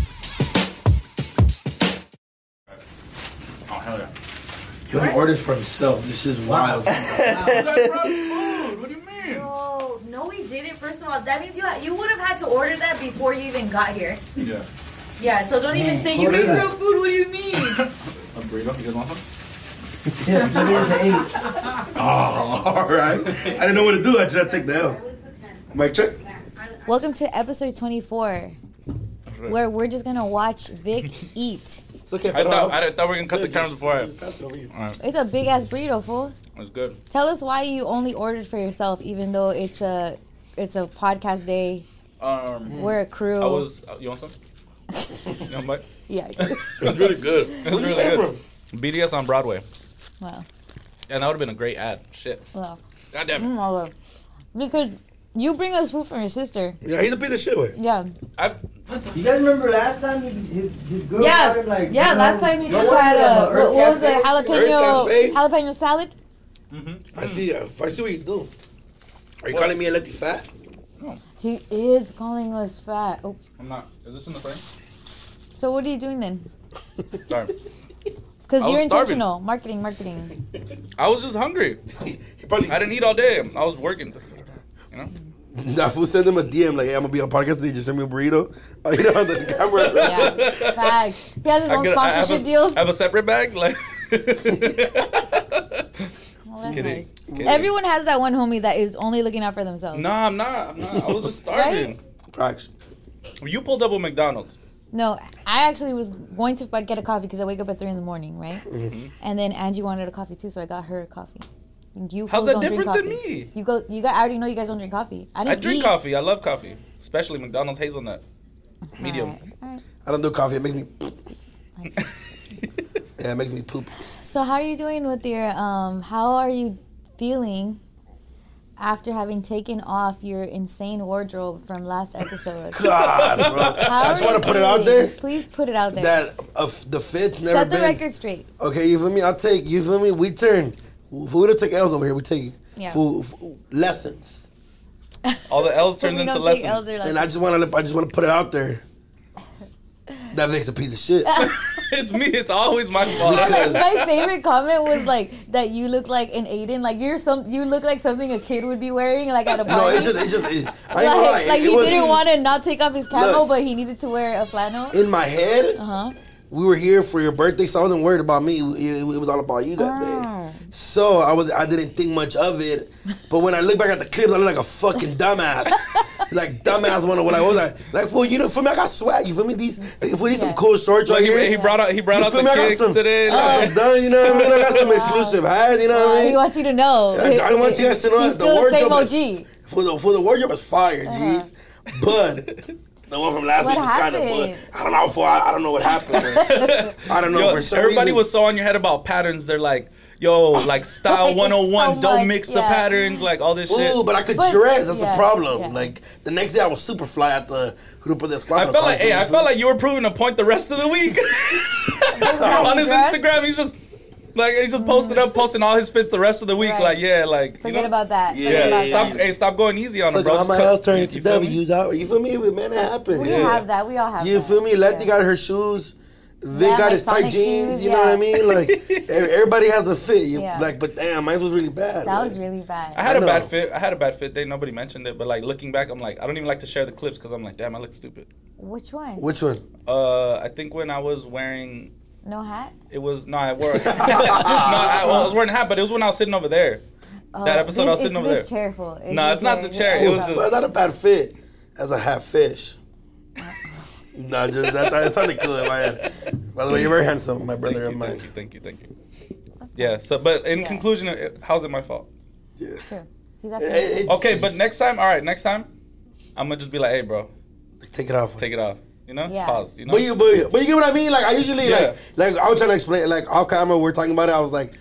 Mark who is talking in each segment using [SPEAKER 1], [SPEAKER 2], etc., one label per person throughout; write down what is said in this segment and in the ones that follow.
[SPEAKER 1] Oh,
[SPEAKER 2] He only orders for himself. This is wild.
[SPEAKER 1] I brought food. What do you mean?
[SPEAKER 3] No, no, we didn't. First of all, that means you ha- you would have had to order that before you even got here.
[SPEAKER 1] Yeah.
[SPEAKER 3] Yeah, so don't even
[SPEAKER 2] Mm,
[SPEAKER 1] Hmm.
[SPEAKER 3] say you
[SPEAKER 2] order
[SPEAKER 3] made
[SPEAKER 2] that.
[SPEAKER 3] your own food. What do you mean?
[SPEAKER 1] A burrito. You guys want some?
[SPEAKER 2] yeah, he's only ordered eight.
[SPEAKER 4] Oh, all right. I didn't know what to do. I just had to take the L. Mike, check.
[SPEAKER 5] Welcome to episode 24, where we're just gonna watch Vic eat.
[SPEAKER 6] It's okay.
[SPEAKER 1] I thought I thought we were gonna cut the cameras before. I,
[SPEAKER 6] I.
[SPEAKER 5] It's a big ass burrito, fool.
[SPEAKER 1] that's good.
[SPEAKER 5] Tell us why you only ordered for yourself, even though it's a it's a podcast day.
[SPEAKER 1] Um,
[SPEAKER 5] We're a crew.
[SPEAKER 1] I was. uh, You want some? You want Mike?
[SPEAKER 5] yeah.
[SPEAKER 1] It's really good. It's really good. BDS on Broadway,
[SPEAKER 5] well,
[SPEAKER 1] and that would have been a great ad. Shit.
[SPEAKER 5] well,
[SPEAKER 1] God damn it.
[SPEAKER 5] mm, well, well. because you bring us food from your sister.
[SPEAKER 4] Yeah, he's a piece of shit with.
[SPEAKER 5] Yeah.
[SPEAKER 1] I mm-hmm.
[SPEAKER 7] You guys remember last time his, his, his girl
[SPEAKER 5] Yeah,
[SPEAKER 7] ordered, like
[SPEAKER 5] yeah.
[SPEAKER 7] you know,
[SPEAKER 5] Last time you
[SPEAKER 7] no
[SPEAKER 5] just
[SPEAKER 7] one
[SPEAKER 5] had
[SPEAKER 7] had a
[SPEAKER 5] a what,
[SPEAKER 7] Earth
[SPEAKER 5] what was it?
[SPEAKER 7] Cafe?
[SPEAKER 5] Jalapeno
[SPEAKER 4] Earth Cafe?
[SPEAKER 5] jalapeno salad.
[SPEAKER 4] I see. uh, I see what you do. Are you calling me a lucky fat?
[SPEAKER 5] He is calling us fat. Oh,
[SPEAKER 1] I'm not. Is this in the frame?
[SPEAKER 5] so what are you doing then?
[SPEAKER 1] Sorry.
[SPEAKER 5] Because
[SPEAKER 1] I was starving.
[SPEAKER 5] you're intentional. Marketing, marketing.
[SPEAKER 1] I was just hungry.
[SPEAKER 4] He probably.
[SPEAKER 1] I didn't eat all day. I was working. You know.
[SPEAKER 4] That fool sent him a DM like, "Hey, I'm gonna be on podcast today. Just send me a burrito." Oh, you know, on the camera.
[SPEAKER 5] Yeah, facts. He has his own
[SPEAKER 1] get- have
[SPEAKER 5] sponsorship
[SPEAKER 1] a,
[SPEAKER 5] deals.
[SPEAKER 1] I have a separate bag. Like.
[SPEAKER 5] Well, Oh, that's
[SPEAKER 1] kidding.
[SPEAKER 5] nice.
[SPEAKER 1] Kidding.
[SPEAKER 5] Everyone has that one homie that is only looking out for themselves.
[SPEAKER 1] No, I'm not. I'm not. I was just starving.
[SPEAKER 4] Facts.
[SPEAKER 1] You pulled up with McDonald's.
[SPEAKER 5] No, I actually was going to get a coffee because I wake up at three in the morning, right?
[SPEAKER 1] Mm-hmm.
[SPEAKER 5] And then Angie wanted a coffee too, so I got her a coffee. You
[SPEAKER 1] How's
[SPEAKER 5] fools
[SPEAKER 1] that
[SPEAKER 5] don't drink
[SPEAKER 1] different than
[SPEAKER 5] coffee.
[SPEAKER 1] me?
[SPEAKER 5] You go. You got. I already know you guys don't drink coffee. I,
[SPEAKER 1] I
[SPEAKER 5] didn't
[SPEAKER 1] drink
[SPEAKER 5] eat.
[SPEAKER 1] coffee. I love coffee, especially McDonald's hazelnut, medium.
[SPEAKER 5] All right, all right.
[SPEAKER 4] I don't do coffee. It makes me. Yeah, it makes me poop.
[SPEAKER 5] So how are you doing with your um how are you feeling after having taken off your insane wardrobe from last episode?
[SPEAKER 4] God, bro.
[SPEAKER 5] How
[SPEAKER 4] I just
[SPEAKER 5] are
[SPEAKER 4] want
[SPEAKER 5] you
[SPEAKER 4] to put it out
[SPEAKER 5] feeling?
[SPEAKER 4] there
[SPEAKER 5] Please put it out there.
[SPEAKER 4] that uh, the fit's never
[SPEAKER 5] Set the
[SPEAKER 4] been.
[SPEAKER 5] record straight.
[SPEAKER 4] Okay, you feel me? I'll take. You feel me? We turn. If we don't take L's over here, we take
[SPEAKER 5] Yeah.
[SPEAKER 4] fu- fu- lessons.
[SPEAKER 1] All the L's
[SPEAKER 5] So
[SPEAKER 1] turns
[SPEAKER 5] we
[SPEAKER 1] into
[SPEAKER 5] don't
[SPEAKER 1] lessons.
[SPEAKER 5] take L's or
[SPEAKER 4] And I
[SPEAKER 5] lessons.
[SPEAKER 4] just want to. I just want to put it out there. That makes a piece of shit.
[SPEAKER 1] it's me. It's always my fault.
[SPEAKER 5] Like, my favorite comment was like that you look like an Aiden, like you're some you look like something a kid would be wearing like at a party.
[SPEAKER 4] no, it just. It just. It, I ain't gonna lie.
[SPEAKER 5] like,
[SPEAKER 4] It-
[SPEAKER 5] like
[SPEAKER 4] it
[SPEAKER 5] he
[SPEAKER 4] was-
[SPEAKER 5] didn't want to not take off his camo,
[SPEAKER 4] Look.
[SPEAKER 5] but he needed to wear a flannel.
[SPEAKER 4] In my head,
[SPEAKER 5] Uh huh.
[SPEAKER 4] we were here for your birthday, so I wasn't worried about me. It, it was all about you that
[SPEAKER 5] Ah.
[SPEAKER 4] day. So I was. I didn't think much of it. But when I look back at the clips, I look like a fucking dumbass. like dumbass one of what I was like. Like fool, you know, for me, I got swag. You feel me? These like, fool, these
[SPEAKER 5] Yeah.
[SPEAKER 4] some cool shorts
[SPEAKER 1] Like,
[SPEAKER 4] right
[SPEAKER 1] he,
[SPEAKER 4] here.
[SPEAKER 1] he brought out he brought
[SPEAKER 4] You
[SPEAKER 1] out
[SPEAKER 4] feel
[SPEAKER 1] the
[SPEAKER 4] me? I got
[SPEAKER 1] kicks
[SPEAKER 4] some- Oh.
[SPEAKER 1] today.
[SPEAKER 4] I'm
[SPEAKER 1] like-
[SPEAKER 4] done, you know what I mean? I got some exclusive hats, you know what I
[SPEAKER 5] Uh, he
[SPEAKER 4] mean?
[SPEAKER 5] wants you to know.
[SPEAKER 4] I- I want you guys to know
[SPEAKER 5] He's
[SPEAKER 4] that the
[SPEAKER 5] still
[SPEAKER 4] wardrobe
[SPEAKER 5] the
[SPEAKER 4] is-
[SPEAKER 5] same OG.
[SPEAKER 4] For the for the wardrobe was fire, jeez. But the one from last
[SPEAKER 5] Uh-huh. What
[SPEAKER 4] week was kind of
[SPEAKER 5] happened?
[SPEAKER 4] what I don't know for I, I don't know what happened. man. I don't know
[SPEAKER 1] Yo,
[SPEAKER 4] for some
[SPEAKER 1] everybody
[SPEAKER 4] reason-
[SPEAKER 1] was so on your head about patterns. They're like, yo, like style
[SPEAKER 5] Like, it's
[SPEAKER 1] 101.
[SPEAKER 5] so
[SPEAKER 1] don't
[SPEAKER 5] much,
[SPEAKER 1] mix the
[SPEAKER 5] yeah.
[SPEAKER 1] patterns. Like all this shit.
[SPEAKER 4] Ooh, but I could
[SPEAKER 5] But-
[SPEAKER 4] dress. That's
[SPEAKER 5] yeah,
[SPEAKER 4] the problem.
[SPEAKER 5] yeah.
[SPEAKER 4] Like the next day, I was super fly at the Grupo de Squad.
[SPEAKER 1] I felt like, hey, I felt like you were proving a point the rest of the week. On his
[SPEAKER 5] dress?
[SPEAKER 1] Instagram, he's just like he's just posting up, posting all his fits the rest of the week.
[SPEAKER 5] Right.
[SPEAKER 1] Like, yeah, like you
[SPEAKER 5] Forget
[SPEAKER 1] know?
[SPEAKER 5] about that.
[SPEAKER 4] Yeah,
[SPEAKER 5] Forget
[SPEAKER 1] Yeah,
[SPEAKER 5] about
[SPEAKER 1] stop.
[SPEAKER 5] that.
[SPEAKER 1] Hey, stop going easy on him,
[SPEAKER 4] Fuck,
[SPEAKER 1] bro.
[SPEAKER 4] all my
[SPEAKER 1] Just
[SPEAKER 4] house
[SPEAKER 1] cut-
[SPEAKER 4] turned
[SPEAKER 1] you-
[SPEAKER 4] into
[SPEAKER 1] you feel me?
[SPEAKER 4] W's out. You feel me? Man, it happened.
[SPEAKER 5] We
[SPEAKER 1] Yeah.
[SPEAKER 5] have that. We all have
[SPEAKER 4] You
[SPEAKER 5] that.
[SPEAKER 4] feel me? Letty got her shoes. Vic
[SPEAKER 5] Yeah,
[SPEAKER 4] got
[SPEAKER 5] like
[SPEAKER 4] his tight
[SPEAKER 5] Sonic
[SPEAKER 4] jeans.
[SPEAKER 5] shoes,
[SPEAKER 4] you know what I
[SPEAKER 5] yeah.
[SPEAKER 4] mean? Like e- everybody has a fit. You,
[SPEAKER 5] Yeah.
[SPEAKER 4] Like, but damn, mine was really bad.
[SPEAKER 5] That
[SPEAKER 4] man.
[SPEAKER 5] was really
[SPEAKER 1] I
[SPEAKER 5] bad.
[SPEAKER 1] had
[SPEAKER 4] I
[SPEAKER 1] a bad
[SPEAKER 4] know.
[SPEAKER 1] fit. I had a bad fit day. Nobody mentioned it, but like looking back, I'm like, I don't even like to share the clips because I'm like, damn, I look stupid.
[SPEAKER 5] Which one?
[SPEAKER 4] Which one?
[SPEAKER 1] Uh, I think when I was wearing,
[SPEAKER 5] No hat?
[SPEAKER 1] it was no, I wore. no, I, well, I was wearing a hat, but it was when I was sitting over there.
[SPEAKER 5] Oh,
[SPEAKER 1] That episode,
[SPEAKER 5] this,
[SPEAKER 1] I was sitting
[SPEAKER 5] it's
[SPEAKER 1] over
[SPEAKER 5] this
[SPEAKER 1] there.
[SPEAKER 5] Chair full. It's
[SPEAKER 1] Nah,
[SPEAKER 5] this
[SPEAKER 1] it's not the chair. It
[SPEAKER 5] It's
[SPEAKER 1] was
[SPEAKER 5] about-
[SPEAKER 1] just-
[SPEAKER 4] Well, not a bad fit. As a half fish. nah, just that, that sounded cool in my head. By the way, you're very handsome, my brother of
[SPEAKER 1] Thank you,
[SPEAKER 4] mine.
[SPEAKER 1] thank you, thank you, thank you. Yeah. So, but in
[SPEAKER 5] Yeah.
[SPEAKER 1] conclusion, it, how's it my fault?
[SPEAKER 4] Yeah.
[SPEAKER 5] True. He's
[SPEAKER 4] It-
[SPEAKER 5] asking.
[SPEAKER 4] it's-
[SPEAKER 1] Okay, but next time, all right, next time, I'm gonna just be like, hey, bro,
[SPEAKER 4] Take it off.
[SPEAKER 1] take it off. You know,
[SPEAKER 5] Yeah.
[SPEAKER 1] pause. You know.
[SPEAKER 4] But you, but, you- but you get what I mean. Like I usually
[SPEAKER 1] Yeah.
[SPEAKER 4] like like I was trying to explain like off camera. We are talking about it. I was like,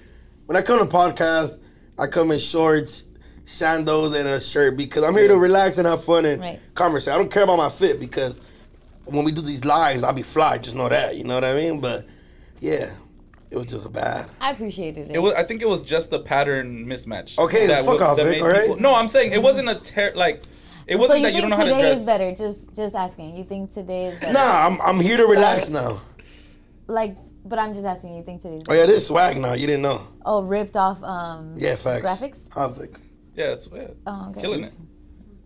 [SPEAKER 4] when I come to podcast, I come in shorts, sandals, and a shirt because I'm here to relax and have fun and
[SPEAKER 5] Right.
[SPEAKER 4] conversate. I don't care about my fit because when we do these lives, I'll be fly. Just know that. You know what I mean? But yeah, it was just bad.
[SPEAKER 5] I appreciated it.
[SPEAKER 1] It was. I think it was just the pattern mismatch.
[SPEAKER 4] Okay, fuck
[SPEAKER 1] wa-
[SPEAKER 4] off, eh, Vic,
[SPEAKER 1] made
[SPEAKER 4] all right?
[SPEAKER 1] people- No, I'm saying it wasn't a ter- like. It
[SPEAKER 5] so
[SPEAKER 1] wasn't
[SPEAKER 5] you
[SPEAKER 1] that you
[SPEAKER 5] think
[SPEAKER 1] don't know how to
[SPEAKER 5] today is
[SPEAKER 1] dress.
[SPEAKER 5] better? Just, just asking. You think today is better?
[SPEAKER 4] Nah, I'm I'm here to relax now.
[SPEAKER 5] Like But I'm just asking you, you think today's
[SPEAKER 4] Oh yeah, this swag now. You didn't know.
[SPEAKER 5] oh ripped off um
[SPEAKER 4] Yeah, facts.
[SPEAKER 5] graphics?
[SPEAKER 4] Havoc.
[SPEAKER 1] Yeah, it's yeah,
[SPEAKER 5] Oh okay.
[SPEAKER 1] killing it.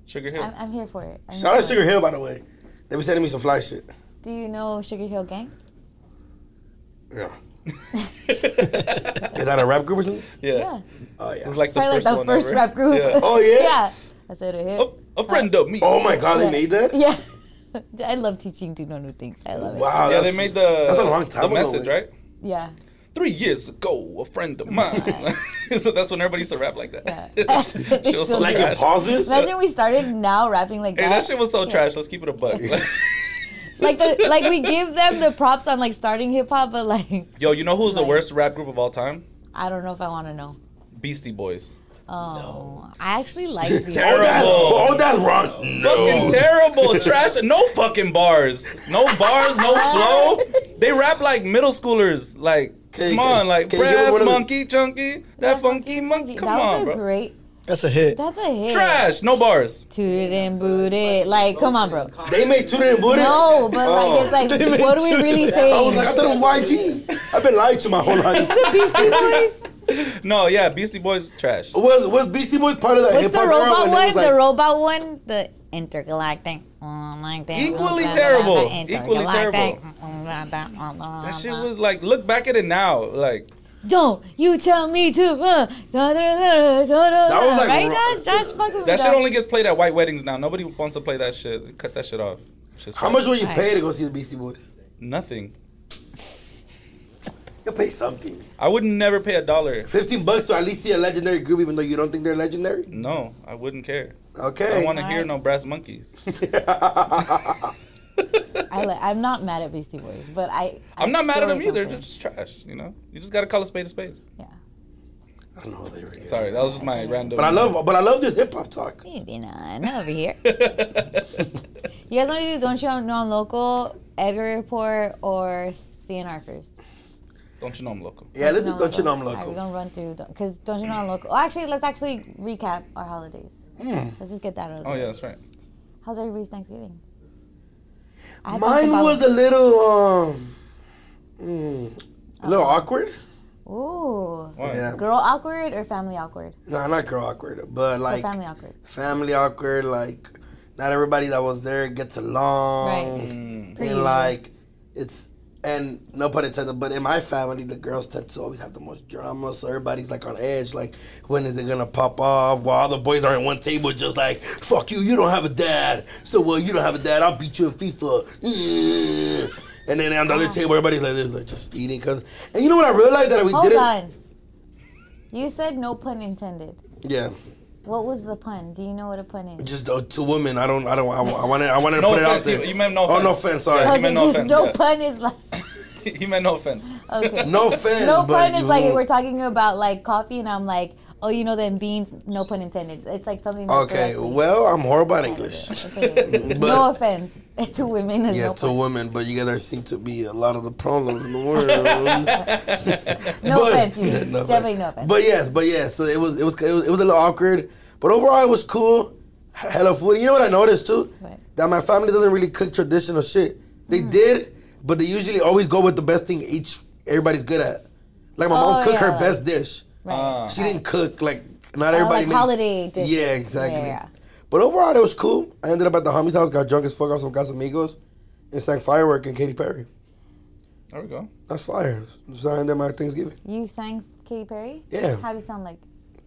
[SPEAKER 1] Sugar Hill.
[SPEAKER 5] I'm, I'm here for it. I'm
[SPEAKER 4] Shout out
[SPEAKER 5] here for it.
[SPEAKER 4] Sugar Hill, by the way. They been sending me some fly shit.
[SPEAKER 5] Do you know Sugar Hill Gang?
[SPEAKER 4] Yeah. Is that a rap group or something?
[SPEAKER 1] yeah.
[SPEAKER 5] Yeah.
[SPEAKER 4] Oh
[SPEAKER 1] It was
[SPEAKER 4] yeah.
[SPEAKER 1] like the
[SPEAKER 5] Probably
[SPEAKER 1] first
[SPEAKER 5] like the
[SPEAKER 1] one
[SPEAKER 5] first
[SPEAKER 1] ever.
[SPEAKER 5] rap group.
[SPEAKER 1] Yeah. Oh.
[SPEAKER 4] Oh, yeah?
[SPEAKER 5] yeah. That's it. a hit.
[SPEAKER 1] A, a friend of me.
[SPEAKER 4] Oh my god,
[SPEAKER 5] Yeah.
[SPEAKER 4] they made that.
[SPEAKER 5] Yeah. I love teaching Duno new things. I love it.
[SPEAKER 4] Wow.
[SPEAKER 1] yeah, they
[SPEAKER 4] that's-
[SPEAKER 1] made the
[SPEAKER 4] That's a long time
[SPEAKER 1] the
[SPEAKER 4] ago.
[SPEAKER 1] message,
[SPEAKER 4] wait.
[SPEAKER 1] right?
[SPEAKER 5] Yeah.
[SPEAKER 1] Three years ago, a friend of mine. so that's when everybody used to rap like that.
[SPEAKER 5] Yeah.
[SPEAKER 1] she was so
[SPEAKER 4] Like it
[SPEAKER 1] trash.
[SPEAKER 4] pauses.
[SPEAKER 5] Imagine we started now rapping like
[SPEAKER 1] Hey,
[SPEAKER 5] that.
[SPEAKER 1] that shit was so
[SPEAKER 5] Yeah.
[SPEAKER 1] trash. Let's keep it a buck.
[SPEAKER 5] Like the, like we give them the props on like starting hip hop, but like
[SPEAKER 1] Yo, you know who's the
[SPEAKER 5] Like-
[SPEAKER 1] worst rap group of all time?
[SPEAKER 5] I don't know if I want to know.
[SPEAKER 1] Beastie Boys.
[SPEAKER 5] Oh, I actually like these.
[SPEAKER 4] Oh, that's,
[SPEAKER 1] Terrible.
[SPEAKER 4] oh, that's wrong. No.
[SPEAKER 1] Fucking terrible, trash, no fucking bars, no bars, no flow. They rap like middle schoolers. Like,
[SPEAKER 4] Can-
[SPEAKER 1] come
[SPEAKER 4] can-
[SPEAKER 1] on, like
[SPEAKER 4] can you give it
[SPEAKER 1] brass
[SPEAKER 4] one of the-
[SPEAKER 1] monkey, chunky, that funky monkey.
[SPEAKER 5] That
[SPEAKER 1] Come
[SPEAKER 5] was
[SPEAKER 1] on,
[SPEAKER 5] a
[SPEAKER 1] bro.
[SPEAKER 5] great.
[SPEAKER 6] That's a hit.
[SPEAKER 5] That's a hit.
[SPEAKER 1] Trash, no bars.
[SPEAKER 5] Tooted and booted. Like, come on, bro.
[SPEAKER 4] They made Tudor and Booty.
[SPEAKER 5] No, but
[SPEAKER 4] Oh.
[SPEAKER 5] like, it's
[SPEAKER 6] They
[SPEAKER 5] like,
[SPEAKER 6] made
[SPEAKER 5] what do we
[SPEAKER 6] Tooted
[SPEAKER 5] really
[SPEAKER 6] and-
[SPEAKER 5] say?
[SPEAKER 4] I was like, I thought it was YG. I've been lied to my whole life.
[SPEAKER 5] the Beastie Boys.
[SPEAKER 1] No, yeah, Beastie Boys trash.
[SPEAKER 4] Was was Beastie Boys part of that
[SPEAKER 5] What's
[SPEAKER 4] hip
[SPEAKER 5] the
[SPEAKER 4] hop era?
[SPEAKER 5] robot
[SPEAKER 4] when it
[SPEAKER 5] one?
[SPEAKER 4] was like-
[SPEAKER 5] the robot one. The intergalactic. Mm, like that.
[SPEAKER 1] Equally
[SPEAKER 5] Mm,
[SPEAKER 1] terrible.
[SPEAKER 5] like that.
[SPEAKER 1] Equally
[SPEAKER 5] Intergalactic.
[SPEAKER 1] terrible.
[SPEAKER 5] Mm, like that. Mm,
[SPEAKER 1] That shit
[SPEAKER 5] like
[SPEAKER 1] was like, look back at it now, like
[SPEAKER 5] Don't you tell me to. Uh, da, da, da, da, da,
[SPEAKER 4] That was
[SPEAKER 5] da.
[SPEAKER 4] like
[SPEAKER 5] right,
[SPEAKER 4] ro-
[SPEAKER 5] Josh? Josh, fuck with me.
[SPEAKER 1] that shit
[SPEAKER 5] dog.
[SPEAKER 1] only gets played at white weddings now. Nobody wants to play that shit. Cut that shit off. Shit's
[SPEAKER 4] How
[SPEAKER 1] trash.
[SPEAKER 4] much will you
[SPEAKER 5] Alright.
[SPEAKER 4] pay to go see the Beastie Boys?
[SPEAKER 1] Nothing.
[SPEAKER 4] You pay something.
[SPEAKER 1] I would never pay a dollar.
[SPEAKER 4] Fifteen bucks to at least see a legendary group, even though you don't think they're legendary.
[SPEAKER 1] No, I wouldn't care. I
[SPEAKER 4] Okay.
[SPEAKER 1] don't want to hear
[SPEAKER 5] Alright.
[SPEAKER 1] no brass monkeys.
[SPEAKER 5] I li- I'm not mad at Beastie Boys, but I. I
[SPEAKER 1] I'm not mad at
[SPEAKER 5] still
[SPEAKER 1] them
[SPEAKER 5] like
[SPEAKER 1] either.
[SPEAKER 5] them.
[SPEAKER 1] They're just trash. You know, you just gotta call a spade a spade.
[SPEAKER 4] I don't know who they really. are.
[SPEAKER 1] Sorry, that was just my random.
[SPEAKER 4] But I love, but I love this hip hop talk.
[SPEAKER 5] Maybe not. Not over here. you guys want to do Don't You Know I'm Local, Edgar Report, or CNR first?
[SPEAKER 1] Don't you know I'm local?
[SPEAKER 4] Yeah, listen,
[SPEAKER 5] No,
[SPEAKER 4] don't you know I'm
[SPEAKER 5] All right, we're
[SPEAKER 4] local?
[SPEAKER 5] going to run through, because Don't You Know I'm Local. Oh, actually, let's actually recap our holidays. Let's just get that out of the
[SPEAKER 1] Oh
[SPEAKER 5] way.
[SPEAKER 1] yeah, that's right.
[SPEAKER 5] How's everybody's Thanksgiving? I had
[SPEAKER 4] Mine
[SPEAKER 5] Thanksgiving-
[SPEAKER 4] was a little, um, mm, a little awkward.
[SPEAKER 5] Ooh.
[SPEAKER 1] Why?
[SPEAKER 4] Yeah.
[SPEAKER 5] Girl awkward or family awkward?
[SPEAKER 4] No, not girl awkward, but
[SPEAKER 5] Or
[SPEAKER 4] like
[SPEAKER 5] family awkward.
[SPEAKER 4] family awkward. Like not everybody that was there gets along.
[SPEAKER 5] Right.
[SPEAKER 1] Mm.
[SPEAKER 4] And like, it's and no pun intended, but in my family, the girls tend to always have the most drama, so everybody's like on edge. Like, when is it gonna pop off? While all the boys are in one table, just like, fuck you, you don't have a dad. So well, you don't have a dad. I'll beat you in FIFA. And then on the
[SPEAKER 5] Oh.
[SPEAKER 4] other table, everybody's like, this, like just eating. Cause and you know what I realized that we
[SPEAKER 5] Hold
[SPEAKER 4] didn't.
[SPEAKER 5] on. You said no pun intended.
[SPEAKER 4] Yeah,
[SPEAKER 5] What was the pun? Do you know what a pun is?
[SPEAKER 4] just uh, two women. I don't. I don't. I, wa- I wanted. I wanted to
[SPEAKER 1] No
[SPEAKER 4] put
[SPEAKER 1] offense.
[SPEAKER 4] it out
[SPEAKER 1] You,
[SPEAKER 4] there.
[SPEAKER 1] you meant no
[SPEAKER 4] oh
[SPEAKER 1] offense.
[SPEAKER 4] no offense. Sorry.
[SPEAKER 1] Yeah, he meant no
[SPEAKER 5] Okay,
[SPEAKER 1] offense.
[SPEAKER 5] no
[SPEAKER 1] yeah.
[SPEAKER 5] pun is like
[SPEAKER 1] he meant no offense.
[SPEAKER 5] okay.
[SPEAKER 4] No offense.
[SPEAKER 5] no
[SPEAKER 4] but
[SPEAKER 5] pun is
[SPEAKER 4] you
[SPEAKER 5] like
[SPEAKER 4] won't-
[SPEAKER 5] we're talking about like coffee, and I'm like, oh, you know, then beans. No pun intended. It's like something. That's
[SPEAKER 4] Okay.
[SPEAKER 5] directly-
[SPEAKER 4] Well, I'm horrible at English.
[SPEAKER 5] Okay.
[SPEAKER 4] But-
[SPEAKER 5] no offense to women. Is
[SPEAKER 4] Yeah,
[SPEAKER 5] no
[SPEAKER 4] to
[SPEAKER 5] pun.
[SPEAKER 4] women, but you guys seem to be a lot of the problems in the world. no
[SPEAKER 5] no offense, you mean. definitely no offense.
[SPEAKER 4] But yes, but yes. So it was, it was, it was, it was a little awkward, but overall it was cool. Hella food. You know what I noticed too?
[SPEAKER 5] What? Hmm.
[SPEAKER 4] That my family doesn't really cook traditional shit. They did, but they usually always go with the best thing each everybody's good at. Like my
[SPEAKER 5] Oh,
[SPEAKER 4] mom cooked
[SPEAKER 5] yeah,
[SPEAKER 4] her
[SPEAKER 5] like-
[SPEAKER 4] best dish.
[SPEAKER 5] right. Oh,
[SPEAKER 4] She didn't cook like not everybody.
[SPEAKER 5] like
[SPEAKER 4] made-
[SPEAKER 5] holiday dishes.
[SPEAKER 4] Yeah, exactly.
[SPEAKER 5] Yeah.
[SPEAKER 4] But overall, it was cool. I ended up at the homie's house, got drunk as fuck off some Casamigos, and sang firework and Katy Perry.
[SPEAKER 1] There we go.
[SPEAKER 4] That's fire. So I ended my Thanksgiving.
[SPEAKER 5] You sang Katy Perry.
[SPEAKER 4] Yeah.
[SPEAKER 5] How did it sound like?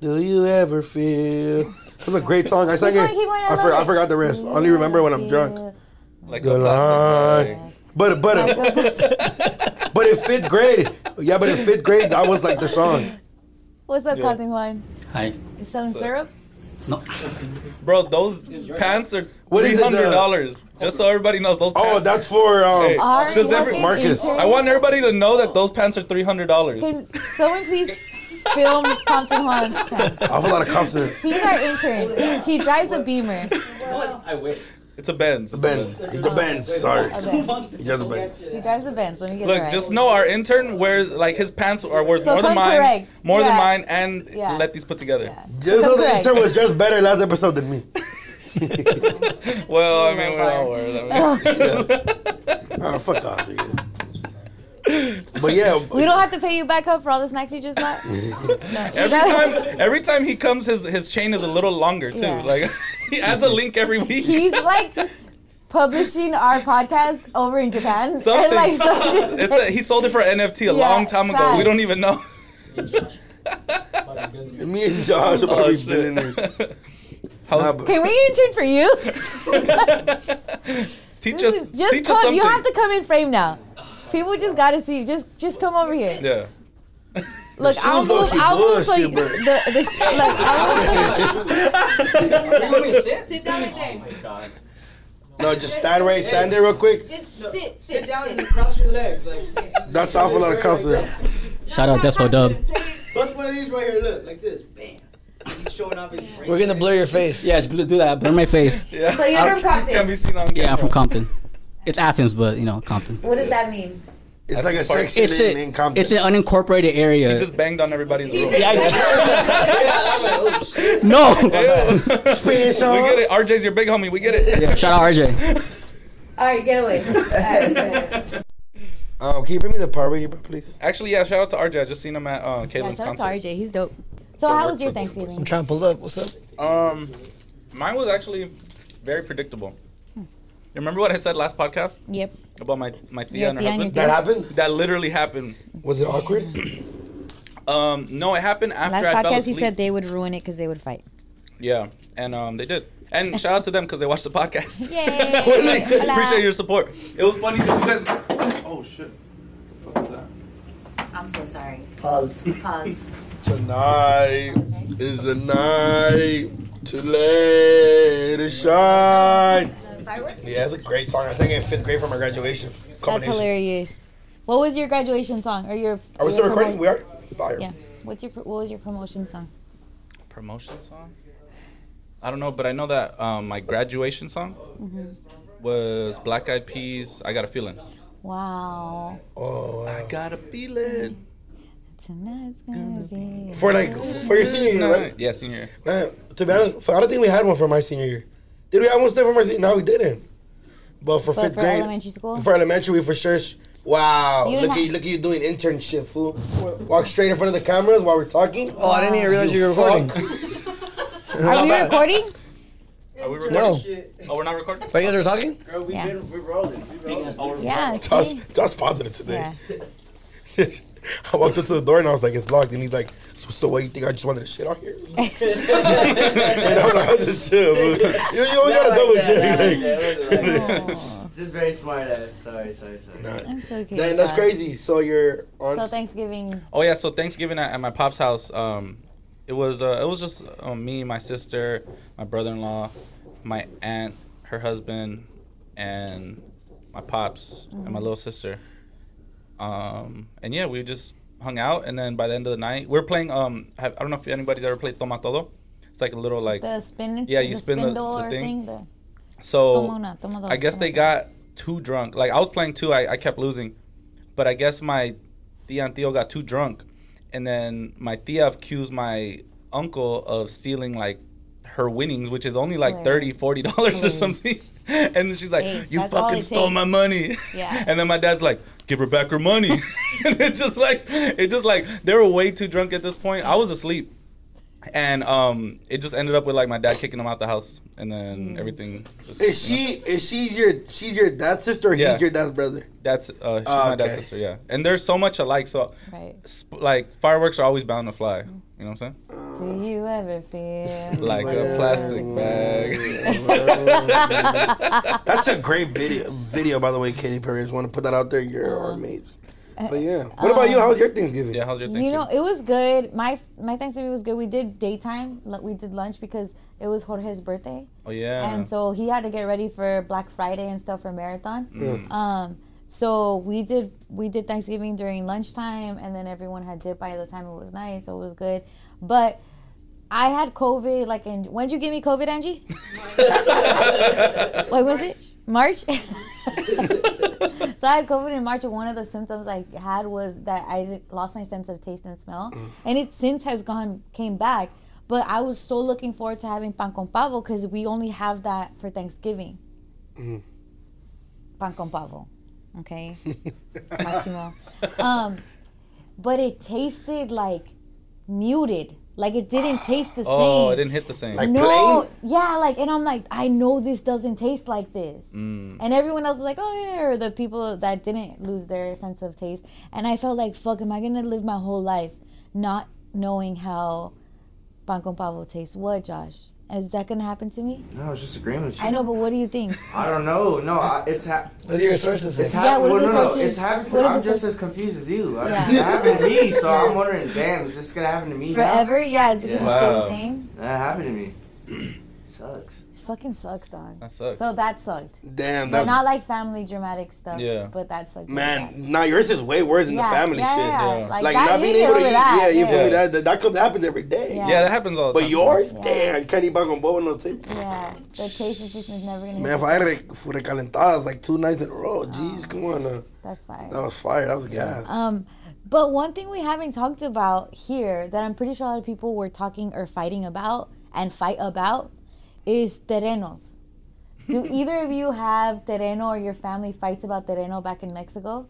[SPEAKER 4] Do you ever feel? It was a great song. I sang
[SPEAKER 5] Keep going,
[SPEAKER 4] it.
[SPEAKER 5] keep going, I
[SPEAKER 4] I,
[SPEAKER 5] love
[SPEAKER 4] for, I
[SPEAKER 5] it.
[SPEAKER 4] forgot the rest. I only remember when I'm drunk.
[SPEAKER 1] Like
[SPEAKER 4] Good
[SPEAKER 1] a plastic bag.
[SPEAKER 4] But but but in fifth grade, yeah, but in fifth grade, that was like the song.
[SPEAKER 5] What's up,
[SPEAKER 1] Yeah.
[SPEAKER 5] Captain Juan?
[SPEAKER 8] Hi.
[SPEAKER 5] You selling syrup?
[SPEAKER 1] Bro, those pants are
[SPEAKER 4] What
[SPEAKER 1] three
[SPEAKER 4] is it, the-
[SPEAKER 1] hundred dollars. Just so everybody knows those. Pants.
[SPEAKER 4] Oh, that's for um.
[SPEAKER 1] Hey.
[SPEAKER 5] Are
[SPEAKER 1] Does
[SPEAKER 5] you
[SPEAKER 1] every-
[SPEAKER 5] fucking
[SPEAKER 4] Marcus.
[SPEAKER 5] kidding
[SPEAKER 1] I want everybody to know that those pants are three hundred dollars.
[SPEAKER 5] Can someone please film Compton Juan?
[SPEAKER 4] I feel out of confidence.
[SPEAKER 5] He's our intern. He drives a Beamer.
[SPEAKER 8] I wish.
[SPEAKER 1] It's a Benz.
[SPEAKER 4] The Benz. The Benz. Sorry.
[SPEAKER 5] Okay.
[SPEAKER 4] He does the Benz.
[SPEAKER 5] He drives a Benz. Let me get
[SPEAKER 1] Look,
[SPEAKER 5] it right.
[SPEAKER 1] just know our intern wears like his pants are worth
[SPEAKER 5] So
[SPEAKER 1] more than
[SPEAKER 5] come
[SPEAKER 1] mine,
[SPEAKER 5] correct.
[SPEAKER 1] more than
[SPEAKER 5] Yeah.
[SPEAKER 1] mine, and
[SPEAKER 5] Yeah.
[SPEAKER 1] let these put together.
[SPEAKER 5] Yeah.
[SPEAKER 4] Just know the
[SPEAKER 5] Correct.
[SPEAKER 4] intern was just better last episode than me.
[SPEAKER 1] Well, I mean, we're all
[SPEAKER 5] Fire.
[SPEAKER 1] worried. I mean,
[SPEAKER 4] Ah, fuck off, nigga. But yeah,
[SPEAKER 5] We don't have to pay you back up for all the snacks you just bought.
[SPEAKER 1] Every time, every time he comes, his his chain is a little longer too.
[SPEAKER 5] Yeah.
[SPEAKER 1] Like he adds a link every week.
[SPEAKER 5] He's like publishing our podcast over in Japan.
[SPEAKER 1] Something.
[SPEAKER 5] And like so just
[SPEAKER 1] it's a, he sold it for NFT a
[SPEAKER 5] Yeah,
[SPEAKER 1] long time ago. We
[SPEAKER 5] facts.
[SPEAKER 1] don't even know.
[SPEAKER 4] me and Josh are about
[SPEAKER 1] Oh,
[SPEAKER 4] to be
[SPEAKER 1] shit.
[SPEAKER 4] billionaires. Nah,
[SPEAKER 1] How's-
[SPEAKER 4] but-
[SPEAKER 5] Can we intern for you?
[SPEAKER 1] teach us.
[SPEAKER 5] just
[SPEAKER 1] teach us
[SPEAKER 5] come.
[SPEAKER 1] something.
[SPEAKER 5] You have to come in frame now. People just gotta see you. Just just come over here.
[SPEAKER 1] Yeah.
[SPEAKER 5] Look,
[SPEAKER 4] She
[SPEAKER 5] I'll
[SPEAKER 4] was low-key
[SPEAKER 5] move. I'll move so you,
[SPEAKER 4] bullshit, bro.
[SPEAKER 5] the the sh- like I'll move.
[SPEAKER 3] Sit down right there.
[SPEAKER 4] No, just stand right, stand there real quick.
[SPEAKER 3] Just sit, sit, sit.
[SPEAKER 7] down and cross your legs. Like,
[SPEAKER 4] That's an awful lot of cuffs. there.
[SPEAKER 6] Shout out, that's what dub.
[SPEAKER 7] Bust one of these right here. Look, like this. Bam. He's showing off his bracelet.
[SPEAKER 2] We're gonna blur your face.
[SPEAKER 6] Yes, bl- do that. Blur my face.
[SPEAKER 1] Yeah.
[SPEAKER 3] So you're from
[SPEAKER 1] Can be
[SPEAKER 3] Compton.
[SPEAKER 1] seen on
[SPEAKER 6] Yeah, I'm from
[SPEAKER 1] camera.
[SPEAKER 6] Compton. It's Athens, but you know Compton.
[SPEAKER 3] What does that mean?
[SPEAKER 4] It's like a
[SPEAKER 1] Park.
[SPEAKER 4] section
[SPEAKER 6] It's
[SPEAKER 4] in,
[SPEAKER 6] a,
[SPEAKER 4] in Compton.
[SPEAKER 6] it's an unincorporated area.
[SPEAKER 1] He just banged on everybody's room.
[SPEAKER 3] just-
[SPEAKER 6] Yeah, I-
[SPEAKER 7] Oh, shit.
[SPEAKER 6] no.
[SPEAKER 4] Space
[SPEAKER 1] We
[SPEAKER 4] on.
[SPEAKER 1] get it. RJ's your big homie. We get it.
[SPEAKER 6] Yeah, shout out RJ.
[SPEAKER 3] All right, get away. All right, yeah.
[SPEAKER 4] Um, can you bring me the power radio, please?
[SPEAKER 1] Actually, yeah. Shout out to RJ. I just seen him at uh,
[SPEAKER 5] Yeah,
[SPEAKER 1] Caitlin's
[SPEAKER 5] shout out to
[SPEAKER 1] concert.
[SPEAKER 5] RJ. He's dope. So
[SPEAKER 1] That
[SPEAKER 5] how
[SPEAKER 1] works
[SPEAKER 5] was your
[SPEAKER 1] for both of us.
[SPEAKER 5] Thanksgiving?
[SPEAKER 2] I'm trying to pull up. What's up?
[SPEAKER 1] Um, mine was actually very predictable.
[SPEAKER 5] Hmm.
[SPEAKER 1] You remember what I said last podcast
[SPEAKER 5] Yep.
[SPEAKER 1] about my my tia
[SPEAKER 5] Your
[SPEAKER 1] and her
[SPEAKER 5] tia and
[SPEAKER 1] husband?
[SPEAKER 5] your
[SPEAKER 4] That happened?
[SPEAKER 1] That literally happened.
[SPEAKER 4] Was it awkward?
[SPEAKER 1] Um, no, it happened after
[SPEAKER 5] Last
[SPEAKER 1] I fell
[SPEAKER 5] podcast, he
[SPEAKER 1] asleep.
[SPEAKER 5] said they would ruin it because they would fight.
[SPEAKER 1] yeah, and um, they did. And shout out to them because they watched the podcast.
[SPEAKER 5] Yay!
[SPEAKER 1] Well, thanks.
[SPEAKER 5] Hola.
[SPEAKER 1] Appreciate your support. It was funny because you guys. Oh shit! What the fuck was that?
[SPEAKER 3] I'm so sorry.
[SPEAKER 7] Pause.
[SPEAKER 3] Pause.
[SPEAKER 4] Tonight is the night to let it shine. Yeah, it's a great song. I sang it in fifth grade for my graduation.
[SPEAKER 5] That's
[SPEAKER 4] Combination.
[SPEAKER 5] hilarious. What was your graduation song or your?
[SPEAKER 4] Are we
[SPEAKER 5] your
[SPEAKER 4] still recording?
[SPEAKER 5] promo-
[SPEAKER 4] We are? Fire.
[SPEAKER 5] Yeah. What's your pro- what was your promotion song?
[SPEAKER 1] Promotion song? I don't know, but I know that um, my graduation song was Black Eyed Peas. I got a feeling.
[SPEAKER 5] Wow.
[SPEAKER 4] Oh, wow.
[SPEAKER 1] Got a feeling.
[SPEAKER 5] Tonight's gonna be.
[SPEAKER 4] For like, for your senior year, right?
[SPEAKER 1] Yeah, senior. year.
[SPEAKER 4] Man, to be honest, for- I don't think we had one for my senior year. Did we have one still for my senior? No, we didn't. But for
[SPEAKER 5] But
[SPEAKER 4] fifth
[SPEAKER 5] for
[SPEAKER 4] grade,
[SPEAKER 5] elementary school?
[SPEAKER 4] for elementary, we for sure. sh- Wow,
[SPEAKER 5] You
[SPEAKER 4] look
[SPEAKER 5] didn't
[SPEAKER 4] at you,
[SPEAKER 5] have-
[SPEAKER 4] look at you doing internship, fool. Walk straight in front of the cameras while we're talking.
[SPEAKER 2] Oh, I didn't even realize you were recording.
[SPEAKER 4] Fuck.
[SPEAKER 5] Are we recording?
[SPEAKER 1] Are we recording?
[SPEAKER 7] Turn
[SPEAKER 2] No.
[SPEAKER 7] shit.
[SPEAKER 1] Oh, we're not recording?
[SPEAKER 2] But you guys were talking?
[SPEAKER 7] Girl, we
[SPEAKER 5] Yeah.
[SPEAKER 7] been, we're rolling. We're rolling.
[SPEAKER 5] Yeah.
[SPEAKER 4] Josh,
[SPEAKER 5] See?
[SPEAKER 4] Josh positive today.
[SPEAKER 5] Yeah.
[SPEAKER 4] I walked up to the door and I was like, it's locked. And he's like, so, so what, you think I just wanted to shit out here? and I was like, "I just chill, fool. You, you always
[SPEAKER 7] Not
[SPEAKER 4] gotta
[SPEAKER 7] like
[SPEAKER 4] double
[SPEAKER 7] that,
[SPEAKER 4] check.
[SPEAKER 7] not like
[SPEAKER 4] like-
[SPEAKER 7] that, wasn't like that.
[SPEAKER 5] Oh,
[SPEAKER 7] Just very smart ass. Sorry, sorry, sorry.
[SPEAKER 4] Nah.
[SPEAKER 5] that's okay.
[SPEAKER 4] Dang, that's
[SPEAKER 5] Josh.
[SPEAKER 4] crazy. So your aunt's
[SPEAKER 5] So Thanksgiving.
[SPEAKER 1] Oh yeah, so Thanksgiving at, at my pop's house, um, it was uh, it was just uh, me, my sister, my brother-in-law, my aunt, her husband, and my pops
[SPEAKER 5] Mm-hmm.
[SPEAKER 1] and my little sister. Um, and yeah, we just hung out, and then by the end of the night, we are playing. Um, have, I don't know if anybody's ever played Toma Todo. It's like a little like
[SPEAKER 5] The spin.
[SPEAKER 1] Yeah, you
[SPEAKER 5] the
[SPEAKER 1] spin the-
[SPEAKER 5] spindle
[SPEAKER 1] the
[SPEAKER 5] or
[SPEAKER 1] thing.
[SPEAKER 5] thing. The, toma
[SPEAKER 1] so.
[SPEAKER 5] una, toma dos,
[SPEAKER 1] I guess
[SPEAKER 5] toma
[SPEAKER 1] they
[SPEAKER 5] tres.
[SPEAKER 1] got too drunk. Like I was playing two, I, I kept losing, but I guess my tia and tío got too drunk, and then my tia accused my uncle of stealing like her winnings, which is only like
[SPEAKER 5] Right.
[SPEAKER 1] thirty, forty dollars or
[SPEAKER 5] Please.
[SPEAKER 1] something. And then she's like,
[SPEAKER 5] Hey,
[SPEAKER 1] "You
[SPEAKER 5] that's all
[SPEAKER 1] fucking
[SPEAKER 5] it
[SPEAKER 1] stole my
[SPEAKER 5] takes."
[SPEAKER 1] money."
[SPEAKER 5] Yeah.
[SPEAKER 1] And then my dad's like, "Give her back her money." and it's just like, it's just like they were way too drunk at this point. I was asleep, and um, it just ended up with like my dad kicking them out the house, and then everything. Just,
[SPEAKER 4] Is
[SPEAKER 1] you know.
[SPEAKER 4] she is she your she's your dad's sister or
[SPEAKER 1] Yeah.
[SPEAKER 4] he's your dad's brother?
[SPEAKER 1] That's uh, she's
[SPEAKER 4] Ah,
[SPEAKER 1] my dad's
[SPEAKER 4] okay.
[SPEAKER 1] sister, yeah. And there's so much alike, so
[SPEAKER 5] Right.
[SPEAKER 1] sp- like fireworks are always bound to fly. You know what I'm saying?
[SPEAKER 5] Do you ever feel?
[SPEAKER 1] Like a plastic bag.
[SPEAKER 4] That's a great video video by the way, Katy Perry. Just want to put that out there. You're amazing.
[SPEAKER 5] Uh,
[SPEAKER 4] But yeah. What about you? How was your Thanksgiving?
[SPEAKER 1] yeah, how's your Thanksgiving?
[SPEAKER 5] You know, it was good. My my Thanksgiving was good. We did daytime. like, We did lunch because it was Jorge's birthday.
[SPEAKER 1] oh yeah.
[SPEAKER 5] and so he had to get ready for Black Friday and stuff for marathon. Um, so we did we did Thanksgiving during lunchtime, and then everyone had dip by the time it was night, so it was good. But I had COVID. Like, in, when did you give me COVID, Angie? Wait, was it March? so I had COVID in March, and one of the symptoms I had was that I lost my sense of taste and smell,
[SPEAKER 1] Mm.
[SPEAKER 5] and it since has gone came back. But I was so looking forward to having pan con pavo
[SPEAKER 1] Mm.
[SPEAKER 5] because we only have that for Thanksgiving. Pan con pavo. okay? Maximo. Um, but it tasted like muted. Like it didn't taste the
[SPEAKER 1] Oh,
[SPEAKER 5] same.
[SPEAKER 1] it didn't hit the same.
[SPEAKER 4] Like-
[SPEAKER 5] no,
[SPEAKER 4] plain?
[SPEAKER 5] yeah, like, and I'm like, I know this doesn't taste like this,
[SPEAKER 8] Mm.
[SPEAKER 5] and everyone else was like, oh yeah, or the people that didn't lose their sense of taste, and I felt like, fuck, am I gonna live my whole life not knowing how pan con pavo tastes? What, Josh? Is that gonna happen to me?
[SPEAKER 8] No, I was just agreeing with you.
[SPEAKER 5] I know, but what do you think?
[SPEAKER 8] I don't know. No, I, it's ha-
[SPEAKER 2] What are your sources?
[SPEAKER 8] it's
[SPEAKER 2] say?
[SPEAKER 5] Yeah,
[SPEAKER 8] happening.
[SPEAKER 5] what are
[SPEAKER 8] well,
[SPEAKER 5] the
[SPEAKER 8] no, no,
[SPEAKER 5] sources?
[SPEAKER 8] it's happening.
[SPEAKER 5] What
[SPEAKER 8] I'm
[SPEAKER 5] are the
[SPEAKER 8] just
[SPEAKER 5] sources?
[SPEAKER 8] as confused as you. I-
[SPEAKER 5] Yeah.
[SPEAKER 8] It happened to me, so I'm wondering, damn, is this gonna happen to me now?
[SPEAKER 5] Forever? Yeah, is it gonna stay the
[SPEAKER 1] Wow.
[SPEAKER 5] same?
[SPEAKER 8] That happened to me. Sucks.
[SPEAKER 5] It fucking sucks, dog.
[SPEAKER 1] that sucks.
[SPEAKER 5] So that sucked.
[SPEAKER 4] Damn,
[SPEAKER 5] But
[SPEAKER 4] that's
[SPEAKER 5] not like family dramatic stuff.
[SPEAKER 1] Yeah.
[SPEAKER 5] But that sucked.
[SPEAKER 4] man. Now yours is way worse than the family
[SPEAKER 5] yeah,
[SPEAKER 4] shit.
[SPEAKER 5] Yeah,
[SPEAKER 1] Yeah.
[SPEAKER 5] Like,
[SPEAKER 4] Like,
[SPEAKER 5] that,
[SPEAKER 4] not
[SPEAKER 5] you
[SPEAKER 4] being
[SPEAKER 5] can
[SPEAKER 4] able
[SPEAKER 5] get
[SPEAKER 4] to
[SPEAKER 5] over
[SPEAKER 4] eat.
[SPEAKER 5] that.
[SPEAKER 4] Yeah, you feel
[SPEAKER 1] Yeah.
[SPEAKER 4] me? That that, that comes happen every day.
[SPEAKER 5] Yeah.
[SPEAKER 1] yeah, that happens all the
[SPEAKER 4] But
[SPEAKER 1] time.
[SPEAKER 4] yours,
[SPEAKER 5] Yeah.
[SPEAKER 4] damn, can't eat bacon bobo no tip.
[SPEAKER 5] Yeah, the taste is just never gonna.
[SPEAKER 4] Man, if I re- for recalentadas like two nights in a row, Oh, jeez, come on, uh,
[SPEAKER 5] That's fine.
[SPEAKER 4] that was fire, that was gas.
[SPEAKER 5] Um, but one thing we haven't talked about here that I'm pretty sure a lot of people were talking or fighting about and fight about is terrenos. Do either of you have terreno or your family fights about terreno back in Mexico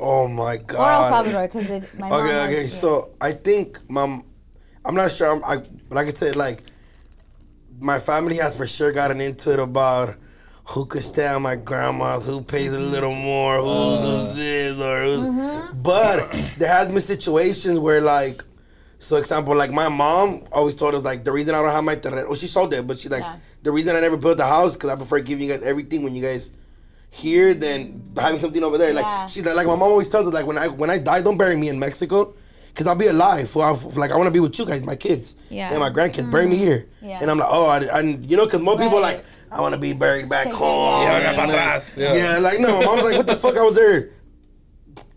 [SPEAKER 4] oh my
[SPEAKER 5] or El
[SPEAKER 4] god.
[SPEAKER 5] Salvador? Because it my mom
[SPEAKER 4] okay,
[SPEAKER 5] has-
[SPEAKER 4] okay.
[SPEAKER 5] yeah.
[SPEAKER 4] So I think mom, I'm not sure. I'm, I but I could say like, my family has for sure gotten into it about who could stay at my grandma's, who pays a little more, who's who's this or who's. But there has been situations where like. So example, like my mom always told us, like the reason I don't have my terreno, well, she sold it, but she like
[SPEAKER 5] Yeah.
[SPEAKER 4] the reason I never built the house because I prefer giving you guys everything when you guys here than having something over there.
[SPEAKER 5] Yeah.
[SPEAKER 4] Like she, like my mom always tells us, like when I when I die, don't bury me in Mexico, cause I'll be alive. For like I want to be with you guys, my kids,
[SPEAKER 5] Yeah. Mm-hmm.
[SPEAKER 4] and my grandkids. Bury me here,
[SPEAKER 5] Yeah.
[SPEAKER 4] and I'm like, oh, I, I- you know, cause most people are
[SPEAKER 5] Right.
[SPEAKER 4] like I want to be buried back
[SPEAKER 5] Take that
[SPEAKER 4] home.
[SPEAKER 5] down. Yeah,
[SPEAKER 4] and,
[SPEAKER 1] pa'
[SPEAKER 4] like,
[SPEAKER 1] atrás.
[SPEAKER 4] yeah.
[SPEAKER 1] Yeah.
[SPEAKER 4] like no, my mom's like, what the fuck? I was there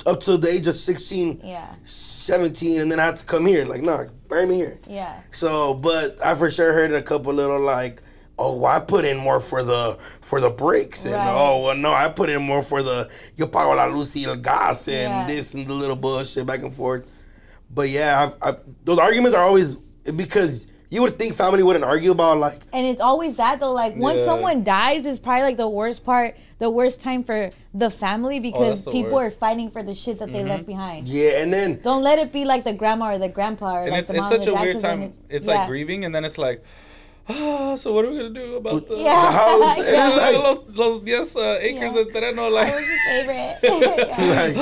[SPEAKER 4] up to the age of 16,
[SPEAKER 5] Yeah,
[SPEAKER 4] 17, and then I had to come here. Like, nah, bury me here.
[SPEAKER 5] yeah,
[SPEAKER 4] So, but I for sure heard a couple little like, oh, I put in more for the for the breaks, and
[SPEAKER 5] Right.
[SPEAKER 4] oh, well, no, I put in more for the yo pago la luz y el gas and
[SPEAKER 5] Yeah.
[SPEAKER 4] this and the little bullshit back and forth. But yeah, I've, i those arguments are always because you would think family wouldn't argue about like
[SPEAKER 5] and it's always that though. Like once
[SPEAKER 1] Yeah.
[SPEAKER 5] someone dies, is probably like the worst part, the worst time for the family because
[SPEAKER 1] Oh, the
[SPEAKER 5] people
[SPEAKER 1] worst. Mm-hmm.
[SPEAKER 5] are fighting for the shit that they left behind.
[SPEAKER 4] yeah, and then
[SPEAKER 5] Don't let it be like the grandma or the grandpa or
[SPEAKER 1] and
[SPEAKER 5] like
[SPEAKER 1] it's,
[SPEAKER 5] the
[SPEAKER 1] it's
[SPEAKER 5] mom
[SPEAKER 1] such a
[SPEAKER 5] or the dad.
[SPEAKER 1] weird
[SPEAKER 5] 'cause then
[SPEAKER 1] time. It's, like grieving, and then it's like, ah, so what are we gonna do about the,
[SPEAKER 5] Yeah.
[SPEAKER 4] the house, and
[SPEAKER 5] Yeah.
[SPEAKER 4] it's like,
[SPEAKER 1] los, los 10 uh, acres
[SPEAKER 5] Yeah.
[SPEAKER 1] de terreno?
[SPEAKER 5] That was
[SPEAKER 1] Like,
[SPEAKER 5] his favorite. Yeah.
[SPEAKER 4] like,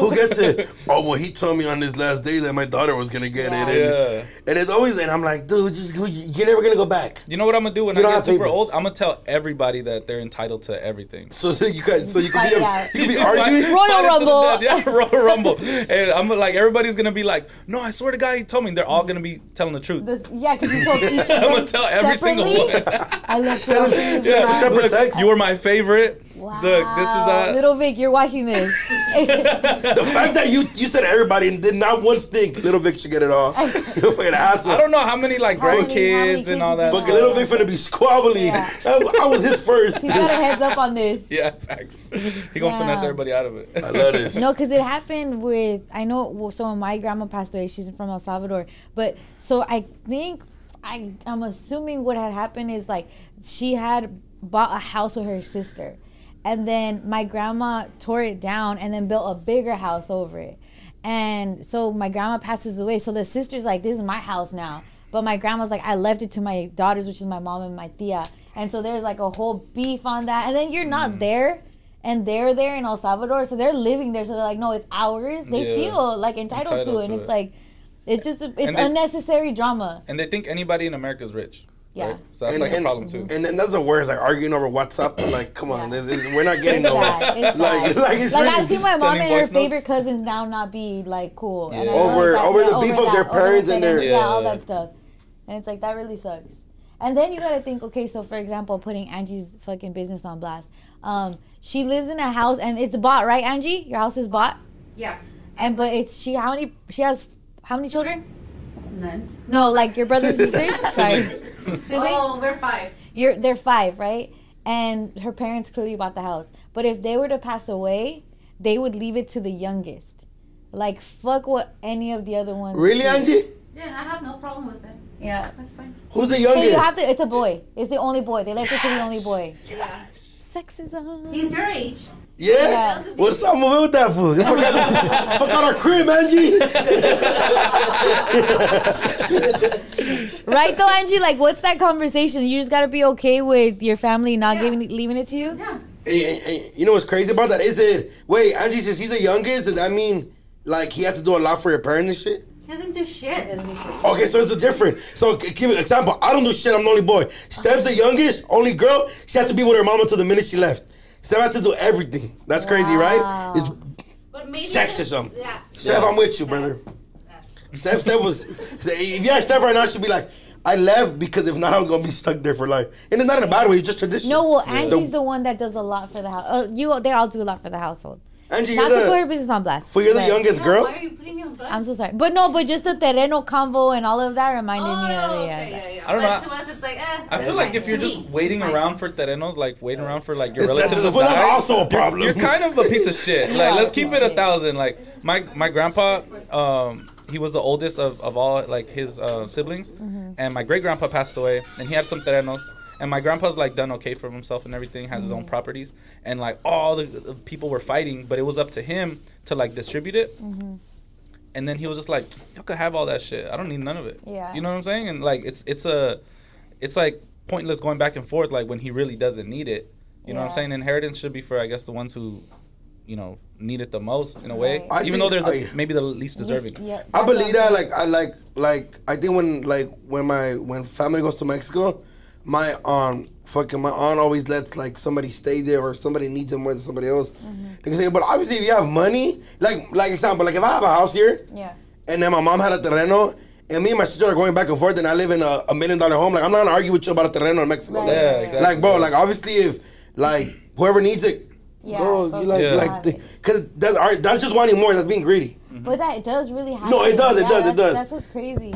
[SPEAKER 4] who gets it? Oh well, he told me on this last day that my daughter was gonna get
[SPEAKER 5] Yeah.
[SPEAKER 4] it, and,
[SPEAKER 1] yeah.
[SPEAKER 4] and it's always and I'm like, dude, just go- you're never gonna go back.
[SPEAKER 1] You know what I'm gonna do when
[SPEAKER 4] You
[SPEAKER 1] I
[SPEAKER 4] don't
[SPEAKER 1] get
[SPEAKER 4] have
[SPEAKER 1] super
[SPEAKER 4] papers.
[SPEAKER 1] old? I'm gonna tell everybody that they're entitled to everything.
[SPEAKER 4] So, so you guys, so you could
[SPEAKER 5] Fight
[SPEAKER 4] be,
[SPEAKER 5] it out.
[SPEAKER 4] you could be arguing.
[SPEAKER 5] Royal
[SPEAKER 1] Fight it to the
[SPEAKER 5] Rumble.
[SPEAKER 1] death. Yeah, Royal Rumble. And I'm like, everybody's gonna be like, no, I swear to God, he told me. They're all gonna be telling the truth.
[SPEAKER 5] This- yeah, because you told each of
[SPEAKER 1] I'm
[SPEAKER 5] them
[SPEAKER 1] gonna tell every single
[SPEAKER 5] separately.
[SPEAKER 1] one.
[SPEAKER 5] I love
[SPEAKER 4] Tell them-
[SPEAKER 5] you.
[SPEAKER 4] yeah,
[SPEAKER 5] Wow.
[SPEAKER 4] separate-
[SPEAKER 1] Look,
[SPEAKER 4] text.
[SPEAKER 1] you were my favorite.
[SPEAKER 5] Wow.
[SPEAKER 1] Look, this is that.
[SPEAKER 5] Little Vic, you're watching this.
[SPEAKER 4] The fact that you you said everybody and did not once think Little Vic should get it all. You're fucking asshole.
[SPEAKER 1] I don't know how many like
[SPEAKER 5] How many- how many
[SPEAKER 1] grandkids
[SPEAKER 5] kids
[SPEAKER 1] and all
[SPEAKER 5] does he
[SPEAKER 1] that.
[SPEAKER 4] Fucking Little Vic finna be squabbling.
[SPEAKER 5] Yeah.
[SPEAKER 4] That was- I was his first.
[SPEAKER 5] He's got a heads up on this.
[SPEAKER 1] Yeah, facts. He gonna
[SPEAKER 5] Yeah.
[SPEAKER 1] finesse everybody out of it.
[SPEAKER 4] I love this.
[SPEAKER 5] No, because it happened with I know. Well, so when my grandma passed away, she's from El Salvador, but so I think I I'm assuming what had happened is like she had bought a house with her sister, and then my grandma tore it down and then built a bigger house over it, and so my grandma passes away, so the sister's like, "This is my house now," but my grandma's like, "I left it to my daughters, which is my mom and my tia," and so there's like a whole beef on that, and then you're
[SPEAKER 1] Mm.
[SPEAKER 5] not there and they're there in El Salvador, so they're living there. So they're like, no, it's ours. They
[SPEAKER 1] Yeah.
[SPEAKER 5] feel like entitled, to
[SPEAKER 1] Entitled
[SPEAKER 5] it, and
[SPEAKER 1] to
[SPEAKER 5] it's
[SPEAKER 1] it.
[SPEAKER 5] like, it's just it's
[SPEAKER 1] they-
[SPEAKER 5] unnecessary drama.
[SPEAKER 1] and they think anybody in America is rich.
[SPEAKER 5] Yeah.
[SPEAKER 1] Right? So that's like a problem too.
[SPEAKER 4] And then that's the worst, like arguing over WhatsApp. Like, come on,
[SPEAKER 5] Yeah.
[SPEAKER 4] this is- we're not
[SPEAKER 5] It's
[SPEAKER 4] getting nowhere.
[SPEAKER 5] bad. It's
[SPEAKER 4] Like,
[SPEAKER 5] bad.
[SPEAKER 4] like it's
[SPEAKER 5] Like
[SPEAKER 4] really-
[SPEAKER 5] I've seen my mom
[SPEAKER 1] Sending
[SPEAKER 5] and her
[SPEAKER 1] voice notes.
[SPEAKER 5] favorite cousins now not be like cool and I
[SPEAKER 1] Yeah.
[SPEAKER 5] don't like
[SPEAKER 4] Over-
[SPEAKER 5] that.
[SPEAKER 4] over the
[SPEAKER 5] Yeah,
[SPEAKER 4] beef of their
[SPEAKER 5] over
[SPEAKER 4] parents and their-
[SPEAKER 5] yeah. all
[SPEAKER 1] Yeah.
[SPEAKER 5] that stuff, and it's like that really sucks. And then you gotta think, okay, so for example, putting Angie's fucking business on blast. Um, she lives in a house and it's bought, right, Angie? Your house is bought,
[SPEAKER 3] Yeah.
[SPEAKER 5] and but it's she how many she has how many children?
[SPEAKER 3] None.
[SPEAKER 5] No, like your brothers and sisters. Sorry, siblings.
[SPEAKER 3] Oh, we're five.
[SPEAKER 5] You're they're five, right? And her parents clearly bought the house. But if they were to pass away, they would leave it to the youngest. Like fuck what any of the other ones.
[SPEAKER 4] really,
[SPEAKER 5] do.
[SPEAKER 4] Angie?
[SPEAKER 3] Yeah, I have no problem with it.
[SPEAKER 5] Yeah.
[SPEAKER 3] That's fine.
[SPEAKER 4] Who's the
[SPEAKER 5] So
[SPEAKER 4] youngest?
[SPEAKER 5] you have to. It's a boy. It's the only boy. They left it to the only boy.
[SPEAKER 3] Yeah.
[SPEAKER 5] Sexism.
[SPEAKER 3] He's your age.
[SPEAKER 4] Yeah?
[SPEAKER 5] Yeah.
[SPEAKER 4] What's up with with that fool? You Fuck out, fuck out our crib, Angie.
[SPEAKER 5] right though, Angie? Like, what's that conversation? You just gotta be okay with your family not
[SPEAKER 3] Yeah.
[SPEAKER 5] giving leaving it to you.
[SPEAKER 3] Yeah.
[SPEAKER 4] Hey, hey, hey, you know what's crazy about that? Is it, wait, Angie, since he's the youngest, does that mean, like, he has to do a lot for your parents and shit?
[SPEAKER 3] He doesn't do shit.
[SPEAKER 4] Okay, so it's a different. So g- give an example. I don't do shit. I'm the only boy. Steph's the youngest, only girl. She had to be with her mama till the minute she left. Steph had to do everything. That's crazy, right? It's
[SPEAKER 3] But maybe
[SPEAKER 4] Sexism.
[SPEAKER 3] Yeah.
[SPEAKER 4] Steph, I'm with you, brother. Steph, Steph was. If you ask Steph right now, she'd be like, "I left because if not, I was gonna be stuck there for life." And it's not in a bad way. It's just tradition.
[SPEAKER 5] No, well, Angie's the one that does a lot for the house. Uh, you, they all do a lot for the household.
[SPEAKER 4] Angie, you're
[SPEAKER 5] Not to put her
[SPEAKER 4] the,
[SPEAKER 5] business on blast.
[SPEAKER 4] for you're the
[SPEAKER 5] but-
[SPEAKER 4] youngest girl.
[SPEAKER 3] Why are you putting him back?
[SPEAKER 5] I'm so sorry, but no, but just the Terreno convo and all of that reminded me of
[SPEAKER 3] Oh,
[SPEAKER 5] the. uh,
[SPEAKER 3] okay, yeah, yeah.
[SPEAKER 1] I don't
[SPEAKER 3] but
[SPEAKER 1] know.
[SPEAKER 3] to us, it's like, eh.
[SPEAKER 5] Mm-hmm.
[SPEAKER 1] I feel like if you're just waiting around for terrenos, like waiting around for like your
[SPEAKER 4] It's-
[SPEAKER 1] relatives to
[SPEAKER 4] that's- that's
[SPEAKER 1] die,
[SPEAKER 4] also a
[SPEAKER 1] you're-
[SPEAKER 4] problem.
[SPEAKER 1] You're, kind of a piece of shit. Like let's keep it a thousand. Like my my grandpa, um, he was the oldest of, of all like his uh, siblings, and my great grandpa passed away, and he had some terrenos. And my grandpa's like done okay for himself and everything, has his own properties, and like all the, the people were fighting, but it was up to him to like distribute it. And then he was just like, "Y'all could have all that shit. I don't need none of it."
[SPEAKER 5] Yeah.
[SPEAKER 1] you know what I'm saying? And like it's it's a it's like pointless going back and forth like when he really doesn't need it. You know what
[SPEAKER 5] Yeah.
[SPEAKER 1] I'm saying? Inheritance should be for I guess the ones who, you know, need it the most in a way.
[SPEAKER 5] Right.
[SPEAKER 4] I
[SPEAKER 1] Even though they're
[SPEAKER 4] think
[SPEAKER 1] the,
[SPEAKER 4] I-
[SPEAKER 1] maybe the least deserving.
[SPEAKER 5] Yeah,
[SPEAKER 4] I
[SPEAKER 5] that's
[SPEAKER 4] believe
[SPEAKER 5] what
[SPEAKER 4] that.
[SPEAKER 5] I'm
[SPEAKER 4] Like I like like I think when like when my when family goes to Mexico, my aunt fucking my aunt always lets like somebody stay there or somebody needs them more than somebody else.
[SPEAKER 5] Mm-hmm.
[SPEAKER 4] They can say, but obviously if you have money, like like example, like if I have a house here
[SPEAKER 5] saying. Yeah.
[SPEAKER 4] and then my mom had a terreno. And me and my sister are going back and forth, and I live in a, a million dollar home. Like I'm not gonna argue with you about a terreno in Mexico.
[SPEAKER 5] Right.
[SPEAKER 1] Yeah,
[SPEAKER 4] Like,
[SPEAKER 5] Yeah.
[SPEAKER 1] exactly.
[SPEAKER 4] like, bro, like obviously if like whoever needs it,
[SPEAKER 5] Yeah,
[SPEAKER 4] bro,
[SPEAKER 5] but
[SPEAKER 4] you like
[SPEAKER 5] we don't
[SPEAKER 4] like
[SPEAKER 5] have
[SPEAKER 4] the,
[SPEAKER 5] it.
[SPEAKER 4] cause that's all right, that's just wanting more. That's being greedy.
[SPEAKER 5] But that it does really happen.
[SPEAKER 4] No, it does, it does, it
[SPEAKER 5] that's-
[SPEAKER 4] does.
[SPEAKER 5] That's what's crazy.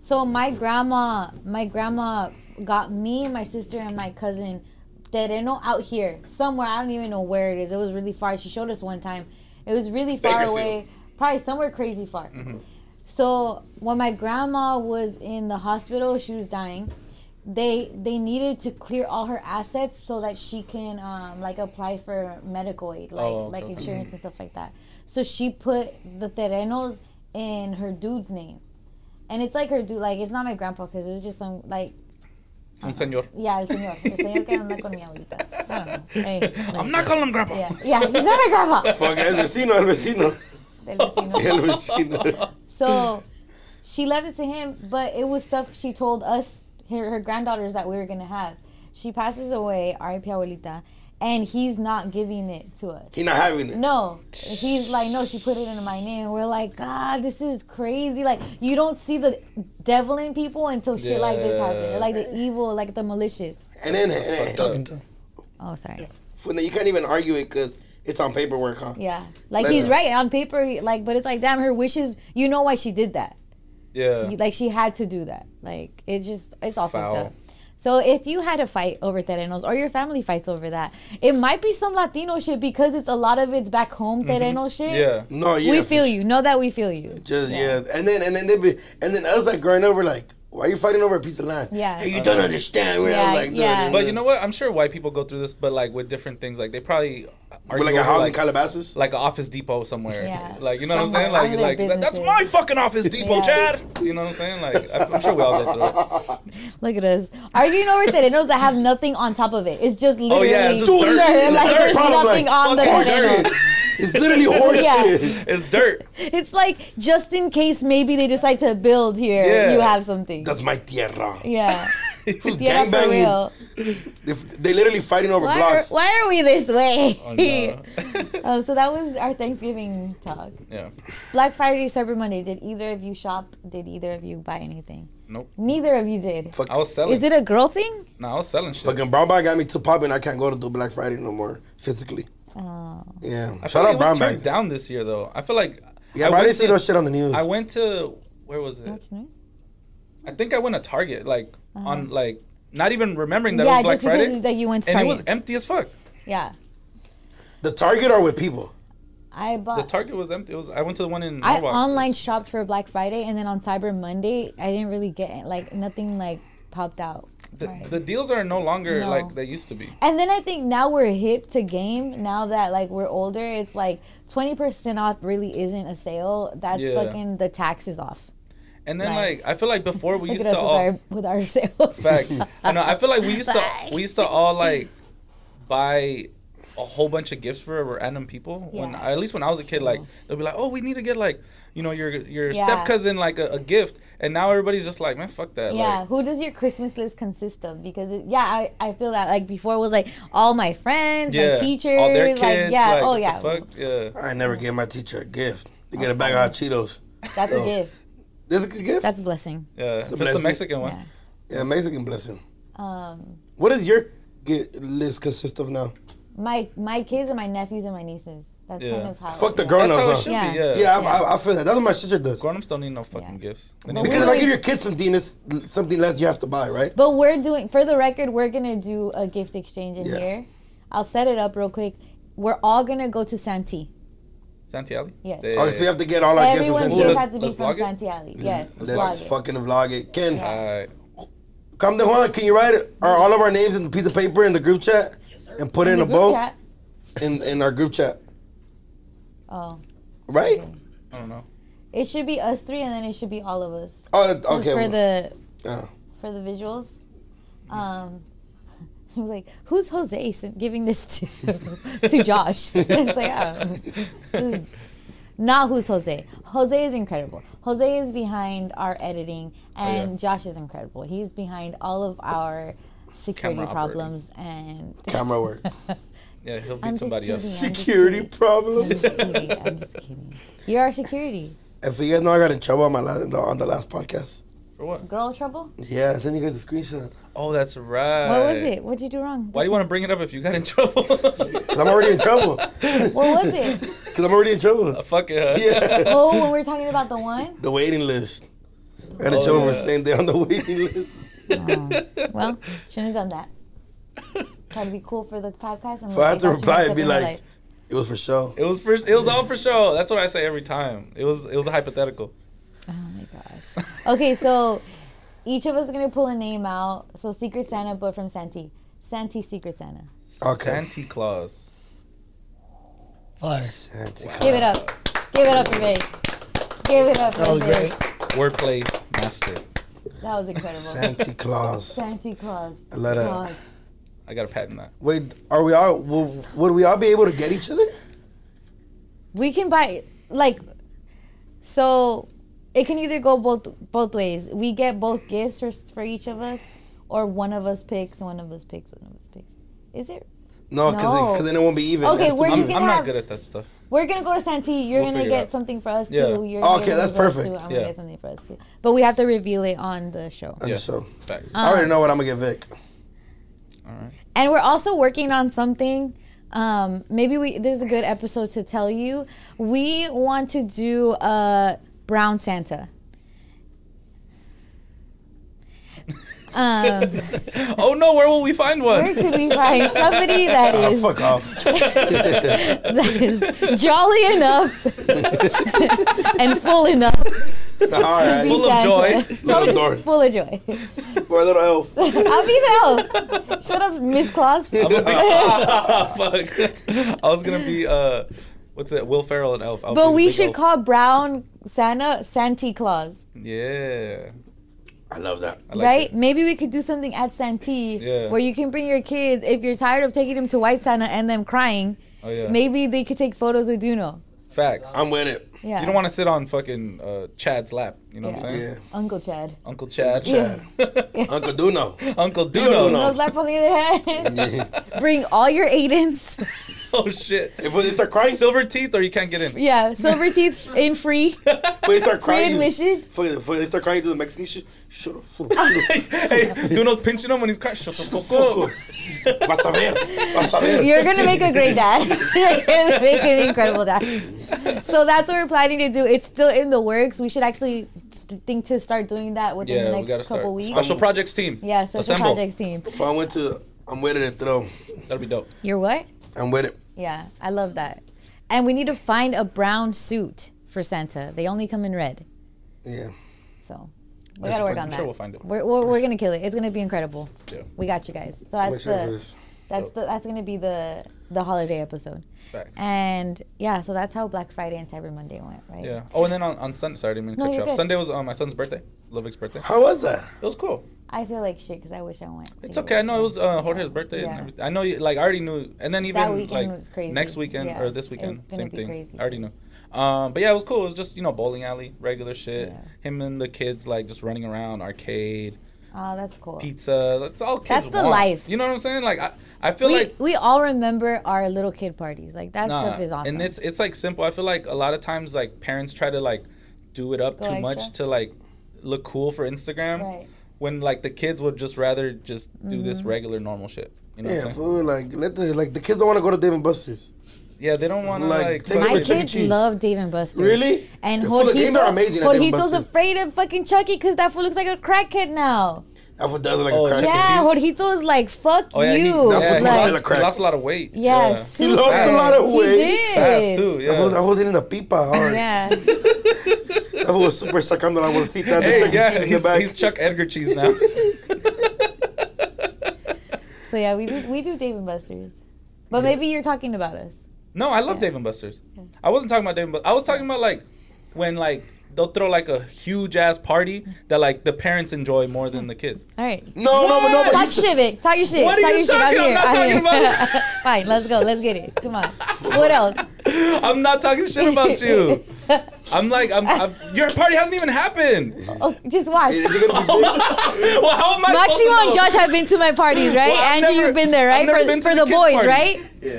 [SPEAKER 5] So my grandma, my grandma got me, my sister, and my cousin terreno out here somewhere. I don't even know where it is. It was really far. She showed us one time. It was really far
[SPEAKER 4] Bakersfield.
[SPEAKER 5] away, probably somewhere crazy far. So when my grandma was in the hospital, she was dying. They they needed to clear all her assets so that she can um, like apply for medical aid, like
[SPEAKER 1] Oh,
[SPEAKER 5] like
[SPEAKER 1] okay.
[SPEAKER 5] insurance and stuff like that. So she put the terrenos in her dude's name, and it's like her dude. Like it's not my grandpa because it was just some like
[SPEAKER 1] Un señor.
[SPEAKER 5] yeah, el señor, el señor que anda con mi abuelita. I don't know. Hey,
[SPEAKER 1] I'm not calling him grandpa.
[SPEAKER 5] yeah, yeah, he's not my grandpa.
[SPEAKER 4] Fuck el vecino, el vecino.
[SPEAKER 5] Del vecino.
[SPEAKER 4] El vecino.
[SPEAKER 5] So she left it to him, but it was stuff she told us, her, her granddaughters, that we were going to have. She passes away, R.I.P. Abuelita, and he's not giving it to us.
[SPEAKER 4] He not having it.
[SPEAKER 5] No, he's like, no, she put it in my name. We're like, God, this is crazy. Like, you don't see the devil in people until shit like this happens.
[SPEAKER 1] Yeah.
[SPEAKER 5] Like the evil, like the malicious.
[SPEAKER 4] And then, and then
[SPEAKER 2] Talking to him.
[SPEAKER 5] Oh, sorry.
[SPEAKER 4] and then you can't even argue it because it's on paperwork, huh?
[SPEAKER 5] Yeah, like he's right on paper. he- Like, but it's like, damn, her wishes. You know why she did that.
[SPEAKER 1] Yeah.
[SPEAKER 5] You- like she had to do that. Like it's just it's all fucked
[SPEAKER 1] Foul.
[SPEAKER 5] up. So if you had a fight over terrenos or your family fights over that, it might be some Latino shit because it's a lot of it's back home terreno shit.
[SPEAKER 1] Mm-hmm. Yeah.
[SPEAKER 4] No, yeah.
[SPEAKER 5] We feel you. Know that we feel you.
[SPEAKER 4] Just yeah. and then and then they be and then us like growing over like, why are you fighting over a piece of land?
[SPEAKER 5] Yeah.
[SPEAKER 4] Hey, you don't understand. Where I
[SPEAKER 5] Yeah,
[SPEAKER 4] was like, no,
[SPEAKER 5] yeah.
[SPEAKER 4] no, no.
[SPEAKER 1] But you know what? I'm sure white people go through this, but like with different things. Like they probably
[SPEAKER 4] We're
[SPEAKER 1] argue
[SPEAKER 4] like a
[SPEAKER 1] over,
[SPEAKER 4] house in
[SPEAKER 1] like,
[SPEAKER 4] Calabasas.
[SPEAKER 1] like an office depot somewhere.
[SPEAKER 5] Yeah.
[SPEAKER 1] Like you know what I'm saying?
[SPEAKER 5] Somewhere.
[SPEAKER 1] Like
[SPEAKER 5] Under their
[SPEAKER 1] like that- that's
[SPEAKER 5] businesses.
[SPEAKER 1] my fucking office depot,
[SPEAKER 5] Yeah.
[SPEAKER 1] Chad. You know what I'm saying? Like I- I'm sure we all go through it.
[SPEAKER 5] Look at us arguing over terrenos that have nothing on top of it. It's just literally
[SPEAKER 1] Oh, yeah, it's just
[SPEAKER 5] Sure,
[SPEAKER 1] dirt.
[SPEAKER 4] It's
[SPEAKER 5] like
[SPEAKER 4] dirt
[SPEAKER 5] there's
[SPEAKER 4] problem,
[SPEAKER 5] nothing
[SPEAKER 4] like,
[SPEAKER 5] on the
[SPEAKER 1] fucking
[SPEAKER 4] Horse
[SPEAKER 5] terreno.
[SPEAKER 4] shit. It's literally horse
[SPEAKER 5] Yeah.
[SPEAKER 4] shit.
[SPEAKER 1] It's dirt.
[SPEAKER 5] It's like just in case maybe they decide to build here,
[SPEAKER 1] Yeah.
[SPEAKER 5] you have something.
[SPEAKER 4] That's my tierra.
[SPEAKER 5] yeah,
[SPEAKER 4] Who's
[SPEAKER 5] yeah, that's for
[SPEAKER 4] gangbanging?
[SPEAKER 5] real.
[SPEAKER 4] They, they literally fighting over
[SPEAKER 5] Why are,
[SPEAKER 4] blocks.
[SPEAKER 5] why are we this way?
[SPEAKER 1] Oh, no.
[SPEAKER 5] Oh, so that was our Thanksgiving talk.
[SPEAKER 1] yeah.
[SPEAKER 5] Black Friday, Cyber Monday. Did either of you shop? Did either of you buy anything?
[SPEAKER 1] Nope.
[SPEAKER 5] Neither of you did.
[SPEAKER 4] Fuck,
[SPEAKER 1] I was selling.
[SPEAKER 5] Is it a girl thing?
[SPEAKER 1] No, I was selling shit.
[SPEAKER 4] fucking brown bag got me too popping. I can't go to do Black Friday no more physically.
[SPEAKER 5] Oh,
[SPEAKER 4] Yeah.
[SPEAKER 1] I feel like
[SPEAKER 4] Shout out
[SPEAKER 1] it was
[SPEAKER 4] brown
[SPEAKER 1] turned
[SPEAKER 4] bag.
[SPEAKER 1] down this year though. I feel like
[SPEAKER 4] Yeah,
[SPEAKER 1] I
[SPEAKER 4] but I
[SPEAKER 1] went
[SPEAKER 4] didn't see
[SPEAKER 1] to-
[SPEAKER 4] no shit on the news.
[SPEAKER 1] I went to where was it?
[SPEAKER 5] that's nice.
[SPEAKER 1] I think I went to Target like on like not even remembering that
[SPEAKER 5] yeah,
[SPEAKER 1] it was
[SPEAKER 5] just
[SPEAKER 1] Black Friday.
[SPEAKER 5] because that you went to
[SPEAKER 1] and it was
[SPEAKER 5] Target.
[SPEAKER 1] empty as fuck.
[SPEAKER 5] yeah,
[SPEAKER 4] The Target are with people.
[SPEAKER 5] I
[SPEAKER 1] The
[SPEAKER 5] bought.
[SPEAKER 1] Target was empty. It was, I went to the one in
[SPEAKER 5] I
[SPEAKER 1] Norwalk.
[SPEAKER 5] online shopped for Black Friday, and then on Cyber Monday, I didn't really get like nothing like popped out.
[SPEAKER 1] the,
[SPEAKER 5] Right.
[SPEAKER 1] the deals are no longer
[SPEAKER 5] No.
[SPEAKER 1] like they used to be.
[SPEAKER 5] And then I think now we're hip to game. Now that like we're older, it's like twenty percent off really isn't a sale. That's
[SPEAKER 1] Yeah.
[SPEAKER 5] fucking the taxes off.
[SPEAKER 1] And then
[SPEAKER 5] Right.
[SPEAKER 1] like I feel like before we
[SPEAKER 5] Look
[SPEAKER 1] used
[SPEAKER 5] at
[SPEAKER 1] to
[SPEAKER 5] us with
[SPEAKER 1] all
[SPEAKER 5] our with our sale.
[SPEAKER 1] Facts. I know. I feel like we used to
[SPEAKER 5] Bye.
[SPEAKER 1] we used to all like buy a whole bunch of gifts for random people. When
[SPEAKER 5] Yeah.
[SPEAKER 1] at least when I was a kid, like they'll be like, "Oh, we need to get like you know your your
[SPEAKER 5] Yeah.
[SPEAKER 1] step cousin like a, a gift," and now everybody's just like, "Man, fuck that."
[SPEAKER 5] Yeah,
[SPEAKER 1] Like,
[SPEAKER 5] who does your Christmas list consist of? Because it, yeah, I, I feel that like before it was like all my friends, my teachers,
[SPEAKER 1] all their kids,
[SPEAKER 5] like yeah,
[SPEAKER 1] like,
[SPEAKER 5] oh
[SPEAKER 1] what the
[SPEAKER 5] yeah,
[SPEAKER 1] fuck? yeah.
[SPEAKER 4] I never gave my teacher a gift. They get a bag of hot Cheetos.
[SPEAKER 5] that's a
[SPEAKER 4] Oh.
[SPEAKER 5] gift,
[SPEAKER 4] This is a good gift.
[SPEAKER 5] that's a blessing.
[SPEAKER 1] Yeah, if it's a
[SPEAKER 4] blessing.
[SPEAKER 1] Mexican one.
[SPEAKER 5] Yeah.
[SPEAKER 4] yeah, Mexican blessing.
[SPEAKER 5] Um,
[SPEAKER 4] What does your gi- list consist of now?
[SPEAKER 5] my my kids and my nephews and my nieces. That's
[SPEAKER 1] Yeah.
[SPEAKER 5] kind of how.
[SPEAKER 4] Fuck the
[SPEAKER 5] yeah.
[SPEAKER 4] grown
[SPEAKER 1] That's how it
[SPEAKER 4] ups,
[SPEAKER 1] should
[SPEAKER 5] Yeah.
[SPEAKER 4] huh?
[SPEAKER 1] be. Yeah.
[SPEAKER 4] Yeah, I, I, I feel that. That's what my sister does.
[SPEAKER 1] Grown-ups don't need no fucking gifts. They
[SPEAKER 5] But
[SPEAKER 1] need
[SPEAKER 4] Because if I
[SPEAKER 5] Really?
[SPEAKER 4] give your kids something, it's something less you have to buy, right?
[SPEAKER 5] But we're doing, for the record, we're gonna do a gift exchange in
[SPEAKER 4] Yeah.
[SPEAKER 5] here. I'll set it up real quick. We're all gonna go to Santee.
[SPEAKER 1] Santiago.
[SPEAKER 5] Yes.
[SPEAKER 1] Yeah.
[SPEAKER 4] Okay, so we have to get all our gifts
[SPEAKER 5] Everyone's
[SPEAKER 4] from
[SPEAKER 1] Ooh,
[SPEAKER 5] gift
[SPEAKER 1] let's-
[SPEAKER 5] had to be
[SPEAKER 1] let's
[SPEAKER 5] from
[SPEAKER 1] vlog it?
[SPEAKER 5] Santee Alley. Yes,
[SPEAKER 4] Let's
[SPEAKER 5] vlog it.
[SPEAKER 4] fucking vlog it. Ken,
[SPEAKER 5] Yeah.
[SPEAKER 1] Alright.
[SPEAKER 4] come to Juan. Can you write our, all of our names in the piece of paper in the group chat and put it in,
[SPEAKER 5] the
[SPEAKER 4] a
[SPEAKER 5] group
[SPEAKER 4] bowl
[SPEAKER 5] chat.
[SPEAKER 4] in in our group chat,
[SPEAKER 5] Oh,
[SPEAKER 4] right?
[SPEAKER 1] I don't know.
[SPEAKER 5] it should be us three, and then it should be all of us.
[SPEAKER 4] Oh,
[SPEAKER 5] Just
[SPEAKER 4] okay.
[SPEAKER 5] For
[SPEAKER 4] well, uh,
[SPEAKER 5] the
[SPEAKER 4] yeah.
[SPEAKER 5] for the visuals. Um, I was like, who's Jose s- giving this to to Josh? it's like, oh, this is not who's Jose. Jose is incredible. Jose is behind our editing,
[SPEAKER 4] Oh,
[SPEAKER 5] and Josh is incredible. He's behind all of our security
[SPEAKER 1] Camera operating.
[SPEAKER 5] problems and
[SPEAKER 4] Camera work.
[SPEAKER 1] Yeah, he'll
[SPEAKER 5] I'm
[SPEAKER 1] beat
[SPEAKER 5] just
[SPEAKER 1] somebody
[SPEAKER 5] kidding.
[SPEAKER 1] else.
[SPEAKER 5] I'm just
[SPEAKER 4] Security
[SPEAKER 5] kidding.
[SPEAKER 4] problem.
[SPEAKER 5] I'm just kidding. I'm just kidding. You're our security.
[SPEAKER 4] If you guys know, I got in trouble on my last, on the last podcast.
[SPEAKER 1] For what?
[SPEAKER 5] Girl trouble?
[SPEAKER 4] Yeah, I sent you guys a screenshot.
[SPEAKER 1] Oh, that's right.
[SPEAKER 5] What was it? What'd you do wrong?
[SPEAKER 1] Why do you want to bring it up if you got in trouble?
[SPEAKER 4] Cause I'm already in trouble.
[SPEAKER 5] What was it?
[SPEAKER 4] Cause I'm already in trouble.
[SPEAKER 1] Fuck it. Huh?
[SPEAKER 4] Yeah.
[SPEAKER 5] Oh, when we were talking about the one?
[SPEAKER 4] The waiting list. I got in
[SPEAKER 1] Oh,
[SPEAKER 4] trouble for
[SPEAKER 1] yeah.
[SPEAKER 4] staying there on the waiting list.
[SPEAKER 5] Oh. Well, shouldn't have done that. Try to be cool for the podcast. And
[SPEAKER 4] If I had to
[SPEAKER 5] like,
[SPEAKER 4] reply,
[SPEAKER 5] got you mixed
[SPEAKER 4] it'd be
[SPEAKER 5] up and we're
[SPEAKER 4] like, it was for show.
[SPEAKER 1] It was for it was all for show. That's what I say every time. It was it was a hypothetical.
[SPEAKER 5] oh my gosh. Okay, so each of us is going to pull a name out. So Secret Santa, but from Santi. Santi Secret Santa.
[SPEAKER 4] Okay.
[SPEAKER 1] Santa Claus.
[SPEAKER 2] Fire.
[SPEAKER 4] Santa
[SPEAKER 5] Give it up. Give it up for me. Give it up for
[SPEAKER 2] That was
[SPEAKER 5] me.
[SPEAKER 2] great.
[SPEAKER 1] Wordplay master.
[SPEAKER 5] That was incredible.
[SPEAKER 4] Santa Claus.
[SPEAKER 5] Santi Claus.
[SPEAKER 4] I love that.
[SPEAKER 5] God.
[SPEAKER 1] I gotta patent that.
[SPEAKER 4] Wait, are we all? Will, would we all be able to get each other?
[SPEAKER 5] we can buy like so it can either go both both ways we get both gifts for, for each of us or one of us picks one of us picks one of us picks is it
[SPEAKER 4] No, because
[SPEAKER 5] No.
[SPEAKER 4] then it won't be even.
[SPEAKER 5] Okay,
[SPEAKER 4] It has to
[SPEAKER 5] we're
[SPEAKER 4] be
[SPEAKER 5] just
[SPEAKER 1] I'm,
[SPEAKER 4] even.
[SPEAKER 5] gonna
[SPEAKER 1] I'm not
[SPEAKER 5] have-
[SPEAKER 1] good at that stuff.
[SPEAKER 5] we're gonna go to Santee. You're
[SPEAKER 1] We'll
[SPEAKER 5] gonna
[SPEAKER 1] figure it
[SPEAKER 5] get
[SPEAKER 1] out.
[SPEAKER 5] something for us
[SPEAKER 1] Yeah.
[SPEAKER 5] too. You're gonna
[SPEAKER 4] Okay,
[SPEAKER 5] get
[SPEAKER 4] that's
[SPEAKER 5] something for us,
[SPEAKER 4] perfect.
[SPEAKER 5] too. I'm gonna
[SPEAKER 1] Yeah.
[SPEAKER 5] get something for us too. But we have to reveal it on the show.
[SPEAKER 4] And
[SPEAKER 1] Yeah.
[SPEAKER 4] so,
[SPEAKER 5] Uh-huh.
[SPEAKER 1] Facts.
[SPEAKER 5] Uh,
[SPEAKER 4] I already know what I'm gonna get Vic.
[SPEAKER 1] all right.
[SPEAKER 5] and we're also working on something um maybe we this is a good episode to tell you we want to do a brown santa um
[SPEAKER 1] Oh no, where will we find
[SPEAKER 5] where
[SPEAKER 1] one?
[SPEAKER 5] could we find somebody that
[SPEAKER 4] Ah,
[SPEAKER 5] is
[SPEAKER 4] fuck off.
[SPEAKER 5] that is jolly enough and full enough
[SPEAKER 4] all
[SPEAKER 5] to be
[SPEAKER 4] right,
[SPEAKER 1] Full of
[SPEAKER 5] Santa.
[SPEAKER 1] joy.
[SPEAKER 5] So
[SPEAKER 4] Little
[SPEAKER 5] just
[SPEAKER 4] door.
[SPEAKER 5] full of joy
[SPEAKER 4] for a little elf.
[SPEAKER 5] i'll be the elf shut up miss claus
[SPEAKER 1] I'm a big, ah, fuck. I was gonna be uh, what's it? Will Ferrell and Elf. I'll be
[SPEAKER 5] but
[SPEAKER 1] the
[SPEAKER 5] we
[SPEAKER 1] big
[SPEAKER 5] should
[SPEAKER 1] elf.
[SPEAKER 5] call brown santa santa claus
[SPEAKER 1] Yeah.
[SPEAKER 4] I love that.
[SPEAKER 1] I like
[SPEAKER 5] right?
[SPEAKER 1] it.
[SPEAKER 5] Maybe we could do something at Santee
[SPEAKER 1] Yeah.
[SPEAKER 5] where you can bring your kids if you're tired of taking them to White Santa and them crying.
[SPEAKER 1] Oh yeah.
[SPEAKER 5] Maybe they could take photos with Duno.
[SPEAKER 1] Facts.
[SPEAKER 4] I'm with it.
[SPEAKER 5] Yeah.
[SPEAKER 1] You don't want to sit on fucking uh, Chad's lap. You know what I'm
[SPEAKER 5] Yeah.
[SPEAKER 1] saying?
[SPEAKER 4] Yeah,
[SPEAKER 5] Uncle Chad.
[SPEAKER 1] Uncle Chad.
[SPEAKER 4] Yeah. Uncle Duno.
[SPEAKER 1] Uncle
[SPEAKER 4] Duno,
[SPEAKER 1] Duno.
[SPEAKER 4] no.
[SPEAKER 5] Duno's lap on the other hand.
[SPEAKER 4] if
[SPEAKER 5] bring all your Aidens.
[SPEAKER 1] Oh shit.
[SPEAKER 4] they start crying,
[SPEAKER 1] Silver teeth, or you can't get in.
[SPEAKER 5] yeah. Silver teeth in free.
[SPEAKER 4] if they
[SPEAKER 5] Free
[SPEAKER 4] start crying,
[SPEAKER 5] admission.
[SPEAKER 4] if they- if they start crying to the Mexican shit, shut up, shut up, shut up,
[SPEAKER 1] hey, Duno's pinching him when he's crying. Shut the fuck up.
[SPEAKER 4] fuck up. Vas a ver, vas a ver.
[SPEAKER 5] You're gonna make a great dad. You're gonna make an incredible dad. So that's what we're planning to do. It's still in the works. We should actually st- think to start doing that within
[SPEAKER 1] Yeah,
[SPEAKER 5] the
[SPEAKER 1] we gotta
[SPEAKER 5] next
[SPEAKER 1] start.
[SPEAKER 5] couple weeks.
[SPEAKER 1] Special projects team.
[SPEAKER 5] yeah, special
[SPEAKER 1] Assemble.
[SPEAKER 5] projects team.
[SPEAKER 4] If I went to, I'm with it though.
[SPEAKER 1] That'll be dope.
[SPEAKER 5] You're what?
[SPEAKER 4] I'm with it.
[SPEAKER 5] Yeah, I love that. And we need to find a brown suit for Santa. They only come in red.
[SPEAKER 4] Yeah.
[SPEAKER 5] So We gotta work
[SPEAKER 4] I'm
[SPEAKER 5] on
[SPEAKER 1] sure
[SPEAKER 5] that.
[SPEAKER 1] we'll find it.
[SPEAKER 5] We're, we're, we're gonna kill it. It's gonna be incredible.
[SPEAKER 1] Yeah.
[SPEAKER 5] We got you guys. So that's
[SPEAKER 9] Wish I
[SPEAKER 5] the
[SPEAKER 9] was-
[SPEAKER 5] that's the that's gonna be the the holiday episode.
[SPEAKER 1] Facts.
[SPEAKER 5] And yeah, so that's how Black Friday and Cyber Monday went, right?
[SPEAKER 1] Yeah. Oh, and then on, on Sunday, sorry, I didn't mean to
[SPEAKER 5] No,
[SPEAKER 1] cut you
[SPEAKER 5] you're
[SPEAKER 1] off.
[SPEAKER 5] good.
[SPEAKER 1] Sunday was uh, my son's birthday, Ludwig's birthday.
[SPEAKER 4] How was that?
[SPEAKER 1] It was cool.
[SPEAKER 5] I feel like shit because I wish I went. to
[SPEAKER 1] It's
[SPEAKER 5] your
[SPEAKER 1] okay. I know it was uh,
[SPEAKER 5] wedding.
[SPEAKER 1] Jorge's birthday
[SPEAKER 5] Yeah.
[SPEAKER 1] and everything. I know, you, like, I already knew. And then even
[SPEAKER 5] That weekend
[SPEAKER 1] like
[SPEAKER 5] was crazy.
[SPEAKER 1] next weekend
[SPEAKER 5] Yeah.
[SPEAKER 1] or this
[SPEAKER 5] It
[SPEAKER 1] weekend,
[SPEAKER 5] was gonna
[SPEAKER 1] same
[SPEAKER 5] be
[SPEAKER 1] thing.
[SPEAKER 5] crazy.
[SPEAKER 1] I already knew. Um, but yeah, it was cool. It was just you know bowling alley, regular shit.
[SPEAKER 5] Yeah.
[SPEAKER 1] Him and the kids like just running around, arcade,
[SPEAKER 5] Oh, that's cool.
[SPEAKER 1] pizza. That's all kids.
[SPEAKER 5] That's the
[SPEAKER 1] want.
[SPEAKER 5] life.
[SPEAKER 1] You know what I'm saying? Like I, I feel
[SPEAKER 5] We,
[SPEAKER 1] like
[SPEAKER 5] we all remember our little kid parties. Like that
[SPEAKER 1] Nah,
[SPEAKER 5] stuff is awesome.
[SPEAKER 1] And it's it's like simple. I feel like a lot of times like parents try to like do it up
[SPEAKER 5] Go
[SPEAKER 1] too
[SPEAKER 5] extra.
[SPEAKER 1] much to like look cool for Instagram.
[SPEAKER 5] Right. Mm-hmm.
[SPEAKER 1] When like the kids would just rather just do this regular normal shit. You know what
[SPEAKER 4] Yeah,
[SPEAKER 1] I'm saying?
[SPEAKER 4] food. Like, let the like the kids don't want to go to Dave and Buster's.
[SPEAKER 1] Yeah, they don't want to
[SPEAKER 4] Like,
[SPEAKER 1] like.
[SPEAKER 4] take
[SPEAKER 1] fuck
[SPEAKER 5] My
[SPEAKER 4] away
[SPEAKER 1] with-
[SPEAKER 4] chicken
[SPEAKER 5] kids
[SPEAKER 4] cheese.
[SPEAKER 5] love Dave and Buster's.
[SPEAKER 4] Really?
[SPEAKER 5] And
[SPEAKER 4] The food- they are
[SPEAKER 5] Jorgito,
[SPEAKER 4] amazing at Dave and
[SPEAKER 5] Jorgito's
[SPEAKER 4] Buster's.
[SPEAKER 5] afraid of fucking Chucky because that fool looks like a crackhead now.
[SPEAKER 4] That food does look like
[SPEAKER 1] Oh,
[SPEAKER 4] a crack.
[SPEAKER 1] Chuck E.
[SPEAKER 5] Yeah,
[SPEAKER 1] Cheese?
[SPEAKER 5] Jorgito is like, fuck
[SPEAKER 1] Oh yeah, he,
[SPEAKER 5] you.
[SPEAKER 4] That
[SPEAKER 1] yeah,
[SPEAKER 4] was
[SPEAKER 1] he,
[SPEAKER 4] a
[SPEAKER 5] like,
[SPEAKER 4] lot of
[SPEAKER 1] lost, he
[SPEAKER 4] crack.
[SPEAKER 1] lost a lot of weight.
[SPEAKER 5] yeah,
[SPEAKER 4] He lost
[SPEAKER 5] super.
[SPEAKER 4] a lot of
[SPEAKER 5] He
[SPEAKER 4] weight.
[SPEAKER 5] did.
[SPEAKER 1] Yeah. Fast too.
[SPEAKER 4] That fool, that
[SPEAKER 1] Yeah.
[SPEAKER 4] fool's eating a pipa hard.
[SPEAKER 5] Yeah.
[SPEAKER 4] That fool was super succumbed I want to see that.
[SPEAKER 1] Hey,
[SPEAKER 4] the
[SPEAKER 1] yeah,
[SPEAKER 4] yeah, cheese in the
[SPEAKER 1] he's,
[SPEAKER 4] back.
[SPEAKER 1] he's Chuck Edgar cheese now.
[SPEAKER 5] so yeah, we do we do Dave and Buster's, but maybe you're talking about us.
[SPEAKER 1] No, I love
[SPEAKER 5] Yeah.
[SPEAKER 1] Dave and Buster's. I wasn't talking about Dave and Buster's. I was talking about like when like they'll throw like a huge ass party that like the parents enjoy more than the kids.
[SPEAKER 5] All right.
[SPEAKER 4] no, no, but no, but
[SPEAKER 5] Talk shit, Vic. Talk your shit.
[SPEAKER 1] What are
[SPEAKER 5] Talk
[SPEAKER 1] you
[SPEAKER 5] your shit.
[SPEAKER 1] talking- I'm
[SPEAKER 5] I'm here.
[SPEAKER 1] not
[SPEAKER 5] I'm
[SPEAKER 1] talking
[SPEAKER 5] here.
[SPEAKER 1] about
[SPEAKER 5] Fine, let's go. Let's get it. Come on. What else?
[SPEAKER 1] I'm not talking shit about you. I'm like I'm, I'm your party hasn't even happened.
[SPEAKER 5] oh, just watch.
[SPEAKER 4] Is it gonna be big?
[SPEAKER 1] Well, how am I? supposed to
[SPEAKER 5] Maximo
[SPEAKER 1] know?
[SPEAKER 5] and Josh have been to my parties, right?
[SPEAKER 1] Well, I've
[SPEAKER 5] Andrew,
[SPEAKER 1] never-
[SPEAKER 5] you've been there,
[SPEAKER 1] I've
[SPEAKER 5] right?
[SPEAKER 1] never
[SPEAKER 5] For,
[SPEAKER 1] been to
[SPEAKER 5] for
[SPEAKER 1] the
[SPEAKER 5] the,
[SPEAKER 1] kids'
[SPEAKER 5] boys,
[SPEAKER 1] party.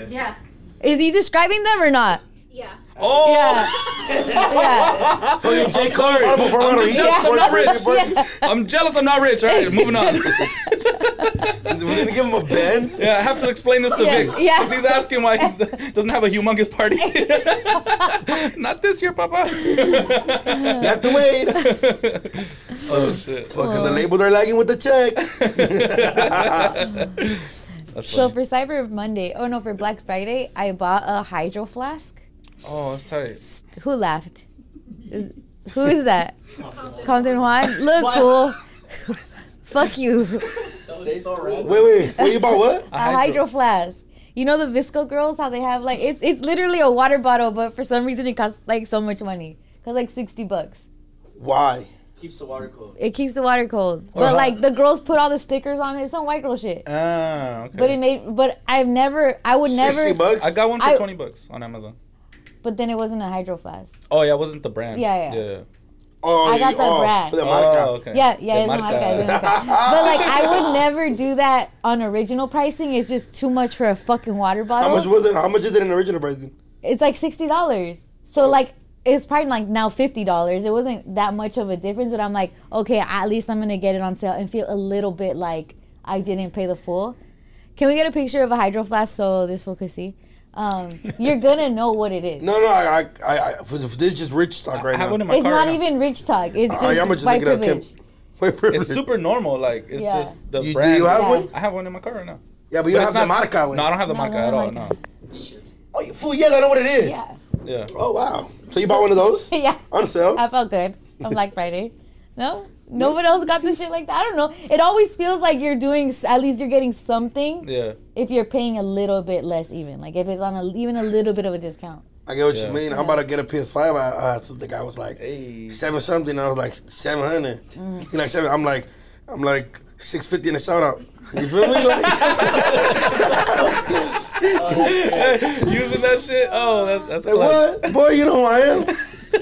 [SPEAKER 5] right?
[SPEAKER 3] Yeah.
[SPEAKER 5] Is he describing them or not?
[SPEAKER 3] Yeah.
[SPEAKER 1] Oh,
[SPEAKER 5] Yeah. yeah.
[SPEAKER 4] Fucking J. Cole, Audible for Auto.
[SPEAKER 1] just
[SPEAKER 4] He
[SPEAKER 1] jealous
[SPEAKER 4] just
[SPEAKER 1] I'm not
[SPEAKER 4] We're
[SPEAKER 1] rich. I'm jealous. I'm not rich. All right, moving on.
[SPEAKER 4] gonna give him a Benz.
[SPEAKER 1] Yeah, I have to explain this to
[SPEAKER 5] Yeah,
[SPEAKER 1] Vic.
[SPEAKER 5] yeah.
[SPEAKER 1] 'Cause He's asking why he doesn't have a humongous party. Not this year, Papa.
[SPEAKER 4] You have to wait.
[SPEAKER 1] oh shit.
[SPEAKER 4] Fucking the label, they're lagging with the check.
[SPEAKER 1] That's
[SPEAKER 5] So
[SPEAKER 1] funny.
[SPEAKER 5] for Cyber Monday, oh no, for Black Friday, I bought a hydro flask.
[SPEAKER 1] oh, that's tight.
[SPEAKER 5] Who laughed? Is, who is that? Compton Juan? Look, fool. Fuck you.
[SPEAKER 4] Wait, wait, wait. You bought what?
[SPEAKER 5] A hydro flask. You know the Visco girls, how they have like it's it's literally a water bottle, but for some reason it costs like so much money. Cause like sixty bucks.
[SPEAKER 4] Why?
[SPEAKER 7] Keeps the water cold.
[SPEAKER 5] It keeps the water cold. But like the girls put all the stickers on it. It's some white girl shit.
[SPEAKER 1] Ah, okay.
[SPEAKER 5] But it made but I've never I would
[SPEAKER 4] Sixty
[SPEAKER 5] never
[SPEAKER 4] bucks.
[SPEAKER 1] I got one for
[SPEAKER 5] I-
[SPEAKER 1] 20 bucks on Amazon.
[SPEAKER 5] but then it wasn't a hydro flask.
[SPEAKER 1] Oh, yeah, it wasn't the brand.
[SPEAKER 5] Yeah, yeah.
[SPEAKER 4] Oh,
[SPEAKER 5] I got
[SPEAKER 4] you-
[SPEAKER 5] the
[SPEAKER 4] oh,
[SPEAKER 5] brand.
[SPEAKER 4] For the marca.
[SPEAKER 1] Oh, okay.
[SPEAKER 5] Yeah, yeah,
[SPEAKER 1] De
[SPEAKER 5] it's not
[SPEAKER 1] marca.
[SPEAKER 5] marca, it's not marca.
[SPEAKER 4] Ah.
[SPEAKER 5] But like I would never do that on original pricing. It's just too much for a fucking water
[SPEAKER 4] How much
[SPEAKER 5] bottle.
[SPEAKER 4] was it? How much is it in original pricing?
[SPEAKER 5] It's like sixty dollars.
[SPEAKER 4] Oh.
[SPEAKER 5] So like it's probably like now fifty dollars. It wasn't that much of a difference, but I'm like, okay, at least I'm gonna get it on sale and feel a little bit like I didn't pay the full. Can we get a picture of a hydro flask so this fool could see? Um, you're gonna know what it is.
[SPEAKER 4] No, no, I, I, I, I for, for this is just rich stock right
[SPEAKER 1] I have
[SPEAKER 4] now.
[SPEAKER 1] one in my
[SPEAKER 5] it's
[SPEAKER 1] car.
[SPEAKER 5] not
[SPEAKER 1] right now.
[SPEAKER 5] even rich talk. It's
[SPEAKER 4] All
[SPEAKER 5] just
[SPEAKER 4] right, I'ma Oh, just
[SPEAKER 5] white
[SPEAKER 4] look it up, Kim.
[SPEAKER 5] privilege.
[SPEAKER 4] Wait, wait,
[SPEAKER 1] It's
[SPEAKER 4] wait.
[SPEAKER 1] super normal. Like, it's
[SPEAKER 5] Yeah.
[SPEAKER 1] just the
[SPEAKER 4] You- do
[SPEAKER 1] brand.
[SPEAKER 4] you have
[SPEAKER 5] Yeah.
[SPEAKER 4] one?
[SPEAKER 1] I have one in my car right now.
[SPEAKER 4] Yeah, but you
[SPEAKER 1] But
[SPEAKER 4] don't
[SPEAKER 1] it's
[SPEAKER 4] have the
[SPEAKER 1] not-
[SPEAKER 4] marca one.
[SPEAKER 1] No, I don't have the
[SPEAKER 5] No,
[SPEAKER 1] marca
[SPEAKER 5] no,
[SPEAKER 1] at
[SPEAKER 5] no
[SPEAKER 1] all.
[SPEAKER 5] marca.
[SPEAKER 7] You should.
[SPEAKER 4] Oh, you fool, yes, I know what it is.
[SPEAKER 5] Yeah,
[SPEAKER 1] No. Yeah.
[SPEAKER 4] Oh, wow. So you bought one of those?
[SPEAKER 5] yeah.
[SPEAKER 4] On sale?
[SPEAKER 5] I felt good on Black Friday. No, no one else got the shit like that. I don't know. It always feels like you're doing. s- At least you're getting something
[SPEAKER 1] Yeah.
[SPEAKER 5] if you're paying a little bit less, even like if it's on a, even a little bit of a discount.
[SPEAKER 4] I get what
[SPEAKER 1] Yeah.
[SPEAKER 4] you mean. I'm about to get a PS5. I, I so the guy was like
[SPEAKER 1] Hey.
[SPEAKER 4] seven something. I was like seven hundred.
[SPEAKER 5] Mm-hmm.
[SPEAKER 4] He like seven. I'm like I'm like six fifty in a shout out. You feel me? Like,
[SPEAKER 1] Using that shit? Oh, that, that's
[SPEAKER 4] like
[SPEAKER 1] clutch.
[SPEAKER 4] what, boy? You know who I am.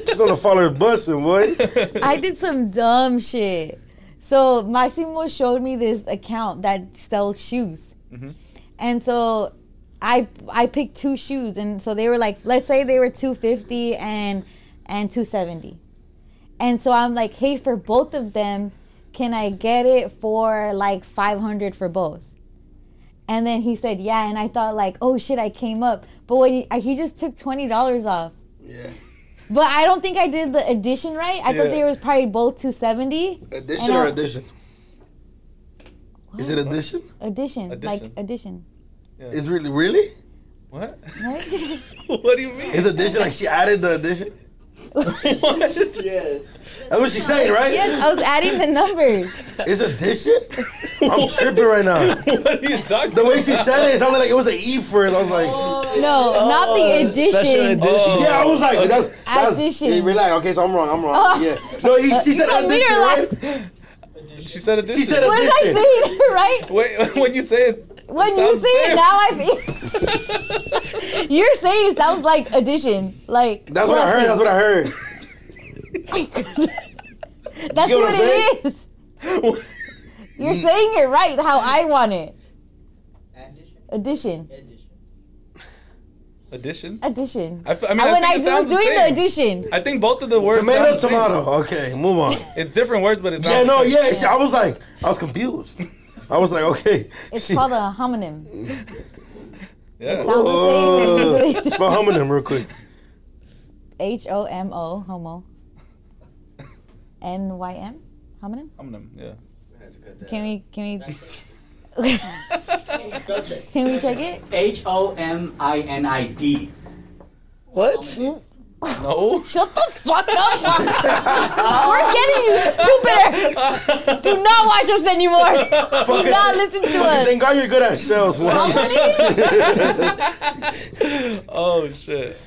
[SPEAKER 4] Just gonna follow her busting, boy.
[SPEAKER 5] I did some dumb shit. So Maximo showed me this account that sells shoes, and so I I picked two shoes, and so they were like, let's say they were two fifty and and two seventy, and so I'm like, hey, for both of them, can I get it for like five hundred for both? And then he said, yeah, and I thought like, oh shit, I came up, but when he, he just took twenty dollars off.
[SPEAKER 4] Yeah.
[SPEAKER 5] But I don't think I did the addition right. I
[SPEAKER 1] Yeah.
[SPEAKER 5] thought they was probably both 270.
[SPEAKER 4] Addition
[SPEAKER 5] And
[SPEAKER 4] or
[SPEAKER 5] I-
[SPEAKER 4] addition? Is it addition?
[SPEAKER 5] Addition,
[SPEAKER 1] Addition.
[SPEAKER 5] like addition.
[SPEAKER 4] It's really really?
[SPEAKER 1] What?
[SPEAKER 5] Right?
[SPEAKER 1] what do you mean?
[SPEAKER 4] It's addition. Like she added the addition.
[SPEAKER 7] Yes.
[SPEAKER 4] That's what she's saying, right?
[SPEAKER 5] Yes, I was adding the numbers.
[SPEAKER 4] Is it this shit? I'm tripping right now.
[SPEAKER 1] what are you talking
[SPEAKER 4] The way
[SPEAKER 1] about?
[SPEAKER 4] she said it, it sounded like it was an E first. I was
[SPEAKER 5] Oh,
[SPEAKER 4] like,
[SPEAKER 5] No, not the addition.
[SPEAKER 2] edition.
[SPEAKER 1] Oh.
[SPEAKER 4] yeah, I was like, that's, that's
[SPEAKER 5] Addition.
[SPEAKER 4] Yeah, relax. Okay, so I'm wrong. I'm wrong.
[SPEAKER 5] Oh.
[SPEAKER 4] Yeah. No, he, she
[SPEAKER 5] You
[SPEAKER 4] said
[SPEAKER 5] said we
[SPEAKER 4] addition, right?
[SPEAKER 5] relax.
[SPEAKER 1] She said addition.
[SPEAKER 4] She said
[SPEAKER 5] What did I
[SPEAKER 4] addition.
[SPEAKER 5] say? Right?
[SPEAKER 1] Wait, when you say it.
[SPEAKER 5] When you
[SPEAKER 1] sounds
[SPEAKER 5] say it
[SPEAKER 1] fair.
[SPEAKER 5] now, I feel. You're saying it sounds like addition. Like.
[SPEAKER 4] That's what I heard. That's what I heard.
[SPEAKER 5] That's what,
[SPEAKER 4] get what I'm
[SPEAKER 5] it is. You're saying it right how I want it.
[SPEAKER 7] Addition.
[SPEAKER 5] Addition.
[SPEAKER 7] Addition.
[SPEAKER 1] Addition?
[SPEAKER 5] addition.
[SPEAKER 1] I, f- I mean,
[SPEAKER 5] And when
[SPEAKER 1] I,
[SPEAKER 5] I
[SPEAKER 1] think it sounds
[SPEAKER 5] was doing
[SPEAKER 1] the,
[SPEAKER 5] the
[SPEAKER 1] same.
[SPEAKER 5] addition,
[SPEAKER 1] I think both of the words. sound
[SPEAKER 4] Tomato,
[SPEAKER 1] the same.
[SPEAKER 4] tomato. Okay, move on.
[SPEAKER 1] It's different words, but it's
[SPEAKER 4] Yeah, no,
[SPEAKER 1] not.
[SPEAKER 4] yeah. she- I was like, I was confused. I was like, okay.
[SPEAKER 5] it's
[SPEAKER 4] she-
[SPEAKER 5] called a homonym.
[SPEAKER 1] yeah.
[SPEAKER 5] Sounds the
[SPEAKER 4] Uh,
[SPEAKER 5] same.
[SPEAKER 4] spell homonym real quick.
[SPEAKER 5] H O M O homo. N Y M homonym.
[SPEAKER 1] I'm gonna, yeah.
[SPEAKER 5] Can we can we can we check it?
[SPEAKER 9] H O M I N I D.
[SPEAKER 2] What?
[SPEAKER 1] No.
[SPEAKER 5] Shut the fuck up! We're getting you stupider. Do not watch us anymore.
[SPEAKER 4] Fucking,
[SPEAKER 5] not listen to
[SPEAKER 4] fucking
[SPEAKER 5] us.
[SPEAKER 4] Thank God you're good at sales, man.
[SPEAKER 1] oh shit.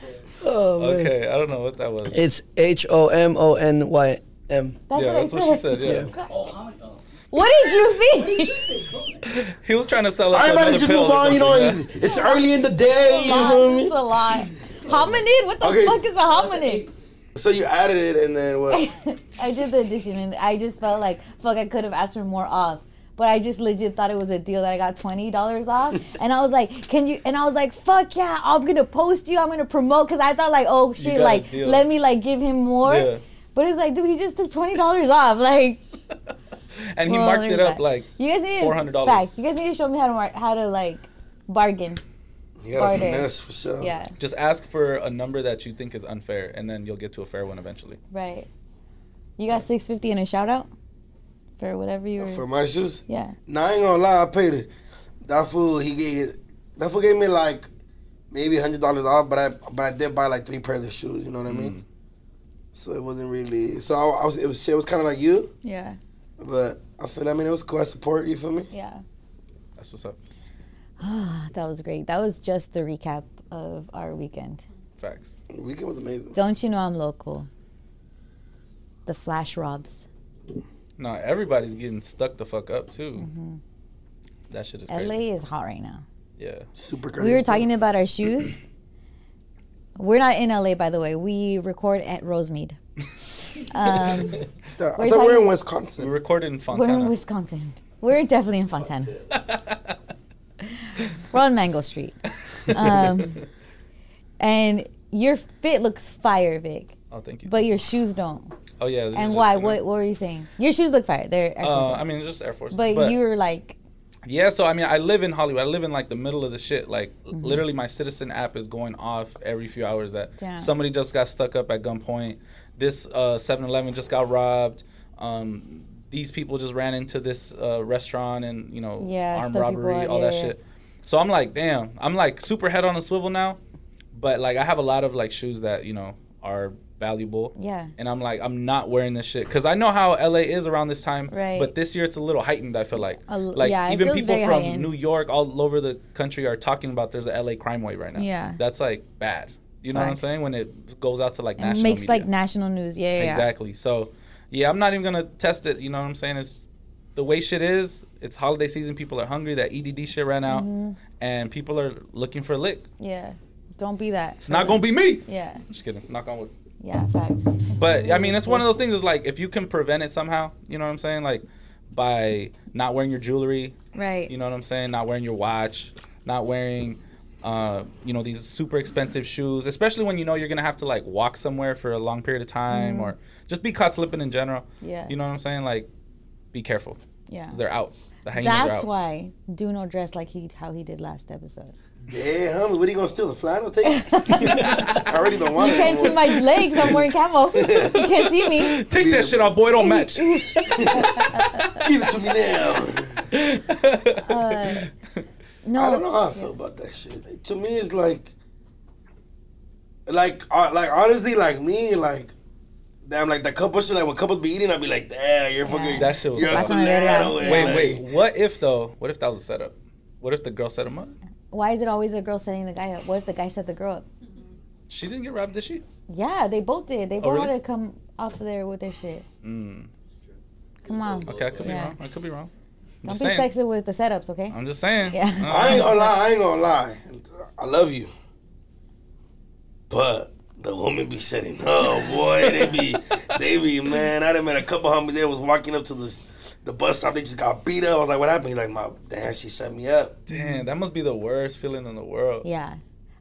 [SPEAKER 2] Oh, man.
[SPEAKER 1] Okay, I don't know what that was.
[SPEAKER 2] It's H O M O N Y M.
[SPEAKER 5] That's
[SPEAKER 1] yeah,
[SPEAKER 5] what I
[SPEAKER 1] that's
[SPEAKER 5] said.
[SPEAKER 1] what she said. Yeah.
[SPEAKER 5] Oh, What did you think?
[SPEAKER 1] He was trying to sell us
[SPEAKER 4] All right,
[SPEAKER 1] another
[SPEAKER 4] buddy, just
[SPEAKER 1] pill
[SPEAKER 4] move
[SPEAKER 1] or
[SPEAKER 4] on. You know,
[SPEAKER 1] something,
[SPEAKER 4] it's, it's early in the day. You know
[SPEAKER 5] Lot,
[SPEAKER 4] what I
[SPEAKER 5] this is
[SPEAKER 4] mean?
[SPEAKER 5] a lot. Hominid? What the
[SPEAKER 4] Okay,
[SPEAKER 5] fuck is a hominid?
[SPEAKER 4] So you added it, and then what?
[SPEAKER 5] I did the addition and I just felt like, fuck, I could have asked for more off. But I just legit thought it was a deal that I got twenty dollars off, and I was like, "Can you?" And I was like, "Fuck yeah, I'm gonna post you. I'm gonna promote." Cause I thought like, "Oh shit,
[SPEAKER 1] got a
[SPEAKER 5] like
[SPEAKER 1] deal.
[SPEAKER 5] let me like give him more."
[SPEAKER 1] Yeah.
[SPEAKER 5] But it's like, dude, he just took twenty dollars off. Like,
[SPEAKER 1] And he
[SPEAKER 5] well,
[SPEAKER 1] marked it
[SPEAKER 5] there's
[SPEAKER 1] up
[SPEAKER 5] that.
[SPEAKER 1] like
[SPEAKER 5] you guys need
[SPEAKER 1] $400.
[SPEAKER 5] Facts. You guys need to show me how to mar- how to like bargain.
[SPEAKER 4] You gotta
[SPEAKER 5] Order.
[SPEAKER 4] finesse for
[SPEAKER 1] Oh.
[SPEAKER 4] sure.
[SPEAKER 5] Yeah,
[SPEAKER 1] just ask for a number that you think is unfair, and then you'll get to a fair one eventually.
[SPEAKER 5] right. You got six fifty and a shout out for whatever you were.
[SPEAKER 4] Oh, For my shoes.
[SPEAKER 5] yeah.
[SPEAKER 4] Now I ain't gonna lie, I paid it. That fool he gave that fool gave me like maybe hundred dollars off, but I but I did buy like three pairs of shoes. You know what I mean? So it wasn't really. So I, I was it was shit. It was kind of like you,
[SPEAKER 5] Yeah,
[SPEAKER 4] but I feel. I mean, it was cool. I support you for me.
[SPEAKER 5] yeah.
[SPEAKER 1] That's what's up.
[SPEAKER 5] Ah, that was great. That was just the recap of our weekend.
[SPEAKER 1] Facts.
[SPEAKER 4] Weekend was amazing.
[SPEAKER 5] Don't you know I'm local? The flash robs.
[SPEAKER 1] No, everybody's getting stuck the fuck up too.
[SPEAKER 5] Mm-hmm.
[SPEAKER 1] That shit is crazy.
[SPEAKER 5] LA is hot right now.
[SPEAKER 1] Yeah.
[SPEAKER 4] Super.
[SPEAKER 5] We were talking about our shoes. We're not in LA, by the way. We record at Rosemead. Um,
[SPEAKER 4] I thought
[SPEAKER 5] we're
[SPEAKER 4] we were in
[SPEAKER 5] talking-
[SPEAKER 1] We
[SPEAKER 4] Wisconsin.
[SPEAKER 1] recorded in
[SPEAKER 5] we're
[SPEAKER 1] Fontana.
[SPEAKER 5] in Wisconsin. We're definitely in Fontana. We're on Mango Street. Um, and your fit looks fire, Vic,
[SPEAKER 1] oh, thank you.
[SPEAKER 5] but your shoes don't.
[SPEAKER 1] oh yeah. this is
[SPEAKER 5] And
[SPEAKER 1] just,
[SPEAKER 5] why?
[SPEAKER 1] you know,
[SPEAKER 5] What, what were you saying? Your shoes look fire. They're Air Force
[SPEAKER 1] Uh,
[SPEAKER 5] Ones.
[SPEAKER 1] I mean, just Air Force.
[SPEAKER 5] But, you were like,
[SPEAKER 1] Yeah, so I mean, I live in Hollywood. I live in like the middle of the shit. Like l-
[SPEAKER 5] Mm-hmm.
[SPEAKER 1] literally, my Citizen app is going off every few hours. That
[SPEAKER 5] Damn.
[SPEAKER 1] somebody just got stuck up at gunpoint. This uh, 7-Eleven just got robbed. Um, these people just ran into this uh, restaurant and you know
[SPEAKER 5] Yeah,
[SPEAKER 1] armed
[SPEAKER 5] stuff people
[SPEAKER 1] robbery,
[SPEAKER 5] out-
[SPEAKER 1] all
[SPEAKER 5] yeah,
[SPEAKER 1] that
[SPEAKER 5] yeah.
[SPEAKER 1] shit. So I'm like, damn, I'm like super head on a swivel now. But like, I have a lot of like shoes that you know are valuable.
[SPEAKER 5] yeah,
[SPEAKER 1] And I'm like, I'm not wearing this shit because I know how LA is around this time.
[SPEAKER 5] Right.
[SPEAKER 1] But this year it's a little heightened. I feel like,
[SPEAKER 5] A l-
[SPEAKER 1] like
[SPEAKER 5] yeah, it
[SPEAKER 1] even
[SPEAKER 5] feels
[SPEAKER 1] people
[SPEAKER 5] very
[SPEAKER 1] from
[SPEAKER 5] heightened.
[SPEAKER 1] New York, all over the country, are talking about there's a LA crime wave right now.
[SPEAKER 5] Yeah.
[SPEAKER 1] That's like bad. You know what I'm
[SPEAKER 5] Facts.
[SPEAKER 1] saying? When it goes out to like
[SPEAKER 5] it
[SPEAKER 1] national
[SPEAKER 5] makes
[SPEAKER 1] media.
[SPEAKER 5] like national news. Yeah, yeah, yeah.
[SPEAKER 1] Exactly. So, yeah, I'm not even gonna test it. You know what I'm saying? It's the way shit is. It's holiday season. People are hungry. That EDD shit ran out,
[SPEAKER 5] Mm-hmm.
[SPEAKER 1] and people are looking for lick.
[SPEAKER 5] Yeah. Don't be that.
[SPEAKER 1] It's not gonna be me.
[SPEAKER 5] Yeah,
[SPEAKER 1] Just kidding. Knock on wood.
[SPEAKER 5] yeah, facts.
[SPEAKER 1] But I mean, it's one of those things. Is like if you can prevent it somehow, you know what I'm saying? Like by not wearing your jewelry,
[SPEAKER 5] Right.
[SPEAKER 1] you know what I'm saying? Not wearing your watch, not wearing, uh, you know, these super expensive shoes, especially when you know you're gonna have to like walk somewhere for a long period of time, or just be caught slipping in general.
[SPEAKER 5] Mm-hmm. Yeah.
[SPEAKER 1] You know what I'm saying? Like, be careful.
[SPEAKER 5] yeah.
[SPEAKER 1] 'cause They're out. The hyenas are
[SPEAKER 5] That's
[SPEAKER 1] out.
[SPEAKER 5] why Duno dressed like he how he did last episode.
[SPEAKER 4] Yeah, homie. What are you gonna steal? The flannel? Take it. I already don't want
[SPEAKER 5] You
[SPEAKER 4] it. no
[SPEAKER 5] can't see
[SPEAKER 4] more.
[SPEAKER 5] my legs. I'm wearing camo. you can't see me.
[SPEAKER 1] Take that shit off, boy. Don't match.
[SPEAKER 4] Give it to me now.
[SPEAKER 5] Uh, no.
[SPEAKER 4] I don't know how I feel about that shit. To me, it's like, like, uh, like honestly, like me, like damn, like the couple shit, like when couples be eating, I'd be like, damn, you're fucking.
[SPEAKER 1] That shit was
[SPEAKER 4] you're a
[SPEAKER 5] Pásame verga.
[SPEAKER 4] culero, güey,
[SPEAKER 1] Wait,
[SPEAKER 4] like-
[SPEAKER 1] wait. What if though? What if that was a setup? What if the girl set him up?
[SPEAKER 5] Why is it always the girl setting the guy up? What if the guy set the girl up?
[SPEAKER 1] She didn't get robbed, did she?
[SPEAKER 5] Yeah, they both did. They both
[SPEAKER 1] Oh, really?
[SPEAKER 5] had to come off of there with their shit.
[SPEAKER 1] Mm.
[SPEAKER 5] Come on.
[SPEAKER 1] Okay, I could be
[SPEAKER 5] Yeah.
[SPEAKER 1] wrong. I could be wrong. I'm
[SPEAKER 5] Don't
[SPEAKER 1] just
[SPEAKER 5] be
[SPEAKER 1] saying.
[SPEAKER 5] sexy with the setups, okay?
[SPEAKER 1] I'm just saying.
[SPEAKER 5] Yeah.
[SPEAKER 1] Uh,
[SPEAKER 4] I ain't gonna lie. I ain't gonna lie. I love you, but the woman be setting up, boy. They be, they be, man. I done met a couple homies. They was walking up to the, the bus stop. They just got beat up. I was like, what happened? He's like, my damn, she set me up.
[SPEAKER 1] Damn, that must be the worst feeling in the world.
[SPEAKER 5] Yeah,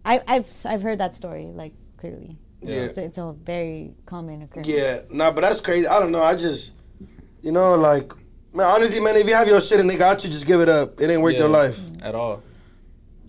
[SPEAKER 5] I, I've I've heard that story like clearly.
[SPEAKER 4] Yeah.
[SPEAKER 5] It's, it's a very common occurrence.
[SPEAKER 4] Yeah, nah, but that's crazy. I don't know. I just, you know, like, man, honestly, man, if you have your shit and they got you, just give it up. It ain't worth your
[SPEAKER 1] Yeah.
[SPEAKER 4] life.
[SPEAKER 1] At all.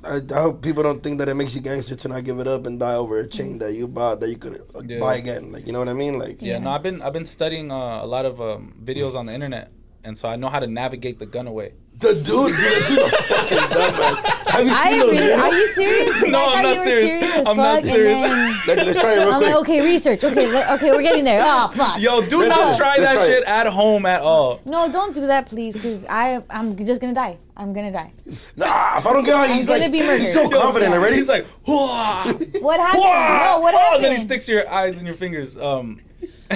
[SPEAKER 4] I, I hope people don't think that it makes you gangster to not give it up and die over a chain that you bought that you could uh,
[SPEAKER 1] Yeah.
[SPEAKER 4] buy again. Like, you know what I mean? Like,
[SPEAKER 1] Yeah, no, I've been I've been studying uh, a lot of um, videos on the internet, and so I know how to navigate the gun away.
[SPEAKER 4] the dude, dude, the dude, a fucking dumb, man. Have you
[SPEAKER 5] I
[SPEAKER 4] seen those?
[SPEAKER 5] agree. Are
[SPEAKER 4] videos?
[SPEAKER 5] you serious? I
[SPEAKER 1] No, I'm
[SPEAKER 5] thought
[SPEAKER 1] not
[SPEAKER 5] you
[SPEAKER 1] serious.
[SPEAKER 5] were serious as
[SPEAKER 1] I'm not
[SPEAKER 5] fuck,
[SPEAKER 1] serious.
[SPEAKER 5] and then
[SPEAKER 4] Let's, let's try it real
[SPEAKER 5] I'm
[SPEAKER 4] quick.
[SPEAKER 5] like, okay, research. Okay, let, okay, we're getting there. Oh fuck.
[SPEAKER 1] Yo, do
[SPEAKER 4] Let's
[SPEAKER 1] not
[SPEAKER 4] try-
[SPEAKER 1] try
[SPEAKER 4] let's
[SPEAKER 1] that
[SPEAKER 4] try
[SPEAKER 1] shit
[SPEAKER 4] it.
[SPEAKER 1] at home at all.
[SPEAKER 5] No, don't do that, please, because I I'm just gonna die. I'm gonna die.
[SPEAKER 4] Nah, if I don't get out,
[SPEAKER 5] I'm
[SPEAKER 4] he's
[SPEAKER 5] gonna
[SPEAKER 4] like,
[SPEAKER 5] be murdered.
[SPEAKER 4] he's so
[SPEAKER 5] Yo,
[SPEAKER 4] confident
[SPEAKER 5] yeah.
[SPEAKER 4] already.
[SPEAKER 1] He's like, Whoa!
[SPEAKER 5] What happened? No, what
[SPEAKER 1] oh,
[SPEAKER 5] happened?
[SPEAKER 1] and then he sticks to your eyes and your fingers. Um,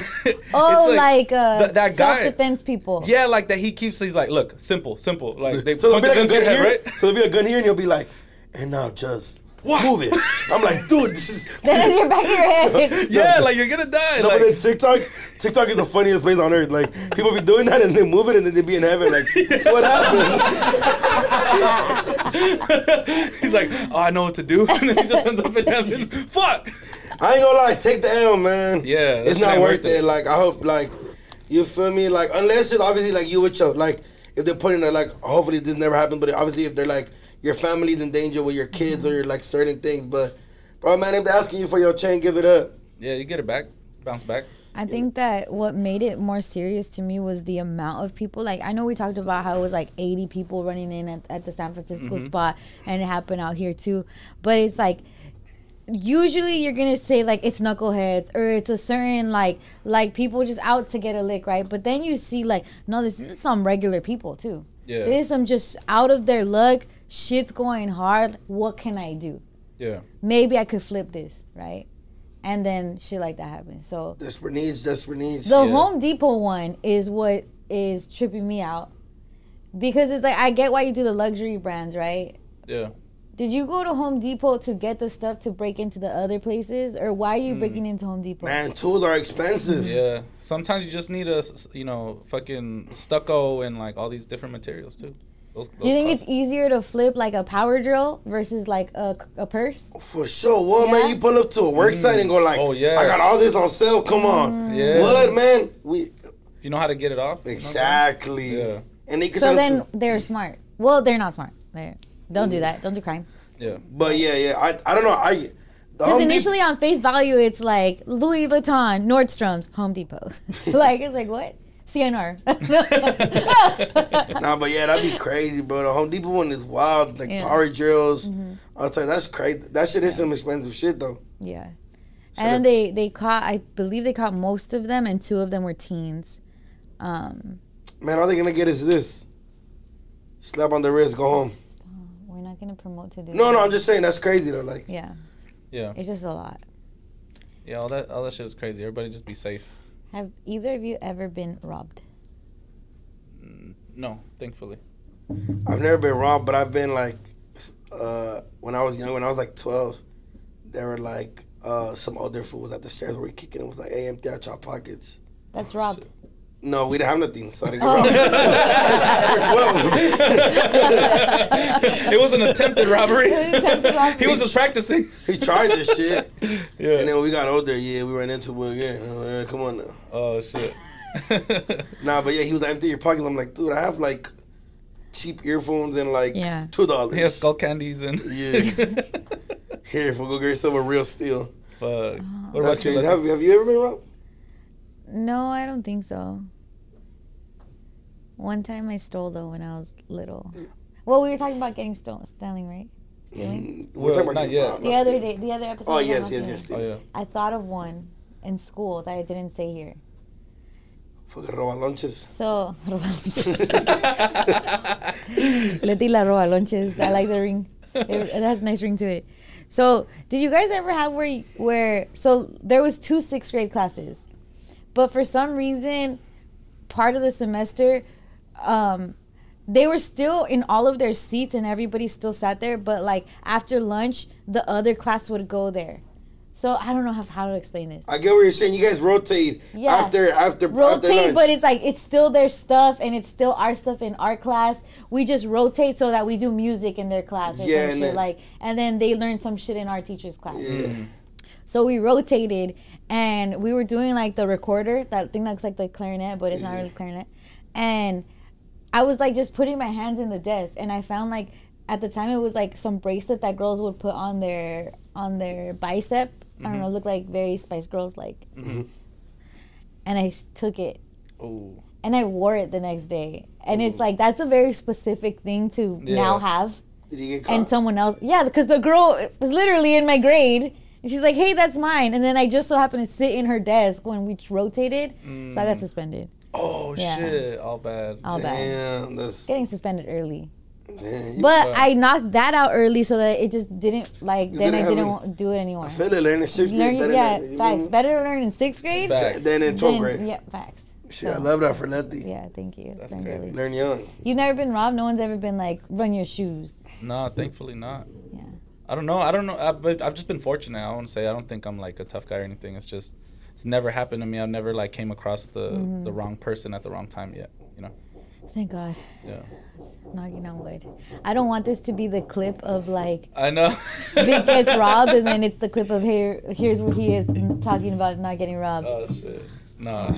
[SPEAKER 5] oh,
[SPEAKER 1] it's
[SPEAKER 5] like, uh,
[SPEAKER 1] th- that guy-
[SPEAKER 5] self-defense people.
[SPEAKER 1] yeah, like that. He keeps. He's like, look, simple, simple. Like they
[SPEAKER 4] So
[SPEAKER 1] so
[SPEAKER 4] there'll be
[SPEAKER 1] punch
[SPEAKER 4] like a
[SPEAKER 1] a gun to
[SPEAKER 4] gun
[SPEAKER 1] your
[SPEAKER 4] here.
[SPEAKER 1] head, right?
[SPEAKER 4] So there'll be a gun here, and he'll be like, and now just move it. I'm like, dude, this is.
[SPEAKER 5] That is your back of your head.
[SPEAKER 1] Yeah, like you're gonna die.
[SPEAKER 4] No,
[SPEAKER 1] like,
[SPEAKER 4] but then TikTok, TikTok is the funniest place on earth. Like people be doing that and they move it and then they be in heaven. Like what happened?
[SPEAKER 1] He's like, oh, I know what to do. And then he just ends up in heaven. Fuck.
[SPEAKER 4] I ain't gonna lie, take the L, man.
[SPEAKER 1] Yeah, that
[SPEAKER 4] it's
[SPEAKER 1] shit
[SPEAKER 4] not
[SPEAKER 1] ain't
[SPEAKER 4] worth
[SPEAKER 1] worth
[SPEAKER 4] it.
[SPEAKER 1] it.
[SPEAKER 4] Like I hope, like you feel me. Like unless it's obviously like you with your like if they're putting it like hopefully this never happened, but obviously if they're like your family's in danger with your kids or your like certain things, but bro, man, if they're asking you for your chain, give it up.
[SPEAKER 1] Yeah, you get it back, bounce back.
[SPEAKER 5] I think that what made it more serious to me was the amount of people. Like, I know we talked about how it was like 80 people running in at, at the San Francisco spot, and it happened out here too. But it's like, usually you're gonna say like it's knuckleheads or it's a certain like like people just out to get a lick right but then you see like no this is some regular people too
[SPEAKER 1] Yeah.
[SPEAKER 5] this is some just out of their luck shit's going hard what can i do
[SPEAKER 1] Yeah.
[SPEAKER 5] maybe i could flip this right and then shit like that happens so
[SPEAKER 4] Desperate needs, desperate needs.
[SPEAKER 5] the
[SPEAKER 1] Yeah.
[SPEAKER 5] Home Depot one is what is tripping me out because it's like I get why you do the luxury brands, right?
[SPEAKER 1] Yeah.
[SPEAKER 5] Did you go to Home Depot to get the stuff to break into the other places, or why are you breaking into Home Depot?
[SPEAKER 4] Hmm. man, tools are expensive.
[SPEAKER 1] Yeah. Sometimes you just need a, s- you know, fucking stucco and like all these different materials too. Those,
[SPEAKER 5] Do you think it's easier to flip like a power drill versus like a, a purse?
[SPEAKER 4] For sure. What, man?
[SPEAKER 5] Yeah.
[SPEAKER 4] You pull up to a work site and go like,
[SPEAKER 1] Oh, yeah.
[SPEAKER 4] I got all this on sale. Come
[SPEAKER 5] Mm.
[SPEAKER 4] on.
[SPEAKER 1] Yeah.
[SPEAKER 4] What, man? We
[SPEAKER 1] You know how to get it off? you know what I'm
[SPEAKER 4] exactly.
[SPEAKER 1] Yeah.
[SPEAKER 4] And they can
[SPEAKER 5] So
[SPEAKER 4] sell it
[SPEAKER 5] then
[SPEAKER 4] to-
[SPEAKER 5] they're smart. Well, they're not smart. They're, don't
[SPEAKER 4] Hmm.
[SPEAKER 5] do that. Don't do crime.
[SPEAKER 1] saying?
[SPEAKER 4] but yeah, yeah. I, I don't know. I the Home
[SPEAKER 5] Because
[SPEAKER 4] Depot-
[SPEAKER 5] initially on face value, it's like Louis Vuitton, Nordstrom's, Home Depot. like it's like what? CNR.
[SPEAKER 4] Nah, but yeah, that'd be crazy, bro. The Home Depot one is wild. Like
[SPEAKER 5] Yeah. Mm-hmm.
[SPEAKER 4] power drills. I'll tell you, that's crazy. That shit is some expensive shit though.
[SPEAKER 5] Yeah. and then
[SPEAKER 4] the-
[SPEAKER 5] they they caught I believe they caught most of them and two of them were teens. Um
[SPEAKER 4] Man, all they're gonna get is this. Slap on the wrist, go home.
[SPEAKER 5] we're not going to promote to do
[SPEAKER 4] No,
[SPEAKER 5] that.
[SPEAKER 4] no, I'm just saying that's crazy though. Like
[SPEAKER 5] Yeah.
[SPEAKER 1] Yeah. Yeah.
[SPEAKER 5] It's just a lot.
[SPEAKER 1] Yeah. All that, all that shit is crazy. Everybody just be safe.
[SPEAKER 5] Have either of you ever been robbed?
[SPEAKER 1] Mm, No, thankfully.
[SPEAKER 4] I've never been robbed, but I've been like, uh, when I was young, when I was like 12, there were like uh, some older fool was at the stairs were kicking and was like, hey, empty out your pockets. Oh,
[SPEAKER 5] That's robbed.
[SPEAKER 4] No, we didn't have nothing, so I didn't get
[SPEAKER 1] Oh.
[SPEAKER 4] robbed. We're 12.
[SPEAKER 1] it was an attempted robbery.
[SPEAKER 5] Attempted robbery.
[SPEAKER 1] he was just practicing.
[SPEAKER 4] he tried this shit, and
[SPEAKER 1] Yeah.
[SPEAKER 4] then when we got older, yeah, we ran into it again. I'm like, "Yeah, come on now.
[SPEAKER 1] Oh shit.
[SPEAKER 4] Nah, but yeah, he was like, empty your pockets. I'm like, dude, I have like cheap earphones and like
[SPEAKER 5] Yeah.
[SPEAKER 4] $2.
[SPEAKER 1] he has skull candies and.
[SPEAKER 4] Yeah. Here, we'll go get yourself a real steel.
[SPEAKER 5] Oh.
[SPEAKER 1] Fuck. What
[SPEAKER 4] That's
[SPEAKER 1] about you?
[SPEAKER 4] crazy.
[SPEAKER 1] Lucky?
[SPEAKER 4] Have, have you ever been robbed?
[SPEAKER 5] No, I don't think so. One time I stole though when I was little. Well, we were talking about getting stolen, stealing, right? Stealing.
[SPEAKER 4] Mm,
[SPEAKER 1] Well, not
[SPEAKER 4] getting
[SPEAKER 1] yet.
[SPEAKER 4] robbed,
[SPEAKER 5] The
[SPEAKER 4] not
[SPEAKER 5] other
[SPEAKER 4] stealing.
[SPEAKER 5] day, the other episode.
[SPEAKER 4] Mm. Oh,
[SPEAKER 5] we had
[SPEAKER 4] yes,
[SPEAKER 5] about
[SPEAKER 4] yes,
[SPEAKER 5] stealing.
[SPEAKER 4] yes.
[SPEAKER 1] Oh yeah.
[SPEAKER 5] I thought of one in school that I didn't say here.
[SPEAKER 4] Fucking roba lunches.
[SPEAKER 5] So, Leti La Roa lunches. I like the ring. It, it has a nice ring to it. So, did you guys ever have where y- where so there was two sixth grade classes, but for some reason, part of the semester, um, they were still in all of their seats and everybody still sat there. But like after lunch, the other class would go there. So I don't know how, how to explain this.
[SPEAKER 4] I get what you're saying. You guys rotate
[SPEAKER 5] Yeah.
[SPEAKER 4] after after
[SPEAKER 5] rotate,
[SPEAKER 4] after lunch.
[SPEAKER 5] but it's like it's still their stuff and it's still our stuff in our class. We just rotate so that we do music in their class or
[SPEAKER 4] Yeah,
[SPEAKER 5] some
[SPEAKER 4] and
[SPEAKER 5] shit
[SPEAKER 4] then-
[SPEAKER 5] like, and then they learn some shit in our teacher's class.
[SPEAKER 1] Mm.
[SPEAKER 4] Yeah.
[SPEAKER 5] So we rotated and we were doing like the recorder, that thing that looks like the clarinet, but it's not
[SPEAKER 4] Yeah.
[SPEAKER 5] really clarinet. And I was like just putting my hands in the desk and I found like at the time it was like some bracelet that girls would put on their on their bicep. I
[SPEAKER 4] Mm-hmm.
[SPEAKER 5] don't know, looked like very Spice Girls like. And I s- took it
[SPEAKER 1] Ooh.
[SPEAKER 5] and I wore it the next day. And
[SPEAKER 4] Mm-hmm.
[SPEAKER 5] it's like that's a very specific thing to now
[SPEAKER 1] Yeah.
[SPEAKER 5] have.
[SPEAKER 4] Did you get caught?
[SPEAKER 5] And someone else, yeah, because the girl was literally in my grade, and she's like, "Hey, that's mine." And then I just so happened to sit in her desk when we rotated, so I got
[SPEAKER 1] Mm.
[SPEAKER 5] suspended.
[SPEAKER 1] Oh
[SPEAKER 5] Yeah. Oh.
[SPEAKER 1] shit! All bad.
[SPEAKER 5] All bad,
[SPEAKER 4] Mm. Damn, that's
[SPEAKER 5] getting suspended early.
[SPEAKER 4] man, you-
[SPEAKER 5] But
[SPEAKER 1] Wow.
[SPEAKER 5] I knocked that out early so that it just didn't like. then
[SPEAKER 4] didn't
[SPEAKER 5] I
[SPEAKER 4] have
[SPEAKER 5] didn't
[SPEAKER 4] any-
[SPEAKER 5] want do it anymore.
[SPEAKER 4] I feel it. Learning sixth
[SPEAKER 5] Learn,
[SPEAKER 4] grade better
[SPEAKER 5] yeah,
[SPEAKER 4] than,
[SPEAKER 5] facts. Better to learn in sixth grade.
[SPEAKER 1] Facts.
[SPEAKER 4] th- than in
[SPEAKER 5] than-
[SPEAKER 4] twelfth grade.
[SPEAKER 5] Yeah, facts.
[SPEAKER 4] Shit, I love that for Letty.
[SPEAKER 5] Yeah, thank you.
[SPEAKER 1] That's
[SPEAKER 5] Learned
[SPEAKER 1] crazy.
[SPEAKER 5] early.
[SPEAKER 4] Learn young.
[SPEAKER 5] You've never been robbed. No one's ever been like, run your shoes.
[SPEAKER 1] No, thankfully not.
[SPEAKER 5] Yeah.
[SPEAKER 1] I don't know. I don't know. I, but I've just been fortunate. I want to say I don't think I'm like a tough guy or anything. It's just it's never happened to me. I've never like came across the
[SPEAKER 5] Mm-hmm.
[SPEAKER 1] the wrong person at the wrong time yet. You know.
[SPEAKER 5] Thank God.
[SPEAKER 1] Yeah.
[SPEAKER 5] Knocking on wood. I don't want this to be the clip of like
[SPEAKER 1] I know.
[SPEAKER 5] Vic gets robbed, and then it's the clip of here. Here's where he is talking about not getting robbed.
[SPEAKER 1] Oh shit. No.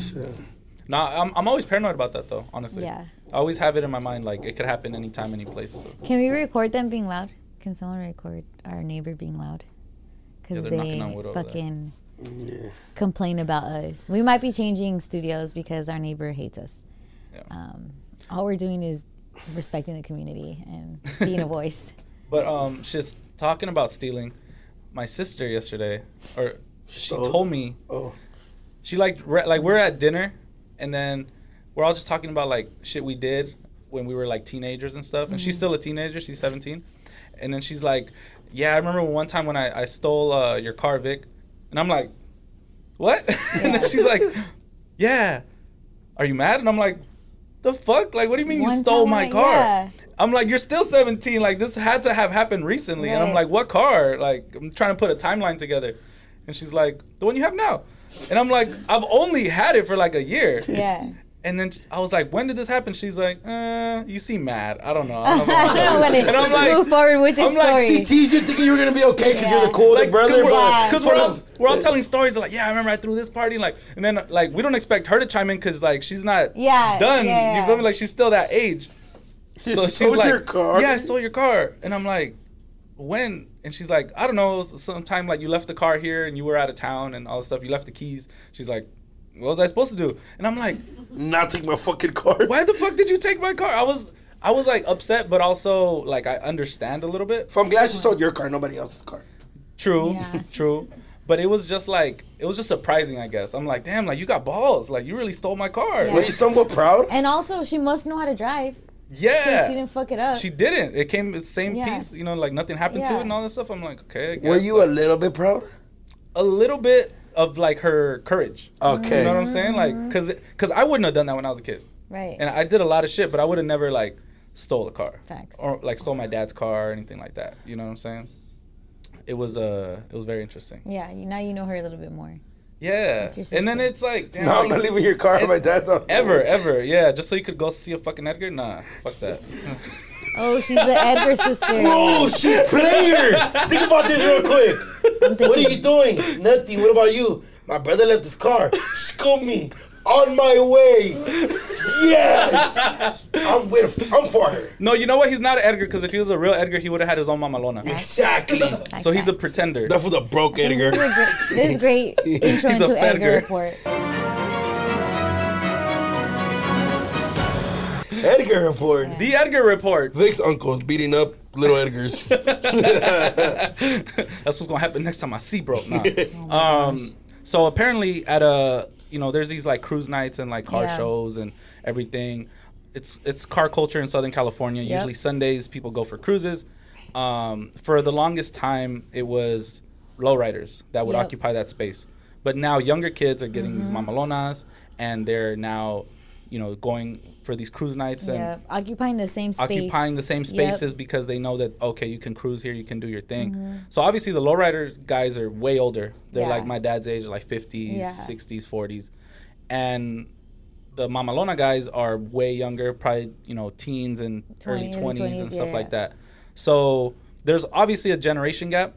[SPEAKER 1] No, I'm I'm always paranoid about that though. Honestly.
[SPEAKER 5] yeah.
[SPEAKER 1] I always have it in my mind like it could happen anytime, any place. So.
[SPEAKER 5] Can we record them being loud? Can someone record our neighbor being loud? Because
[SPEAKER 1] they're knocking on wood
[SPEAKER 5] they
[SPEAKER 1] over there.
[SPEAKER 5] fucking
[SPEAKER 4] Yeah.
[SPEAKER 5] complain about us. We might be changing studios because our neighbor hates us.
[SPEAKER 1] Yeah.
[SPEAKER 5] Um, all we're doing is respecting the community and being a voice.
[SPEAKER 1] But um, she's talking about stealing. My sister yesterday, or she
[SPEAKER 4] So-
[SPEAKER 1] told me
[SPEAKER 4] Oh.
[SPEAKER 1] she like re- like we're at dinner and then we're all just talking about like shit we did when we were like teenagers and stuff and
[SPEAKER 5] Mm-hmm.
[SPEAKER 1] she's still a teenager she's 17 and then she's like yeah i remember one time when i, I stole uh, your car vic and i'm like what and
[SPEAKER 5] Yeah.
[SPEAKER 1] then she's like yeah are you mad and i'm like the fuck like what do you mean
[SPEAKER 5] One
[SPEAKER 1] you stole
[SPEAKER 5] time
[SPEAKER 1] my
[SPEAKER 5] I-
[SPEAKER 1] car
[SPEAKER 5] yeah.
[SPEAKER 1] i'm like you're still 17 like this had to have happened recently and i'm
[SPEAKER 5] Right.
[SPEAKER 1] like what car like i'm trying to put a timeline together and she's like the one you have now and I'm like, I've only had it for like a year.
[SPEAKER 5] Yeah.
[SPEAKER 1] And then I was like, when did this happen? She's like, uh, you seem mad. I don't know.
[SPEAKER 5] I
[SPEAKER 1] I don't know.
[SPEAKER 5] don't know when
[SPEAKER 1] and I'm like,
[SPEAKER 5] to move forward with this
[SPEAKER 1] I'm like,
[SPEAKER 5] story.
[SPEAKER 4] She teased you thinking you were gonna be okay because
[SPEAKER 5] Yeah.
[SPEAKER 4] you're the cool
[SPEAKER 1] like,
[SPEAKER 4] brother,
[SPEAKER 1] cause we're,
[SPEAKER 4] but
[SPEAKER 1] 'cause we're
[SPEAKER 4] full
[SPEAKER 1] all,
[SPEAKER 4] of-
[SPEAKER 1] we're all telling stories like, yeah, I remember I threw this party, like, and then like we don't expect her to chime in because like she's not
[SPEAKER 5] Yeah,
[SPEAKER 1] done.
[SPEAKER 5] yeah, yeah.
[SPEAKER 1] You feel me? Like she's still that age.
[SPEAKER 4] She
[SPEAKER 1] So
[SPEAKER 4] stole
[SPEAKER 1] she's like,
[SPEAKER 4] your car.
[SPEAKER 1] yeah, I stole your car, and I'm like, when? And she's like, I don't know, it was sometime like you left the car here and you were out of town and all this stuff. You left the keys. She's like, what was I supposed to do? And I'm like,
[SPEAKER 4] Not take my fucking car.
[SPEAKER 1] why the fuck did you take my car? I was I was like upset, but also like I understand a little bit.
[SPEAKER 4] If I'm glad she stole your car, nobody else's car.
[SPEAKER 1] True,
[SPEAKER 5] Yeah.
[SPEAKER 1] true. But it was just like it was just surprising, I guess. I'm like, damn, like you got balls. Like you really stole my car.
[SPEAKER 5] Yeah.
[SPEAKER 4] Were you somewhat proud?
[SPEAKER 5] And also, she must know how to drive. 'cause
[SPEAKER 1] Yeah.
[SPEAKER 5] She didn't fuck it up.
[SPEAKER 1] She didn't. It came the same
[SPEAKER 5] Yeah.
[SPEAKER 1] piece, you know, like nothing happened to
[SPEAKER 5] Yeah.
[SPEAKER 1] it and all this stuff. I'm like, okay. I guess.
[SPEAKER 4] Were you a little bit proud?
[SPEAKER 1] a little bit of like her courage?
[SPEAKER 4] Okay.
[SPEAKER 1] You know what I'm saying?
[SPEAKER 5] Mm-hmm.
[SPEAKER 1] Like, cause, cause I wouldn't have done that when I was a kid.
[SPEAKER 5] right.
[SPEAKER 1] And I did a lot of shit, but I would have never like stole a car
[SPEAKER 5] Facts.
[SPEAKER 1] or like stole my dad's car or anything like that. You know what I'm saying? It was uh, it was very interesting.
[SPEAKER 5] Yeah, you, now you know her a little bit more.
[SPEAKER 1] Yeah,
[SPEAKER 5] That's your
[SPEAKER 1] and then
[SPEAKER 5] sister.
[SPEAKER 1] it's like damn,
[SPEAKER 4] No, I'm
[SPEAKER 1] like,
[SPEAKER 4] not leaving your car at my dad's house.
[SPEAKER 1] ever, ever, yeah. Just so you could go see a fucking Edgar? Nah, fuck that.
[SPEAKER 5] Oh, she's the Edgar sister.
[SPEAKER 4] Oh, she's player. Think about this real quick.
[SPEAKER 5] I'm
[SPEAKER 4] What are
[SPEAKER 5] thinking-
[SPEAKER 4] you doing? Nothing. What about you? My brother left his car. Scoop me. On my way. Yes. I'm with. I'm for her.
[SPEAKER 1] no, you know what? He's not an Edgar because if he was a real Edgar, he would have had his own Mama Lona.
[SPEAKER 4] Exactly.
[SPEAKER 5] Like
[SPEAKER 1] So he's a
[SPEAKER 5] that.
[SPEAKER 1] pretender.
[SPEAKER 4] That was a broke
[SPEAKER 5] This
[SPEAKER 4] Edgar.
[SPEAKER 5] is a great, this is great intro
[SPEAKER 1] He's a
[SPEAKER 5] into Edgar
[SPEAKER 1] Fedgar.
[SPEAKER 5] Report.
[SPEAKER 4] Edgar report.
[SPEAKER 1] The Edgar report.
[SPEAKER 4] Vic's uncle's beating up little Edgar's.
[SPEAKER 1] That's what's gonna happen next time I see bro. Nah. um, So apparently, at a you know, there's these like cruise nights and like car
[SPEAKER 5] Yeah.
[SPEAKER 1] shows and everything. It's it's car culture in Southern California.
[SPEAKER 5] Yep.
[SPEAKER 1] Usually Sundays, people go for cruises. Um, for the longest time, it was lowriders that would
[SPEAKER 5] Yep. Mm-hmm.
[SPEAKER 1] occupy that space. But now younger kids are getting these mamalonas, and they're now, you know, going for these cruise nights and
[SPEAKER 5] Yeah, occupying the same space.
[SPEAKER 1] occupying the same
[SPEAKER 5] Yep.
[SPEAKER 1] spaces because they know that okay, you can cruise here, you can do your thing. So obviously the lowrider guys are way older. They're
[SPEAKER 5] Mm-hmm. Yeah.
[SPEAKER 1] like my dad's age, like 50s,
[SPEAKER 5] Yeah.
[SPEAKER 1] 60s, 40s. And the Mamalona guys are way younger, probably, you know, teens and early
[SPEAKER 5] 20s,
[SPEAKER 1] 20s, and
[SPEAKER 5] 20s,
[SPEAKER 1] stuff
[SPEAKER 5] yeah,
[SPEAKER 1] like
[SPEAKER 5] yeah.
[SPEAKER 1] that. So there's obviously a generation gap.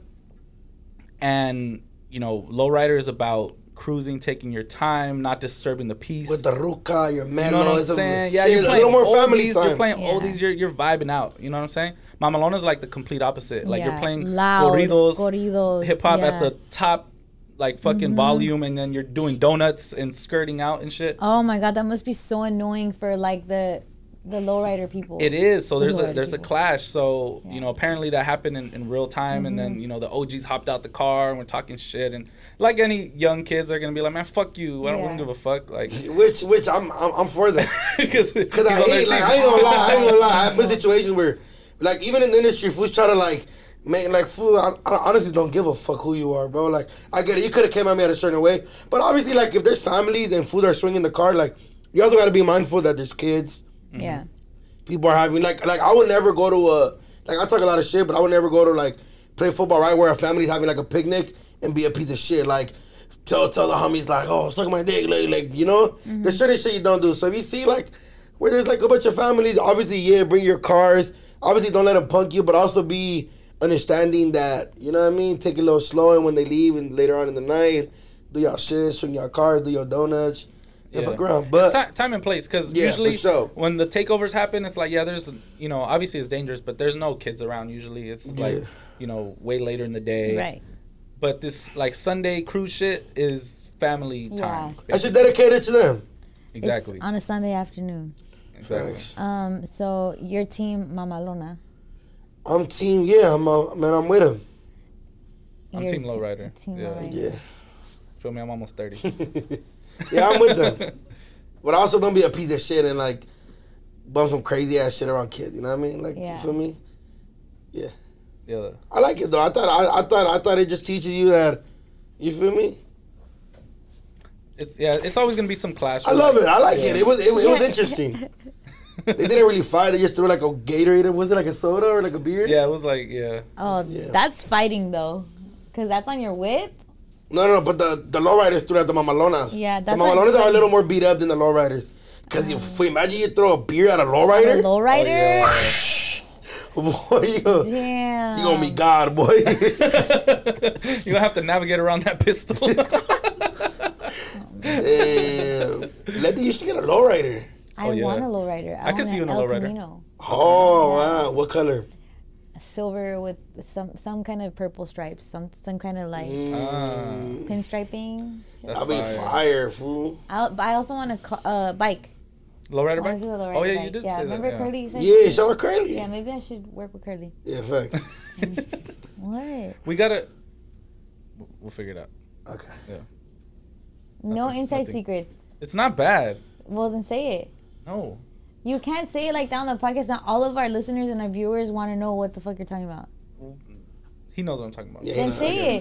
[SPEAKER 1] And, you know, lowrider is about cruising, taking your time, not disturbing the peace.
[SPEAKER 4] With the ruca, your
[SPEAKER 1] You
[SPEAKER 4] man,
[SPEAKER 1] know what I'm
[SPEAKER 4] it's
[SPEAKER 1] saying?
[SPEAKER 4] a,
[SPEAKER 1] Yeah,
[SPEAKER 4] shit,
[SPEAKER 1] you're
[SPEAKER 4] it's a
[SPEAKER 1] playing
[SPEAKER 4] little more family
[SPEAKER 1] oldies,
[SPEAKER 4] time.
[SPEAKER 1] You're playing
[SPEAKER 5] Yeah.
[SPEAKER 1] oldies. You're you're vibing out. You know what I'm saying? Mamalona is like the complete opposite. Like you're
[SPEAKER 5] Yeah,
[SPEAKER 1] playing
[SPEAKER 5] loud,
[SPEAKER 1] corridos,
[SPEAKER 5] corridos,
[SPEAKER 1] hip hop at
[SPEAKER 5] yeah. Mm-hmm.
[SPEAKER 1] the top, like fucking volume, and then you're doing donuts and skirting out and shit.
[SPEAKER 5] Oh my god, that must be so annoying for like the the lowrider people.
[SPEAKER 1] It is. So there's
[SPEAKER 5] Those are
[SPEAKER 1] a there's a
[SPEAKER 5] people.
[SPEAKER 1] clash. So you
[SPEAKER 5] Oh, Yeah. Mm-hmm.
[SPEAKER 1] know, apparently that happened in, in real time, and then you know the OGs hopped out the car and we're talking shit, and like any young kids, they're gonna be like, man, fuck you. I don't,
[SPEAKER 5] Yeah.
[SPEAKER 1] give a fuck. Like,
[SPEAKER 4] Which, which I'm, I'm, I'm for that.
[SPEAKER 1] because
[SPEAKER 4] Cause I hate, like, I ain't gonna lie, I ain't gonna lie. I've been in situations where, like, even in the industry, fools try to like make like fool. I, I honestly don't give a fuck who you are, bro. Like, I get it. You could have came at me at a certain way, but obviously, like, if there's families and food are swinging the car, like, you also gotta be mindful that there's kids.
[SPEAKER 5] Yeah.
[SPEAKER 4] People are having like, like, I would never go to a like. I talk a lot of shit, but I would never go to like play football right where a family's having like a picnic and be a piece of shit like. Tell, tell the homies like, oh, suck my dick, like, like you know, there's certain shit you don't do. So if you see like where there's like a bunch of families. Obviously, yeah, bring your cars. Obviously, don't let them punk you, but also be understanding that you know what I mean. Take it a little slow, and when they leave, and later on in the night, do y'all shit, swing your cars, do your donuts, and
[SPEAKER 1] Yeah.
[SPEAKER 4] fuck around.
[SPEAKER 1] It's
[SPEAKER 4] But
[SPEAKER 1] ti- time and place because
[SPEAKER 4] Yeah, for
[SPEAKER 1] usually
[SPEAKER 4] sure.
[SPEAKER 1] when the takeovers happen it's like yeah there's you know obviously it's dangerous but there's no kids around usually it's like
[SPEAKER 4] Yeah.
[SPEAKER 1] you know way later in the day
[SPEAKER 5] Right.
[SPEAKER 1] but this like sunday cruise shit is family time
[SPEAKER 4] I should dedicate it to them.
[SPEAKER 1] exactly
[SPEAKER 5] It's on a Sunday afternoon.
[SPEAKER 1] exactly
[SPEAKER 4] Thanks.
[SPEAKER 5] Um, so your team, Mamalona.
[SPEAKER 4] I'm team. Yeah, I'm uh, man. I'm with him.
[SPEAKER 1] I'm
[SPEAKER 5] Your
[SPEAKER 1] team
[SPEAKER 5] te-
[SPEAKER 1] lowrider.
[SPEAKER 5] Team
[SPEAKER 1] Yeah.
[SPEAKER 5] lowrider.
[SPEAKER 4] Yeah,
[SPEAKER 1] feel me i'm almost 30
[SPEAKER 4] yeah, I'm with them. But also don't be a piece of shit and like bump some crazy ass shit around kids. You know what I mean? Like,
[SPEAKER 5] Yeah.
[SPEAKER 4] you feel me?
[SPEAKER 1] yeah
[SPEAKER 4] I like it though. I thought I, I thought I thought it just teaches you that. You feel me?
[SPEAKER 1] it's yeah it's always gonna be some clash
[SPEAKER 4] I love it. I like it.
[SPEAKER 1] Yeah.
[SPEAKER 4] It was it, it was interesting. they didn't really fight. They just threw like a Gatorade. or Was it like a soda or like a beer?
[SPEAKER 1] yeah it was like yeah
[SPEAKER 5] Oh,
[SPEAKER 4] Yeah.
[SPEAKER 5] that's fighting though, cause that's on your whip.
[SPEAKER 4] No, no, no. But the the lowriders threw at the mamalonas.
[SPEAKER 5] Yeah, that's Uh-huh.
[SPEAKER 4] the
[SPEAKER 5] what-
[SPEAKER 4] mamalonas are a little more beat up than the lowriders. Cause if we imagine you throw a beer at a lowrider,
[SPEAKER 5] The
[SPEAKER 1] Oh,
[SPEAKER 5] lowrider.
[SPEAKER 4] boy, you,
[SPEAKER 5] Damn.
[SPEAKER 4] you gonna be God, boy.
[SPEAKER 1] you gonna have to navigate around that pistol
[SPEAKER 4] Damn. Eh, Let you should get a lowrider.
[SPEAKER 5] I
[SPEAKER 1] Oh, yeah.
[SPEAKER 5] want a lowrider. I,
[SPEAKER 1] I could
[SPEAKER 5] want
[SPEAKER 1] see
[SPEAKER 5] an
[SPEAKER 1] you in a
[SPEAKER 5] El
[SPEAKER 1] lowrider.
[SPEAKER 5] Camino.
[SPEAKER 4] Oh wow, what color?
[SPEAKER 5] Silver with some some kind of purple stripes, some some kind of like
[SPEAKER 1] Ah,
[SPEAKER 5] pinstriping.
[SPEAKER 1] that's
[SPEAKER 4] Mm. I'll be
[SPEAKER 1] fire.
[SPEAKER 4] fire, fool.
[SPEAKER 5] I'll, but I also want a ca- uh, bike. I
[SPEAKER 1] lowrider
[SPEAKER 5] want
[SPEAKER 1] bike
[SPEAKER 5] to do a lowrider
[SPEAKER 1] oh yeah
[SPEAKER 5] bike.
[SPEAKER 1] you did
[SPEAKER 5] yeah,
[SPEAKER 1] say
[SPEAKER 5] remember
[SPEAKER 1] that
[SPEAKER 5] Curly? You said
[SPEAKER 4] Yeah, shout out Curly.
[SPEAKER 5] Yeah,
[SPEAKER 4] Yeah,
[SPEAKER 5] maybe I should work with Curly.
[SPEAKER 4] facts.
[SPEAKER 5] What?
[SPEAKER 1] We gotta. We'll figure it out.
[SPEAKER 4] Okay.
[SPEAKER 5] No
[SPEAKER 1] Nothing,
[SPEAKER 5] inside
[SPEAKER 1] nothing.
[SPEAKER 5] secrets.
[SPEAKER 1] It's not bad.
[SPEAKER 5] Well, then say it.
[SPEAKER 1] No.
[SPEAKER 5] You can't say it like that on the podcast. Not all of our listeners and our viewers want to know what the fuck you're talking about.
[SPEAKER 1] He knows what I'm talking about.
[SPEAKER 4] Yeah,
[SPEAKER 5] Then
[SPEAKER 4] he's not
[SPEAKER 5] say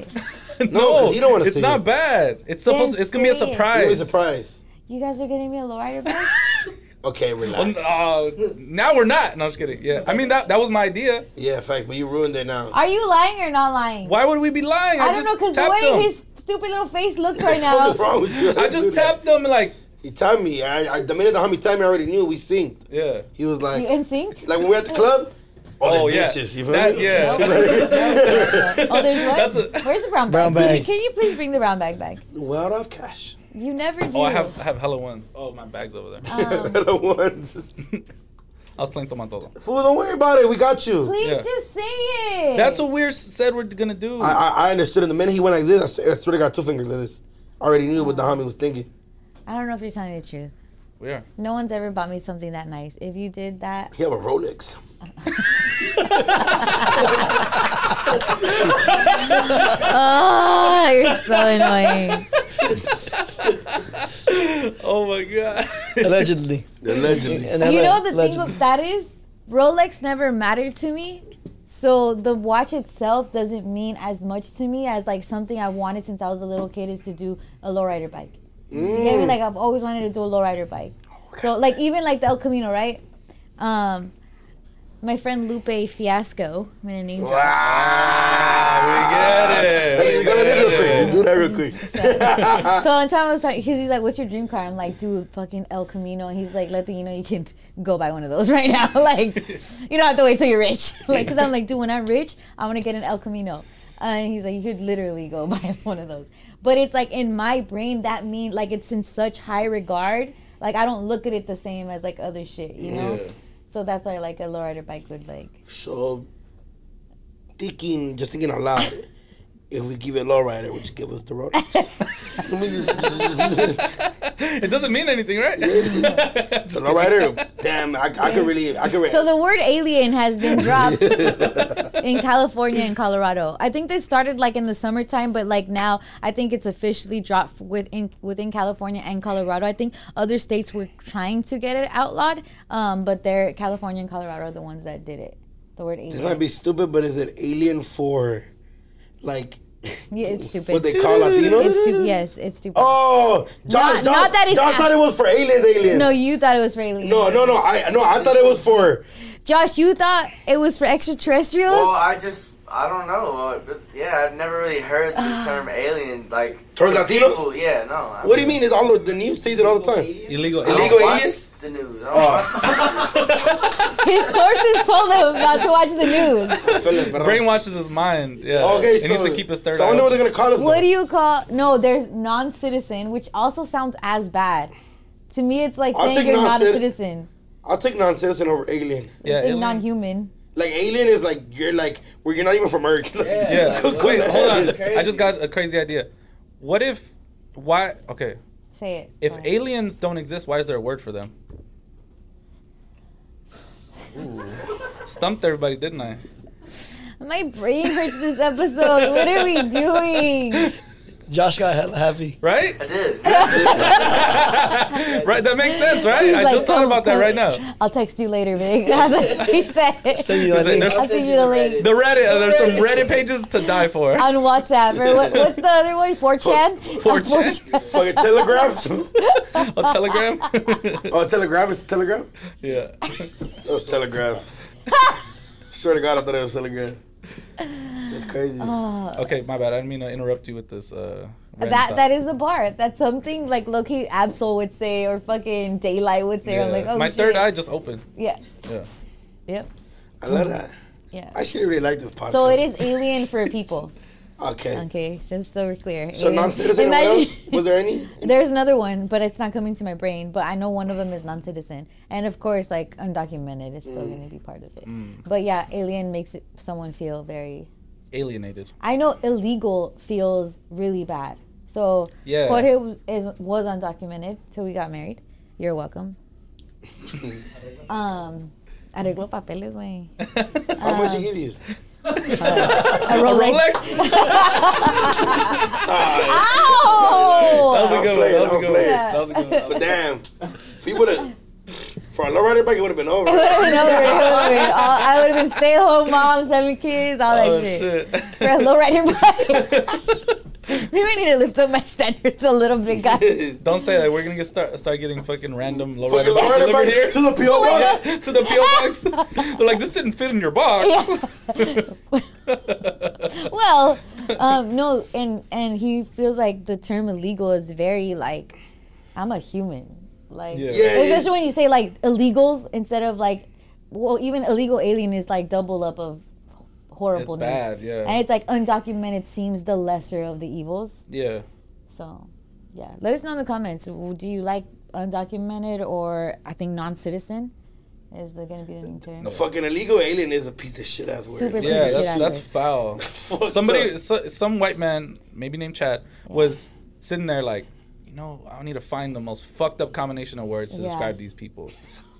[SPEAKER 5] it.
[SPEAKER 4] No, 'cause you don't wanna
[SPEAKER 1] It's
[SPEAKER 4] see
[SPEAKER 1] not
[SPEAKER 4] it.
[SPEAKER 1] bad. It's supposed.
[SPEAKER 5] Then
[SPEAKER 1] it's gonna be a
[SPEAKER 5] say it.
[SPEAKER 4] Give me a
[SPEAKER 1] surprise.
[SPEAKER 4] surprise.
[SPEAKER 5] You guys are getting me a lowrider bike?
[SPEAKER 4] Okay,
[SPEAKER 1] Um,
[SPEAKER 4] relax.
[SPEAKER 1] uh, now we're not. No, I'm just kidding. Yeah. I mean that. That was my idea.
[SPEAKER 4] Yeah, facts, but you ruined it now.
[SPEAKER 5] Are you lying or not lying?
[SPEAKER 1] Why would we be lying?
[SPEAKER 5] I don't know,
[SPEAKER 1] just
[SPEAKER 5] because the
[SPEAKER 1] tapped
[SPEAKER 5] way
[SPEAKER 1] him.
[SPEAKER 5] his stupid little face looks right now.
[SPEAKER 4] What's wrong with you?
[SPEAKER 1] I just tapped them like.
[SPEAKER 4] He tapped me. I, I, the minute the homie tapped me, I already knew we synced.
[SPEAKER 1] Yeah.
[SPEAKER 4] He was like,
[SPEAKER 5] You in sync?
[SPEAKER 4] like when we at the club, all
[SPEAKER 1] Oh,
[SPEAKER 4] the
[SPEAKER 1] yeah.
[SPEAKER 4] bitches. You feel
[SPEAKER 1] That-
[SPEAKER 4] me?
[SPEAKER 1] yeah.
[SPEAKER 5] Oh, there's what?
[SPEAKER 1] That's a-
[SPEAKER 5] Where's the brown bag?
[SPEAKER 2] Brown
[SPEAKER 5] Can you,
[SPEAKER 2] bags.
[SPEAKER 5] can you please bring the brown bag back?
[SPEAKER 4] Well out of cash.
[SPEAKER 5] You never do.
[SPEAKER 1] Oh, I have I have hella ones. Oh, my bag's over
[SPEAKER 5] Uh.
[SPEAKER 1] there.
[SPEAKER 5] Um.
[SPEAKER 4] Little ones.
[SPEAKER 1] I was playing tomatoes.
[SPEAKER 4] Fool, don't worry about it. We got you.
[SPEAKER 5] Please
[SPEAKER 1] Yeah.
[SPEAKER 5] just say it.
[SPEAKER 1] That's what we're said we're gonna do.
[SPEAKER 4] I, I, I understood. And the minute he went like this, I swear- I swear to God, two fingers like this. I already knew what the homie was thinking.
[SPEAKER 5] I don't know if you're telling me the truth.
[SPEAKER 1] we are.
[SPEAKER 5] No one's ever bought me something that nice. If you did that,
[SPEAKER 4] He have a Rolex.
[SPEAKER 5] Oh, you're so annoying.
[SPEAKER 1] oh my god.
[SPEAKER 2] Allegedly.
[SPEAKER 4] Allegedly.
[SPEAKER 2] And I
[SPEAKER 5] you know
[SPEAKER 2] like-
[SPEAKER 5] the thing
[SPEAKER 2] allegedly.
[SPEAKER 5] of that is Rolex never mattered to me. So the watch itself doesn't mean as much to me as like something I wanted since I was a little kid is to do a lowrider bike. You get
[SPEAKER 4] Mm.
[SPEAKER 5] me? Like I've always wanted to do a lowrider bike. So like even like the El Camino, right? Um, my friend Lupe Fiasco, I'm gonna name drop.
[SPEAKER 1] Ah, we get it.
[SPEAKER 4] Hey,
[SPEAKER 1] We
[SPEAKER 4] go
[SPEAKER 1] get
[SPEAKER 4] ahead real
[SPEAKER 1] it.
[SPEAKER 4] quick. Do that real quick.
[SPEAKER 5] So one time I was like, he's, he's like, "What's your dream car?" I'm like, "Dude, fucking El Camino." And he's like, "Let the you know you can go buy one of those right now. like, you don't have to wait till you're rich. like, cause I'm like, dude, when I'm rich, I want to get an El Camino." Uh, and he's like, "You could literally go buy one of those." But it's like in my brain that means like it's in such high regard. Like I don't look at it the same as like other shit, you know.
[SPEAKER 4] Yeah.
[SPEAKER 5] So that's why like a lowrider bike would like.
[SPEAKER 4] So, thinking, just thinking out loud, if we give it lowrider, would you give us the Rolex? I mean, just- just-
[SPEAKER 1] It doesn't mean anything, right?
[SPEAKER 4] the lowrider? Damn, I, I could really, I could really.
[SPEAKER 5] So the word alien has been dropped in California and Colorado. I think they started like in the summertime, but like now I think it's officially dropped within within California and Colorado. I think other states were trying to get it outlawed, um, but they're California and Colorado are the ones that did it. The word
[SPEAKER 4] this
[SPEAKER 5] alien.
[SPEAKER 4] might be stupid, but is it alien for, like,
[SPEAKER 5] yeah, it's stupid.
[SPEAKER 4] what they call Latinos?
[SPEAKER 5] it's stupid. Yes, it's stupid.
[SPEAKER 4] Oh, Josh,
[SPEAKER 5] Not-
[SPEAKER 4] Josh,
[SPEAKER 5] not that it's
[SPEAKER 4] Josh
[SPEAKER 5] a-
[SPEAKER 4] thought it was for aliens, aliens.
[SPEAKER 5] No, you thought it was for aliens.
[SPEAKER 4] no, no, no. I no, I thought it was for.
[SPEAKER 5] Josh, you thought it was for extraterrestrials?
[SPEAKER 8] Well,
[SPEAKER 4] Oh,
[SPEAKER 8] I just, I don't know. uh, But yeah, I've never really heard the term alien. Like
[SPEAKER 4] Towards
[SPEAKER 8] to
[SPEAKER 4] Latinos?
[SPEAKER 8] people. Yeah, no. I
[SPEAKER 4] Uh. What do you mean? It's all the news says it all the time.
[SPEAKER 1] Illegal.
[SPEAKER 8] I don't
[SPEAKER 4] Illegal
[SPEAKER 8] watch
[SPEAKER 4] aliens?
[SPEAKER 8] The news. I don't
[SPEAKER 4] Oh.
[SPEAKER 8] watch the news.
[SPEAKER 5] His sources told him not to watch the news.
[SPEAKER 4] Philip, but I'm-
[SPEAKER 1] Brainwashes his mind. Yeah.
[SPEAKER 4] Okay,
[SPEAKER 1] it
[SPEAKER 4] so
[SPEAKER 1] needs to keep his third
[SPEAKER 4] So I
[SPEAKER 1] eye.
[SPEAKER 4] wonder what
[SPEAKER 1] open.
[SPEAKER 4] they're gonna call us.
[SPEAKER 5] What
[SPEAKER 4] now.
[SPEAKER 5] do you call? No, there's non-citizen, which also sounds as bad. To me, it's like
[SPEAKER 4] I'll
[SPEAKER 5] saying
[SPEAKER 4] take
[SPEAKER 5] you're not a
[SPEAKER 4] non-citi-
[SPEAKER 5] citizen.
[SPEAKER 4] I'll take non-citizen over alien.
[SPEAKER 1] Yeah,
[SPEAKER 5] it's like
[SPEAKER 1] alien-
[SPEAKER 5] non-human.
[SPEAKER 4] Like alien is like you're like where you're not even from Earth.
[SPEAKER 1] Yeah.
[SPEAKER 4] Cook-
[SPEAKER 1] Wait,
[SPEAKER 4] cook-
[SPEAKER 1] hold on.
[SPEAKER 7] Crazy.
[SPEAKER 1] I just got a crazy idea. What if? Why? Okay.
[SPEAKER 5] Say it.
[SPEAKER 1] If
[SPEAKER 5] Go ahead.
[SPEAKER 1] aliens don't exist, why is there a word for them? Stumped everybody, didn't I?
[SPEAKER 5] my brain hurts this episode. what are we doing?
[SPEAKER 2] Josh got hella happy.
[SPEAKER 1] Right?
[SPEAKER 8] I did.
[SPEAKER 1] right. That makes sense, right?
[SPEAKER 5] He's
[SPEAKER 1] I
[SPEAKER 5] like,
[SPEAKER 1] just thought
[SPEAKER 5] "Come-
[SPEAKER 1] about that
[SPEAKER 5] come-
[SPEAKER 1] right now.
[SPEAKER 5] I'll text you later, big. That's what he said.
[SPEAKER 2] Send you
[SPEAKER 1] He's
[SPEAKER 2] a
[SPEAKER 1] like,
[SPEAKER 2] link.
[SPEAKER 1] there's-
[SPEAKER 5] I'll send you the link
[SPEAKER 1] The Reddit. uh, There's some Reddit pages to die for.
[SPEAKER 5] on WhatsApp or what, what's the other one? 4chan.
[SPEAKER 1] 4chan.
[SPEAKER 5] On 4chan.
[SPEAKER 4] Fucking telegram.
[SPEAKER 1] A telegram.
[SPEAKER 4] oh, telegram is telegram.
[SPEAKER 1] yeah.
[SPEAKER 4] That was telegram. Swear to God, I thought it was telegram. That's crazy.
[SPEAKER 5] Oh.
[SPEAKER 1] Okay, my bad. I didn't mean to interrupt you with this. Uh, random
[SPEAKER 5] That
[SPEAKER 1] thought.
[SPEAKER 5] that is a bar. That's something like Loki Absol would say or fucking Daylight would say. I'm
[SPEAKER 1] Yeah.
[SPEAKER 5] like, oh
[SPEAKER 1] my
[SPEAKER 5] shit.
[SPEAKER 1] third eye just opened.
[SPEAKER 5] Yeah.
[SPEAKER 1] Yeah.
[SPEAKER 5] Yep.
[SPEAKER 4] I love that.
[SPEAKER 5] Yeah.
[SPEAKER 4] I actually really like this podcast.
[SPEAKER 5] So it is alien for people.
[SPEAKER 4] Okay.
[SPEAKER 5] Okay, just so we're clear.
[SPEAKER 4] So
[SPEAKER 5] Alien-
[SPEAKER 4] non-citizen. What
[SPEAKER 5] Imagine-
[SPEAKER 4] else? Was there any?
[SPEAKER 5] There's another one, but it's not coming to my brain. But I know one of them is non-citizen, and of course, like undocumented is still
[SPEAKER 4] Mm.
[SPEAKER 5] going to be part of it. But yeah, alien makes it, someone feel very.
[SPEAKER 1] Alienated.
[SPEAKER 5] I know illegal feels really bad. So
[SPEAKER 1] Yeah.
[SPEAKER 5] Jorge was is, was undocumented till we got married. You're welcome. um, arreglo papeles, güey.
[SPEAKER 4] How much
[SPEAKER 5] uh,
[SPEAKER 4] he give you?
[SPEAKER 5] A Rolex.
[SPEAKER 1] Rolex.
[SPEAKER 4] Ah,
[SPEAKER 5] Ow!
[SPEAKER 1] That was a good one. That was a good one.
[SPEAKER 4] Yeah.
[SPEAKER 1] That was a good one.
[SPEAKER 4] but damn, if you would have, for a lowrider bike, it would have been over.
[SPEAKER 5] It would have been over. It would have been. All, I would have been stay at home mom, seven kids, all that
[SPEAKER 1] Oh
[SPEAKER 5] shit.
[SPEAKER 1] shit.
[SPEAKER 5] For a low rider bike. Maybe I need to lift up my standards a little bit, guys.
[SPEAKER 1] Don't say that. We're gonna get start start getting fucking random low
[SPEAKER 4] For
[SPEAKER 1] rider
[SPEAKER 4] your
[SPEAKER 1] bikes
[SPEAKER 4] lowrider
[SPEAKER 1] delivered
[SPEAKER 4] bike
[SPEAKER 1] here
[SPEAKER 4] to the PO box.
[SPEAKER 1] Yeah, to the PO box. They're like, this didn't fit in your box.
[SPEAKER 5] well, um, no, and and he feels like the term illegal is very like, I'm a human. Like,
[SPEAKER 1] Yeah.
[SPEAKER 4] Yeah,
[SPEAKER 5] especially when you say like illegals instead of like, well, even illegal alien is like double up of horribleness.
[SPEAKER 1] bad, yeah.
[SPEAKER 5] And it's like undocumented seems the lesser of the evils.
[SPEAKER 1] yeah.
[SPEAKER 5] So, yeah, let us know in the comments. w- Do you like undocumented or I think non-citizen? Is the gonna be the new term?
[SPEAKER 4] A fucking illegal alien is a piece of shit ass word.
[SPEAKER 5] Super piece
[SPEAKER 1] Yeah,
[SPEAKER 5] of
[SPEAKER 1] that's,
[SPEAKER 5] shit.
[SPEAKER 1] that's
[SPEAKER 5] answer.
[SPEAKER 1] foul.
[SPEAKER 4] Fucked
[SPEAKER 1] Somebody,
[SPEAKER 4] up.
[SPEAKER 1] so, some white man, maybe named Chad, was sitting there like, you know, I need to find the most fucked up combination of words to
[SPEAKER 5] Yeah.
[SPEAKER 1] describe these people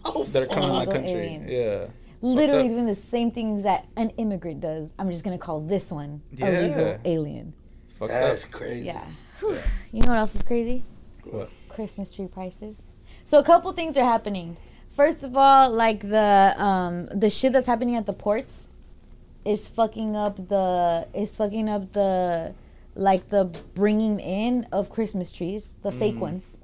[SPEAKER 4] Oh,
[SPEAKER 1] that are coming to my
[SPEAKER 5] Illegal
[SPEAKER 1] country.
[SPEAKER 5] aliens.
[SPEAKER 1] Yeah.
[SPEAKER 5] literally
[SPEAKER 1] the-
[SPEAKER 5] doing the same things that an immigrant does. I'm just gonna call this one a
[SPEAKER 1] Yeah.
[SPEAKER 5] legal alien.
[SPEAKER 1] It's fucked up.
[SPEAKER 4] That's crazy.
[SPEAKER 5] Yeah. Whew. You know what else is crazy?
[SPEAKER 1] What?
[SPEAKER 5] Christmas tree prices. So a couple things are happening. First of all, like the um the shit that's happening at the ports is fucking up the is fucking up the like the bringing in of Christmas trees, the fake ones.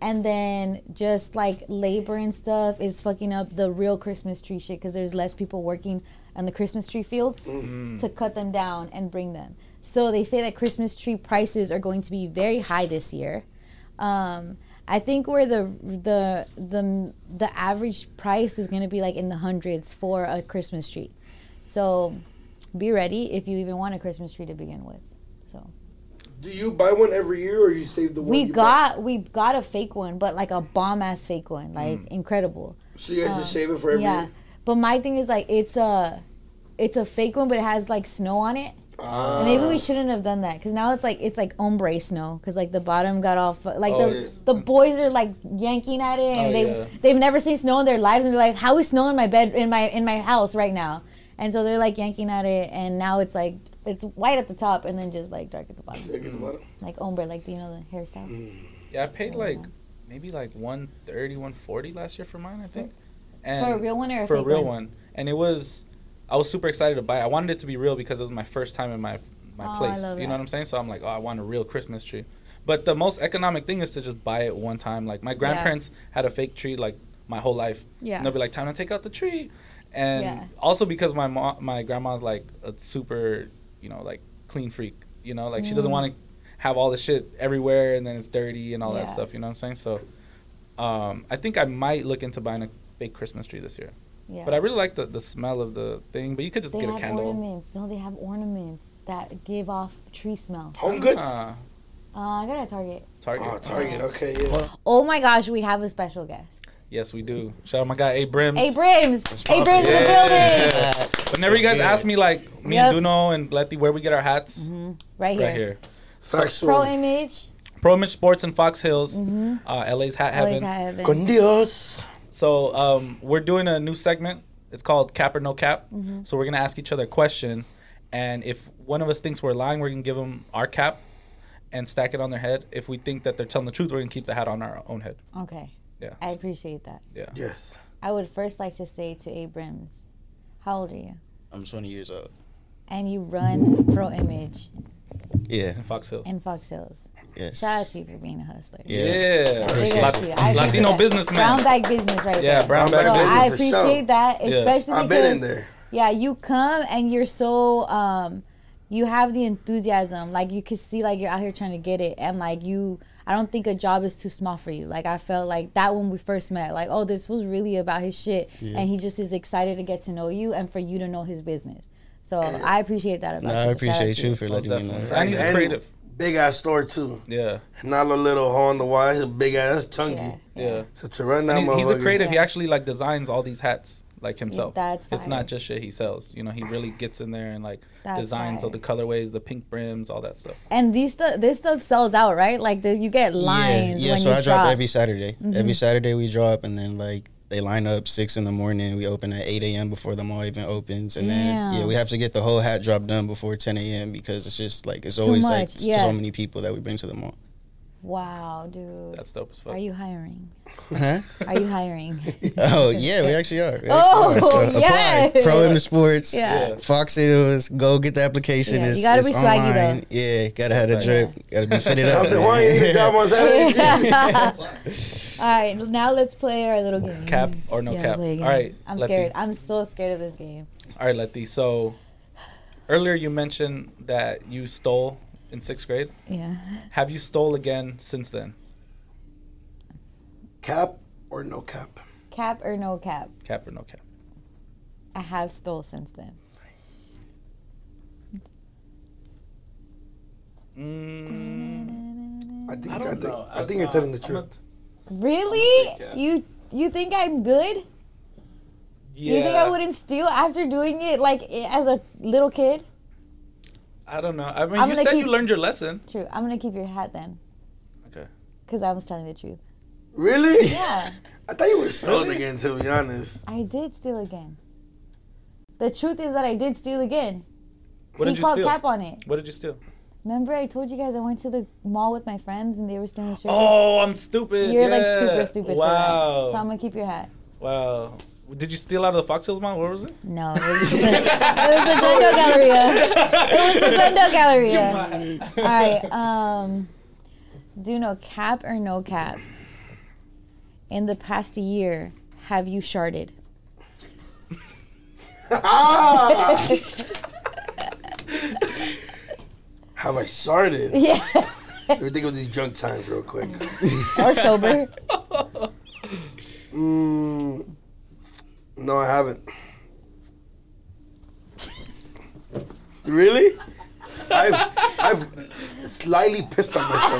[SPEAKER 5] And then just like labor and stuff is fucking up the real Christmas tree shit because there's less people working on the Christmas tree fields to cut them down and bring them. So they say that Christmas tree prices are going to be very high this year. Um, I think where the the the the average price is going to be like in the hundreds for a Christmas tree. So be ready if you even want a Christmas tree to begin with. So
[SPEAKER 4] Do you buy one every year or you save the one?
[SPEAKER 5] we
[SPEAKER 4] you bought?
[SPEAKER 5] got we got a fake one, but like a bomb ass fake one, like incredible.
[SPEAKER 4] So Mm. you guys just save it for every
[SPEAKER 5] uh, yeah,
[SPEAKER 4] year?
[SPEAKER 5] but my thing is like it's a it's a fake one, but it has like snow on it.
[SPEAKER 4] Ah.
[SPEAKER 5] And maybe we shouldn't have done that because now it's like it's like ombre snow because like the bottom got all fu- like
[SPEAKER 1] Oh,
[SPEAKER 5] the
[SPEAKER 1] yeah.
[SPEAKER 5] the boys are like yanking at it and
[SPEAKER 1] Oh,
[SPEAKER 5] they
[SPEAKER 1] yeah.
[SPEAKER 5] they've never seen snow in their lives and they're like how is snow in my bed in my in my house right now and so they're like yanking at it and now it's like it's white at the top and then just like dark at the bottom
[SPEAKER 4] Look at the bottom.
[SPEAKER 5] like ombre like you know the hairstyle
[SPEAKER 1] Mm. Yeah, I paid like maybe like 130, 140 last year for mine, I think. And
[SPEAKER 5] for a real one or a
[SPEAKER 1] for a
[SPEAKER 5] fake
[SPEAKER 1] real one. And it was, I was super excited to buy. it. I wanted it to be real because it was my first time in my my
[SPEAKER 5] Oh, I
[SPEAKER 1] place. You
[SPEAKER 5] love
[SPEAKER 1] know
[SPEAKER 5] that.
[SPEAKER 1] what I'm saying? So I'm like, oh, I want a real Christmas tree. But the most economic thing is to just buy it one time. Like my grandparents had a fake tree like my whole life.
[SPEAKER 5] Yeah.
[SPEAKER 1] And they'll be like, time to take out the tree. And
[SPEAKER 5] Yeah.
[SPEAKER 1] also because my mom, my grandma's like a super, you know, like clean freak. You know, like she
[SPEAKER 5] Mm.
[SPEAKER 1] doesn't want to have all the shit everywhere and then it's dirty and all that
[SPEAKER 5] Yeah.
[SPEAKER 1] stuff. You know what I'm saying? So, um, I think I might look into buying a big Christmas tree this year.
[SPEAKER 5] yeah
[SPEAKER 1] But I really like the, the smell of the thing. But you could just
[SPEAKER 5] they
[SPEAKER 1] get a
[SPEAKER 5] have
[SPEAKER 1] candle.
[SPEAKER 5] ornaments no they have ornaments that give off tree smell
[SPEAKER 4] Home goods?
[SPEAKER 1] Ah,
[SPEAKER 5] uh, I got to Target
[SPEAKER 1] Target.
[SPEAKER 4] oh, Target. Okay, yeah.
[SPEAKER 5] oh my gosh we have a special guest
[SPEAKER 1] Yes, we do. Shout out my guy Abrams.
[SPEAKER 5] Abrams Abrams in the
[SPEAKER 1] Yeah.
[SPEAKER 5] building
[SPEAKER 1] Whenever you guys
[SPEAKER 2] Yeah.
[SPEAKER 1] ask me, like me
[SPEAKER 5] Yep.
[SPEAKER 1] and Duno and Letty, where we get our hats,
[SPEAKER 5] Mm-hmm. right here.
[SPEAKER 1] right here.
[SPEAKER 4] Factual.
[SPEAKER 5] Pro image.
[SPEAKER 1] Pro Image Sports in Fox Hills,
[SPEAKER 5] Mm-hmm.
[SPEAKER 1] uh, LA's Hat
[SPEAKER 5] Always
[SPEAKER 1] Heaven.
[SPEAKER 5] have it.
[SPEAKER 4] Con Dios.
[SPEAKER 1] So um, we're doing a new segment. It's called Cap or No Cap. So we're gonna ask each other a question, and if one of us thinks we're lying, we're gonna give them our cap and stack it on their head. If we think that they're telling the truth, we're gonna keep the hat on our own head.
[SPEAKER 5] Okay.
[SPEAKER 1] Yeah.
[SPEAKER 5] I appreciate that.
[SPEAKER 4] Yes.
[SPEAKER 5] I would first like to say to Abrams, how old are you?
[SPEAKER 2] I'm 20 years old.
[SPEAKER 5] And you run Pro Image
[SPEAKER 2] Yeah.
[SPEAKER 1] in Fox Hills.
[SPEAKER 5] in Fox Hills.
[SPEAKER 2] Yes.
[SPEAKER 5] Shout out to you for being a hustler.
[SPEAKER 2] Yeah.
[SPEAKER 1] Yeah.
[SPEAKER 5] Big
[SPEAKER 1] Lat-
[SPEAKER 5] up to you. I appreciate
[SPEAKER 1] Latino
[SPEAKER 5] that. Brown
[SPEAKER 1] businessman.
[SPEAKER 5] bag business right
[SPEAKER 1] Yeah,
[SPEAKER 5] there.
[SPEAKER 1] brown
[SPEAKER 4] Brown
[SPEAKER 1] bag
[SPEAKER 4] bag
[SPEAKER 5] So I
[SPEAKER 1] business.
[SPEAKER 4] business. for sure.
[SPEAKER 5] appreciate that,
[SPEAKER 1] Yeah.
[SPEAKER 5] especially
[SPEAKER 4] I've
[SPEAKER 5] because
[SPEAKER 4] been in there.
[SPEAKER 5] yeah, you come and you're so um you have the enthusiasm. Like you could see like you're out here trying to get it and like you I don't think a job is too small for you. Like I felt like that when we first met, like, oh, this was really about his shit and he just is excited to get to know you and for you to know his business. So I appreciate that about you.
[SPEAKER 2] No, I
[SPEAKER 5] So shout out
[SPEAKER 2] appreciate
[SPEAKER 5] to
[SPEAKER 2] you for letting me know.
[SPEAKER 1] definitely. And he's
[SPEAKER 4] And-
[SPEAKER 1] creative.
[SPEAKER 4] Big ass store, too.
[SPEAKER 1] Yeah.
[SPEAKER 4] Not a little hole in the wire. He's a big ass chunky.
[SPEAKER 5] Yeah.
[SPEAKER 1] Yeah.
[SPEAKER 4] So to run that
[SPEAKER 1] And he- he's a
[SPEAKER 4] motherfucker-
[SPEAKER 1] creative. He
[SPEAKER 5] Yeah.
[SPEAKER 1] actually like designs all these hats like himself.
[SPEAKER 5] that's
[SPEAKER 1] It's
[SPEAKER 5] fire.
[SPEAKER 1] not just shit he sells. You know, he really gets in there and like
[SPEAKER 5] That's
[SPEAKER 1] designs all
[SPEAKER 5] fire.
[SPEAKER 1] the colorways, the pink brims, all that stuff.
[SPEAKER 5] And these stuff this stuff sells out, right? Like the, you get lines
[SPEAKER 2] Yeah, yeah
[SPEAKER 5] when
[SPEAKER 2] so
[SPEAKER 5] you
[SPEAKER 2] I drop,
[SPEAKER 5] drop. Mm-hmm.
[SPEAKER 2] every Saturday. Every Saturday we drop, and then like they line up six in the morning. We open at eight a.m. before the mall even opens, and
[SPEAKER 5] Damn.
[SPEAKER 2] then yeah, we have to get the whole hat drop done before ten a.m. because it's just like it's
[SPEAKER 5] Too
[SPEAKER 2] always
[SPEAKER 5] much,
[SPEAKER 2] like s-
[SPEAKER 5] yeah.
[SPEAKER 2] so many people that we bring to the mall.
[SPEAKER 5] wow, dude.
[SPEAKER 1] That's dope as fuck.
[SPEAKER 5] Are you hiring?
[SPEAKER 2] Huh?
[SPEAKER 5] Are you hiring?
[SPEAKER 2] oh yeah, we actually are. We actually
[SPEAKER 5] Oh,
[SPEAKER 2] are.
[SPEAKER 5] yeah.
[SPEAKER 2] apply. Pro in the sports.
[SPEAKER 5] Yeah.
[SPEAKER 2] Fox Hills. Go get the application.
[SPEAKER 5] Yeah, you
[SPEAKER 2] it's,
[SPEAKER 5] gotta
[SPEAKER 2] it's
[SPEAKER 5] be swaggy,
[SPEAKER 2] online. Yeah, gotta have a
[SPEAKER 1] Right.
[SPEAKER 2] drip. Gotta be fitted up.
[SPEAKER 4] I've been wanting to get a job on Saturday.
[SPEAKER 5] All right, now let's play our little game.
[SPEAKER 1] Cap or no
[SPEAKER 5] Mm-hmm. Yeah,
[SPEAKER 1] cap?
[SPEAKER 5] play a game.
[SPEAKER 1] All right,
[SPEAKER 5] I'm
[SPEAKER 1] Lefty.
[SPEAKER 5] scared. I'm so scared of this game.
[SPEAKER 1] All right, Letty. So earlier you mentioned that you stole in sixth grade.
[SPEAKER 5] Yeah.
[SPEAKER 1] Have you stole again since then?
[SPEAKER 4] cap or no cap?
[SPEAKER 5] Cap or no cap?
[SPEAKER 1] Cap or no cap?
[SPEAKER 5] I have stole since then.
[SPEAKER 1] Mm,
[SPEAKER 4] I think I,
[SPEAKER 1] don't
[SPEAKER 4] think
[SPEAKER 1] know.
[SPEAKER 4] I think you're
[SPEAKER 1] Uh,
[SPEAKER 4] telling the
[SPEAKER 1] I'm a-
[SPEAKER 4] truth.
[SPEAKER 5] Really?
[SPEAKER 1] cap.
[SPEAKER 5] You you think I'm good?
[SPEAKER 1] yeah.
[SPEAKER 5] You think I wouldn't steal after doing it like i- as a little kid?
[SPEAKER 1] I don't know. I mean,
[SPEAKER 5] I'm
[SPEAKER 1] you
[SPEAKER 5] gonna
[SPEAKER 1] said
[SPEAKER 5] keep-
[SPEAKER 1] you learned your lesson.
[SPEAKER 5] True. I'm gonna keep your hat then.
[SPEAKER 1] Okay.
[SPEAKER 5] Cause I was telling the truth.
[SPEAKER 4] Really?
[SPEAKER 5] Yeah,
[SPEAKER 4] I thought you would have stolen again. To be honest,
[SPEAKER 5] I did steal again. The truth is that I did steal again.
[SPEAKER 1] What
[SPEAKER 5] he
[SPEAKER 1] did you
[SPEAKER 5] called
[SPEAKER 1] steal?
[SPEAKER 5] cap on it.
[SPEAKER 1] What did you steal?
[SPEAKER 5] Remember, I told you guys I went to the mall with my friends and they were stealing shirts.
[SPEAKER 1] Oh, I'm stupid.
[SPEAKER 5] You're like
[SPEAKER 1] Yeah.
[SPEAKER 5] super stupid for
[SPEAKER 1] Wow.
[SPEAKER 5] that. So I'm gonna keep your hat.
[SPEAKER 1] Wow. Did you steal out of the Foxhills Mall? Where was it?
[SPEAKER 5] No, it was the, it was the Glendale Galleria. It was the Glendale Galleria. All right. Um, do no cap or no cap. In the past year, have you sharded?
[SPEAKER 4] Have I started?
[SPEAKER 5] Yeah.
[SPEAKER 4] Let me think of these drunk times real quick.
[SPEAKER 5] or sober?
[SPEAKER 4] Mm, no, I haven't. really? I've, I've slightly pissed on myself.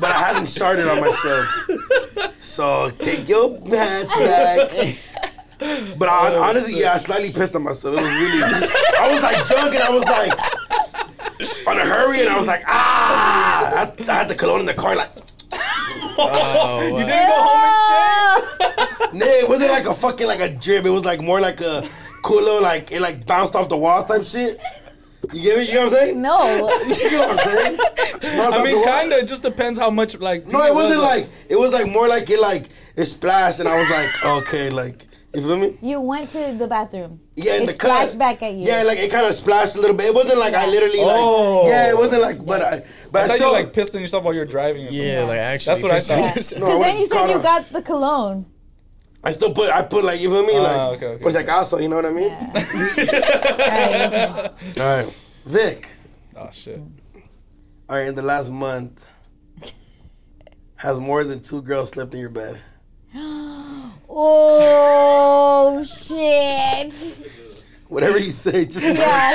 [SPEAKER 4] but I haven't started on myself. So take your pants back. But I, honestly, yeah, I slightly pissed on myself. It was really, I was like drunk and I was like on a hurry and I was like, ah! I, I had the cologne in the car, like,
[SPEAKER 2] Oh, wow.
[SPEAKER 4] Nah, it wasn't like a fucking like a drip. It was like more like a culo, like it like bounced off the wall type shit. You get me? You know what I'm saying?
[SPEAKER 5] No.
[SPEAKER 4] You know what I'm saying? Bounced
[SPEAKER 1] I
[SPEAKER 4] off
[SPEAKER 1] mean,
[SPEAKER 4] the wall.
[SPEAKER 1] kind of. It just depends how much, like.
[SPEAKER 4] No, it wasn't like it was like more like it like it splashed, and I was like, okay, like you feel me?
[SPEAKER 5] You went to the bathroom.
[SPEAKER 4] Yeah, in
[SPEAKER 5] It
[SPEAKER 4] the cut.
[SPEAKER 5] splashed back at you.
[SPEAKER 4] Yeah, like it kind of splashed a little bit. It wasn't like I literally like.
[SPEAKER 1] Oh.
[SPEAKER 4] Yeah, it wasn't like, but I,
[SPEAKER 1] I
[SPEAKER 4] but I,
[SPEAKER 1] thought
[SPEAKER 4] still
[SPEAKER 1] you like pissed on yourself while you're driving. or
[SPEAKER 2] Yeah, like actually.
[SPEAKER 1] That's what I
[SPEAKER 2] pissed
[SPEAKER 1] thought.
[SPEAKER 2] off.
[SPEAKER 5] Because
[SPEAKER 4] No, I
[SPEAKER 5] then
[SPEAKER 4] wouldn't
[SPEAKER 5] you said
[SPEAKER 4] caught
[SPEAKER 5] you
[SPEAKER 4] on.
[SPEAKER 5] got the cologne.
[SPEAKER 4] I still put I put like you feel me
[SPEAKER 1] Ah,
[SPEAKER 4] like,
[SPEAKER 1] okay, okay.
[SPEAKER 4] but it's like also you know what I mean?
[SPEAKER 5] Yeah.
[SPEAKER 1] something.
[SPEAKER 5] All right, you do.
[SPEAKER 4] All right, Vic.
[SPEAKER 1] oh shit.
[SPEAKER 4] All right, in the last month, has more than two girls slept in your bed?
[SPEAKER 5] Oh shit!
[SPEAKER 4] Whatever you say, just
[SPEAKER 5] Yeah.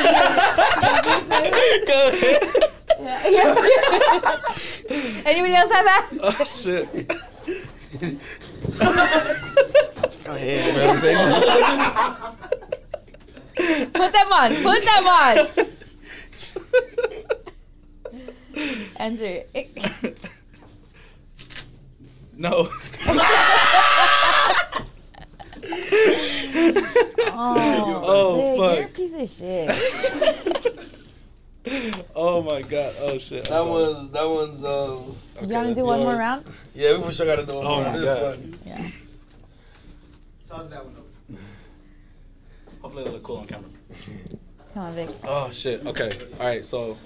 [SPEAKER 5] yeah. yeah. Anybody else have that?
[SPEAKER 1] Oh shit.
[SPEAKER 2] Go ahead, bro. I'm saying-
[SPEAKER 5] Put them on. Put them on. Answer. it.
[SPEAKER 1] no.
[SPEAKER 5] Oh,
[SPEAKER 1] Oh,
[SPEAKER 5] dude,
[SPEAKER 1] fuck.
[SPEAKER 5] You're a piece of shit.
[SPEAKER 1] oh my god. Oh shit.
[SPEAKER 4] that one's that one's um
[SPEAKER 5] You want to do one more round?
[SPEAKER 4] yeah we for sure gotta do one
[SPEAKER 1] Oh
[SPEAKER 4] more.
[SPEAKER 1] my
[SPEAKER 4] This
[SPEAKER 1] God.
[SPEAKER 4] one.
[SPEAKER 7] Toss that one over.
[SPEAKER 1] Hopefully it'll look cool on camera.
[SPEAKER 5] Come on, Vic.
[SPEAKER 1] Oh shit. Okay. All right. So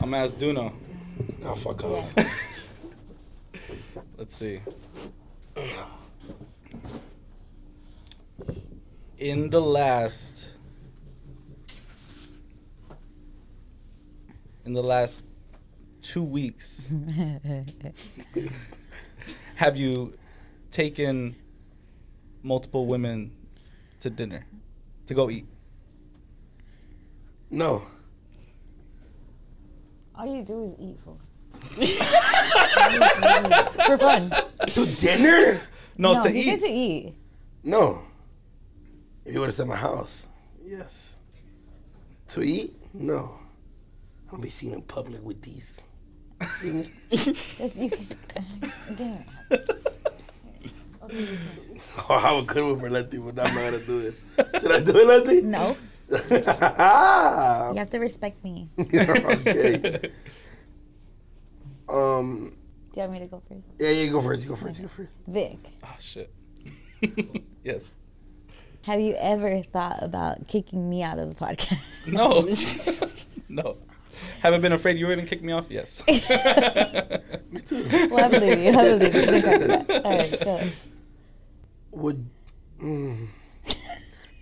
[SPEAKER 1] I'm gonna ask Duno.
[SPEAKER 4] Oh fuck off.
[SPEAKER 1] Let's see. In the last. In the last two weeks, have you taken multiple women to dinner to go eat?
[SPEAKER 4] No,
[SPEAKER 5] All you do is eat food. For fun.
[SPEAKER 4] to dinner?
[SPEAKER 1] No, to
[SPEAKER 5] you
[SPEAKER 1] eat.
[SPEAKER 5] get to eat.
[SPEAKER 4] No. If you would have said my house, yes. To eat? No. i will be seen in public with these.
[SPEAKER 5] That's you. Damn it.
[SPEAKER 4] Oh, how good one for Leti would not know how to do it. Should I do it, Leti?
[SPEAKER 5] No,
[SPEAKER 4] No.
[SPEAKER 5] you have to respect me. Do
[SPEAKER 4] okay. Um.
[SPEAKER 5] you want me to go first?
[SPEAKER 4] Yeah, yeah, go first. You go first. You go first.
[SPEAKER 5] Vic,
[SPEAKER 1] Oh shit. yes.
[SPEAKER 5] have you ever thought about kicking me out of the podcast?
[SPEAKER 1] No. no. Haven't been afraid you were gonna kick me off? Yes.
[SPEAKER 5] well, I believe you. I believe you. Don't talk about that. All right, go.
[SPEAKER 4] Would. Mm.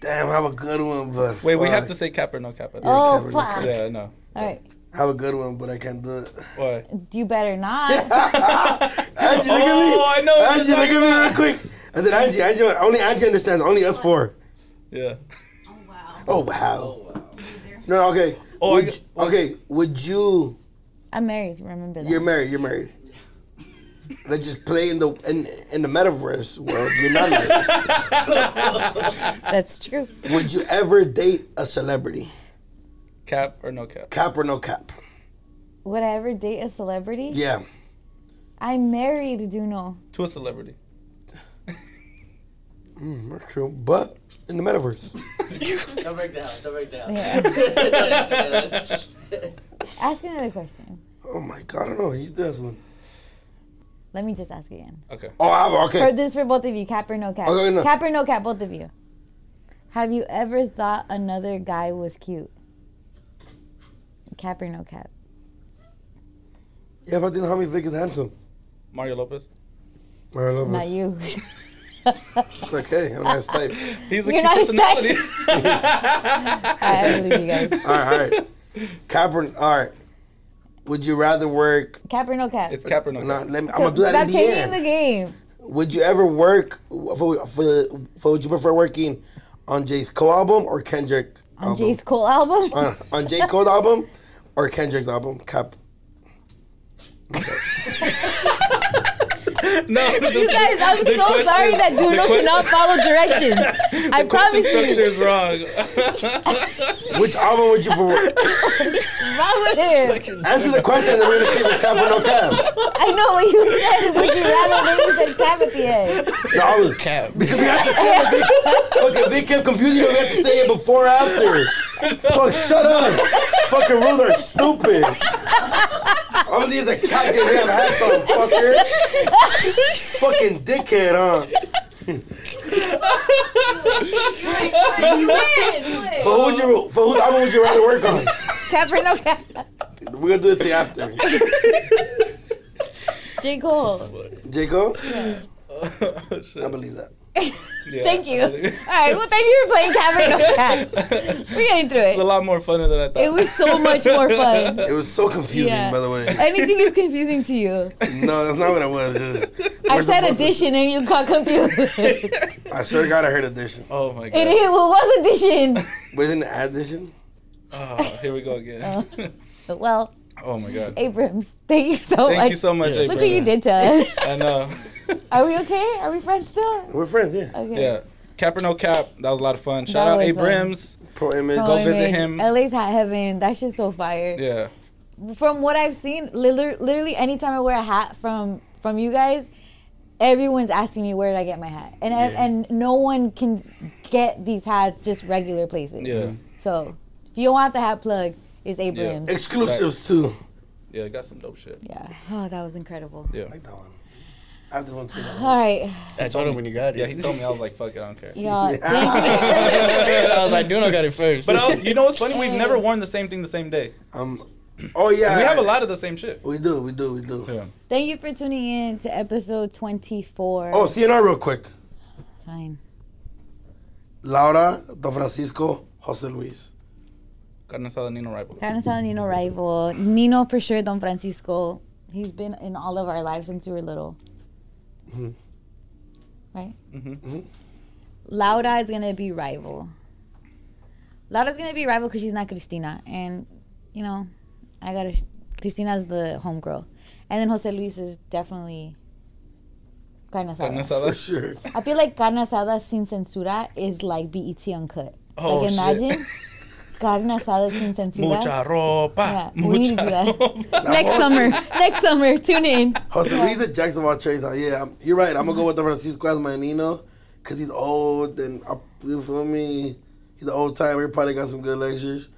[SPEAKER 4] Damn, have a good one, but.
[SPEAKER 1] Wait, we have
[SPEAKER 4] fuck.
[SPEAKER 1] to say cap or no cap. at the-
[SPEAKER 5] Oh,
[SPEAKER 4] Cabernet
[SPEAKER 5] fuck.
[SPEAKER 1] Yeah, no.
[SPEAKER 5] All right.
[SPEAKER 4] Have a good one, but I can't do it.
[SPEAKER 1] Why?
[SPEAKER 5] You better not. Ah!
[SPEAKER 4] Angie, look
[SPEAKER 1] Oh, I
[SPEAKER 4] at me.
[SPEAKER 1] know what
[SPEAKER 4] Angie,
[SPEAKER 1] you're
[SPEAKER 4] look at
[SPEAKER 1] talking
[SPEAKER 4] me real quick. I said, Angie, Angie, only Angie understands. Only us four.
[SPEAKER 1] Yeah.
[SPEAKER 4] Oh wow. No, okay.
[SPEAKER 1] Oh,
[SPEAKER 4] would
[SPEAKER 1] I-
[SPEAKER 4] you- okay. Would you?
[SPEAKER 5] I'm married. Remember that.
[SPEAKER 4] You're married. You're married. Let's just play in the in in the metaverse world. You're not married.
[SPEAKER 5] That's true.
[SPEAKER 4] Would you ever date a celebrity?
[SPEAKER 1] Cap or no cap?
[SPEAKER 4] Cap or no cap?
[SPEAKER 5] Would I ever date a celebrity?
[SPEAKER 4] Yeah.
[SPEAKER 5] I'm married, Duno.
[SPEAKER 1] To a celebrity.
[SPEAKER 4] Mm, that's true, but in the metaverse.
[SPEAKER 7] Don't break down. Don't break down.
[SPEAKER 5] Yeah.
[SPEAKER 7] Yeah.
[SPEAKER 5] Ask another question.
[SPEAKER 4] Oh my god, I don't know. You did this one.
[SPEAKER 5] Let me just ask again.
[SPEAKER 1] Okay.
[SPEAKER 4] Oh, I, okay.
[SPEAKER 5] For this for both of you, cap or no cap?
[SPEAKER 4] Okay, no.
[SPEAKER 5] Cap or no cap, both of you. Have you ever thought another guy was cute? Cap or no cap?
[SPEAKER 4] Yeah, if I didn't know how many Vic is handsome.
[SPEAKER 1] Mario Lopez.
[SPEAKER 4] Mario Lopez.
[SPEAKER 5] Not you.
[SPEAKER 4] It's okay. I'm a nice type.
[SPEAKER 1] He's a cute
[SPEAKER 5] You're not his type.
[SPEAKER 1] personality.
[SPEAKER 5] I believe you guys.
[SPEAKER 4] All right, all right. Capron, all right. Would you rather work?
[SPEAKER 5] Cap or no cap?
[SPEAKER 1] it's Cap or no cap.
[SPEAKER 4] Not, let me, I'm gonna do that
[SPEAKER 5] Stop
[SPEAKER 4] in the
[SPEAKER 5] changing
[SPEAKER 4] end.
[SPEAKER 5] the game.
[SPEAKER 4] Would you ever work for, for, for? Would you prefer working on Jay's Cole album or Kendrick?
[SPEAKER 5] On
[SPEAKER 4] album? Uh,
[SPEAKER 5] Jay's Cole album?
[SPEAKER 4] on, on J Cole's album or Kendrick's album? Cap.
[SPEAKER 1] No, the,
[SPEAKER 5] You guys, I'm so
[SPEAKER 1] question-
[SPEAKER 5] sorry that dude
[SPEAKER 1] the
[SPEAKER 5] cannot follow directions. I promise
[SPEAKER 1] structure
[SPEAKER 5] you.
[SPEAKER 1] is wrong.
[SPEAKER 4] Which album would you prefer?
[SPEAKER 5] Robert,
[SPEAKER 4] Answer the question, and we're gonna see if it's cap or no cap.
[SPEAKER 5] I know what you said. Would you rather? Then you said cap at the end.
[SPEAKER 4] No, I was
[SPEAKER 2] Cap.
[SPEAKER 4] Because we have to say it. They, fucking, they kept confusing us. We have to say it before or after. Fuck, shut up. fucking rules are stupid. Obviously, it's a cat that we have hats on, fucker. fucking dickhead, huh?
[SPEAKER 3] You win.
[SPEAKER 4] For who would you, for whose album would you rather work on?
[SPEAKER 5] Cap or no cap?
[SPEAKER 4] We're gonna do it till after.
[SPEAKER 5] J. Cole.
[SPEAKER 4] Jacob,
[SPEAKER 1] Oh, shit.
[SPEAKER 4] I believe that.
[SPEAKER 1] Yeah,
[SPEAKER 5] Thank you.
[SPEAKER 1] I
[SPEAKER 5] All
[SPEAKER 1] believe-
[SPEAKER 5] right, well, thank you for playing cap or no cap. We're getting through
[SPEAKER 1] It's a
[SPEAKER 5] it.
[SPEAKER 1] lot more funner than I thought.
[SPEAKER 5] It was so much more fun.
[SPEAKER 4] It was so confusing,
[SPEAKER 5] Yeah.
[SPEAKER 4] by the way.
[SPEAKER 5] Anything is confusing to you.
[SPEAKER 4] No, that's not what it was. It's Just,
[SPEAKER 5] I
[SPEAKER 4] Where's the
[SPEAKER 5] said
[SPEAKER 4] buses?
[SPEAKER 5] addition and you got confused. it
[SPEAKER 4] I swear to God, I heard addition.
[SPEAKER 1] Oh my god.
[SPEAKER 5] it was addition.
[SPEAKER 4] But isn't it addition?
[SPEAKER 1] Oh, here we go
[SPEAKER 5] Uh.
[SPEAKER 1] again.
[SPEAKER 5] But, Well,
[SPEAKER 1] oh my god.
[SPEAKER 5] Abrams, thank you so
[SPEAKER 1] Thank
[SPEAKER 5] much.
[SPEAKER 1] you so much,
[SPEAKER 5] Look
[SPEAKER 1] April.
[SPEAKER 5] what you did to us.
[SPEAKER 1] I know.
[SPEAKER 5] Are we okay? Are we friends still?
[SPEAKER 4] We're friends, yeah.
[SPEAKER 5] Okay.
[SPEAKER 1] Yeah. Cap or no cap, that was a lot of fun. Shout
[SPEAKER 5] That
[SPEAKER 1] out
[SPEAKER 5] was fun.
[SPEAKER 1] Abrams.
[SPEAKER 4] Pro image.
[SPEAKER 5] Pro
[SPEAKER 1] Go visit
[SPEAKER 5] image.
[SPEAKER 1] him.
[SPEAKER 5] LA's hot heaven. That shit's so fire.
[SPEAKER 1] Yeah.
[SPEAKER 5] From what I've seen, literally, literally anytime I wear a hat from from you guys, everyone's asking me where did I get my hat, and and, and no one can get these hats just regular places.
[SPEAKER 1] Yeah.
[SPEAKER 5] So if you want the hat plug, it's Abrams. Yeah.
[SPEAKER 4] Exclusives, too.
[SPEAKER 1] Yeah, got some dope shit.
[SPEAKER 5] Oh, that was incredible.
[SPEAKER 1] Yeah.
[SPEAKER 4] like that one. I have this one too.
[SPEAKER 5] All right,
[SPEAKER 2] I told him when you got it.
[SPEAKER 1] Yeah, he told me I was like, fuck it, I don't care.
[SPEAKER 5] y'all.
[SPEAKER 2] I was like, Duno got it first.
[SPEAKER 1] But I was, you know what's funny? We've never worn the same thing the same day.
[SPEAKER 4] Um, oh yeah,
[SPEAKER 1] We have a
[SPEAKER 4] I-
[SPEAKER 1] lot of the same shit.
[SPEAKER 4] We do, we do, we do.
[SPEAKER 1] Yeah.
[SPEAKER 5] Thank you for tuning in to episode 24.
[SPEAKER 4] Oh, CNR real quick.
[SPEAKER 5] Fine.
[SPEAKER 4] Laura, Don Francisco, Jose Luis.
[SPEAKER 1] Carne asada, Nino Rival.
[SPEAKER 5] Carne Asada Nino Rival. Nino for sure, Don Francisco. He's been in all of our lives since we were little. Right? Laura is going to be Rival. Laura's going to be Rival because she's not Cristina. And, you know, I got to. Cristina's the homegirl. And then Jose Luis is definitely Carne
[SPEAKER 1] Carne
[SPEAKER 5] Asada.
[SPEAKER 4] For
[SPEAKER 1] asada.
[SPEAKER 4] sure.
[SPEAKER 5] I feel like Carne Asada Sin Censura is like BET Uncut.
[SPEAKER 1] Oh,
[SPEAKER 5] like,
[SPEAKER 1] shit.
[SPEAKER 5] imagine Carne Asada Sin Censura.
[SPEAKER 1] Mucha ropa.
[SPEAKER 5] Yeah, we need to do
[SPEAKER 1] Mucha
[SPEAKER 5] that.
[SPEAKER 1] ropa.
[SPEAKER 5] Next summer. Next summer. Tune in.
[SPEAKER 4] Jose Luis is Jackson of all trades. huh? Yeah, I'm, you're right. I'm gonna go with Don Francisco as my Nino, cause he's old and I, you feel me. He's an old timer. He probably got some good lectures.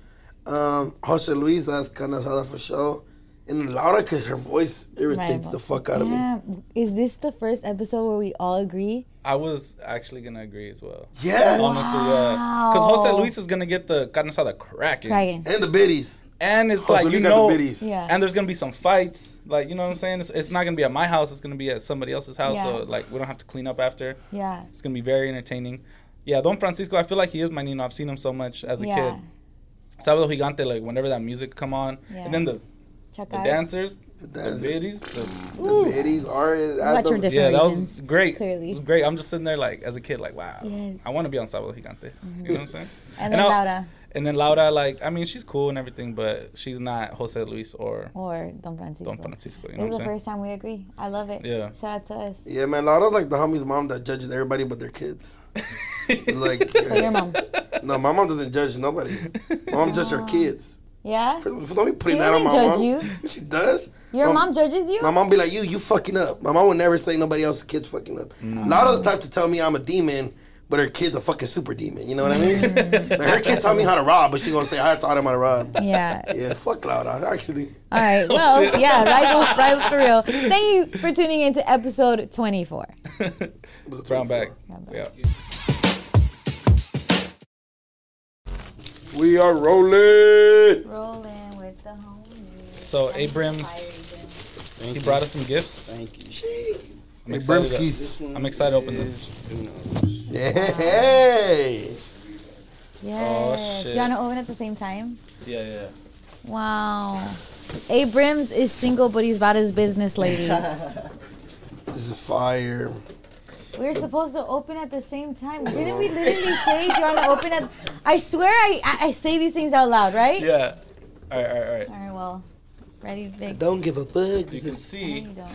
[SPEAKER 4] Um, Jose Luis, that's kind of for sure. And Laura, cause her voice irritates
[SPEAKER 5] Rival.
[SPEAKER 4] the fuck out of me.
[SPEAKER 5] Yeah. Is this the first episode where we all agree?
[SPEAKER 1] I was actually gonna agree as well.
[SPEAKER 4] Yeah.
[SPEAKER 1] Honestly, yeah. Because Jose Luis is gonna get the carne asada cracking.
[SPEAKER 5] Dragon.
[SPEAKER 4] And the biddies.
[SPEAKER 1] And it's
[SPEAKER 4] Jose
[SPEAKER 1] like
[SPEAKER 4] Luis
[SPEAKER 1] you
[SPEAKER 4] got
[SPEAKER 1] know,
[SPEAKER 4] the biddies.
[SPEAKER 5] Yeah.
[SPEAKER 1] and there's gonna be some fights. Like you know what I'm saying? It's, it's not gonna be at my house. It's gonna be at somebody else's house.
[SPEAKER 5] Yeah.
[SPEAKER 1] So like we don't have to clean up after.
[SPEAKER 5] Yeah.
[SPEAKER 1] It's gonna be very entertaining. Yeah, Don Francisco. I feel like he is my Nino. I've seen him so much as a
[SPEAKER 5] Yeah.
[SPEAKER 1] kid. Sábado Gigante. Like wchenever that music come on,
[SPEAKER 5] Yeah.
[SPEAKER 1] and then the,
[SPEAKER 5] Check
[SPEAKER 1] the
[SPEAKER 5] out.
[SPEAKER 1] dancers, the
[SPEAKER 4] dancers.
[SPEAKER 1] biddies. the-
[SPEAKER 4] The biddies are. I
[SPEAKER 5] Much for
[SPEAKER 4] don't-
[SPEAKER 5] different
[SPEAKER 1] yeah, that
[SPEAKER 5] reasons.
[SPEAKER 1] was great.
[SPEAKER 5] clearly.
[SPEAKER 1] It was great. I'm just sitting there like as a kid, like wow,
[SPEAKER 5] Yes. Mm-hmm.
[SPEAKER 1] I want to be on Sábado Gigante. You know what I'm saying?
[SPEAKER 5] and
[SPEAKER 1] and
[SPEAKER 5] then
[SPEAKER 1] I'll-
[SPEAKER 5] Laura
[SPEAKER 1] And then Laura, like, I mean, she's cool and everything, but she's not Jose Luis or
[SPEAKER 5] or Don Francisco.
[SPEAKER 1] Don Francisco. You know
[SPEAKER 5] This
[SPEAKER 1] what
[SPEAKER 5] is the
[SPEAKER 1] I'm saying?
[SPEAKER 5] first time we agree. I love it.
[SPEAKER 1] Yeah.
[SPEAKER 5] Shout out to us.
[SPEAKER 4] Yeah, man, Laura's like the homie's mom that judges everybody but their kids. like,
[SPEAKER 5] For your mom.
[SPEAKER 4] no, my mom doesn't judge nobody. My mom judges her kids.
[SPEAKER 5] Yeah?
[SPEAKER 4] Don't be putting
[SPEAKER 5] She
[SPEAKER 4] that on my mom.
[SPEAKER 5] doesn't judge
[SPEAKER 4] She does.
[SPEAKER 5] Your
[SPEAKER 4] Um,
[SPEAKER 5] mom judges you?
[SPEAKER 4] My mom be like, you, you fucking up. My mom would never say nobody else's kids fucking up. Laura's the type to tell me I'm a demon but her kid's a fucking super demon. You know what I mean? like her kid taught me how to rob, but she gonna say I taught him how to rob.
[SPEAKER 5] Yeah.
[SPEAKER 4] Yeah, fuck loud. Actually,
[SPEAKER 5] All right.
[SPEAKER 1] Oh,
[SPEAKER 5] Well, yeah, right, right for real. Thank you for tuning in to episode 24.
[SPEAKER 1] Brown back.
[SPEAKER 5] Brown back.
[SPEAKER 1] Yeah.
[SPEAKER 4] we are rolling.
[SPEAKER 5] Rolling with the homies.
[SPEAKER 1] So Abrams,
[SPEAKER 2] Thank
[SPEAKER 1] he
[SPEAKER 2] you.
[SPEAKER 1] brought us some gifts.
[SPEAKER 2] Thank you.
[SPEAKER 1] I'm excited to-
[SPEAKER 4] Abramskis.
[SPEAKER 1] I'm excited to open this.
[SPEAKER 2] this.
[SPEAKER 4] Hey,
[SPEAKER 5] Yes. Do
[SPEAKER 1] Oh, shit.
[SPEAKER 5] you want to open at the same time?
[SPEAKER 1] Yeah, yeah.
[SPEAKER 5] Wow. Abrams is single, but he's about his business, ladies.
[SPEAKER 4] this is fire.
[SPEAKER 5] we were supposed to open at the same time. Didn't we literally say, do you want to open at... I swear I, I, I say these things out loud, right?
[SPEAKER 1] Yeah. All right, all right, all right.
[SPEAKER 5] All right, well, ready, big.
[SPEAKER 4] Don't give a fuck.
[SPEAKER 1] You
[SPEAKER 4] This
[SPEAKER 1] can
[SPEAKER 5] No,
[SPEAKER 4] is
[SPEAKER 5] you
[SPEAKER 1] see
[SPEAKER 5] don't.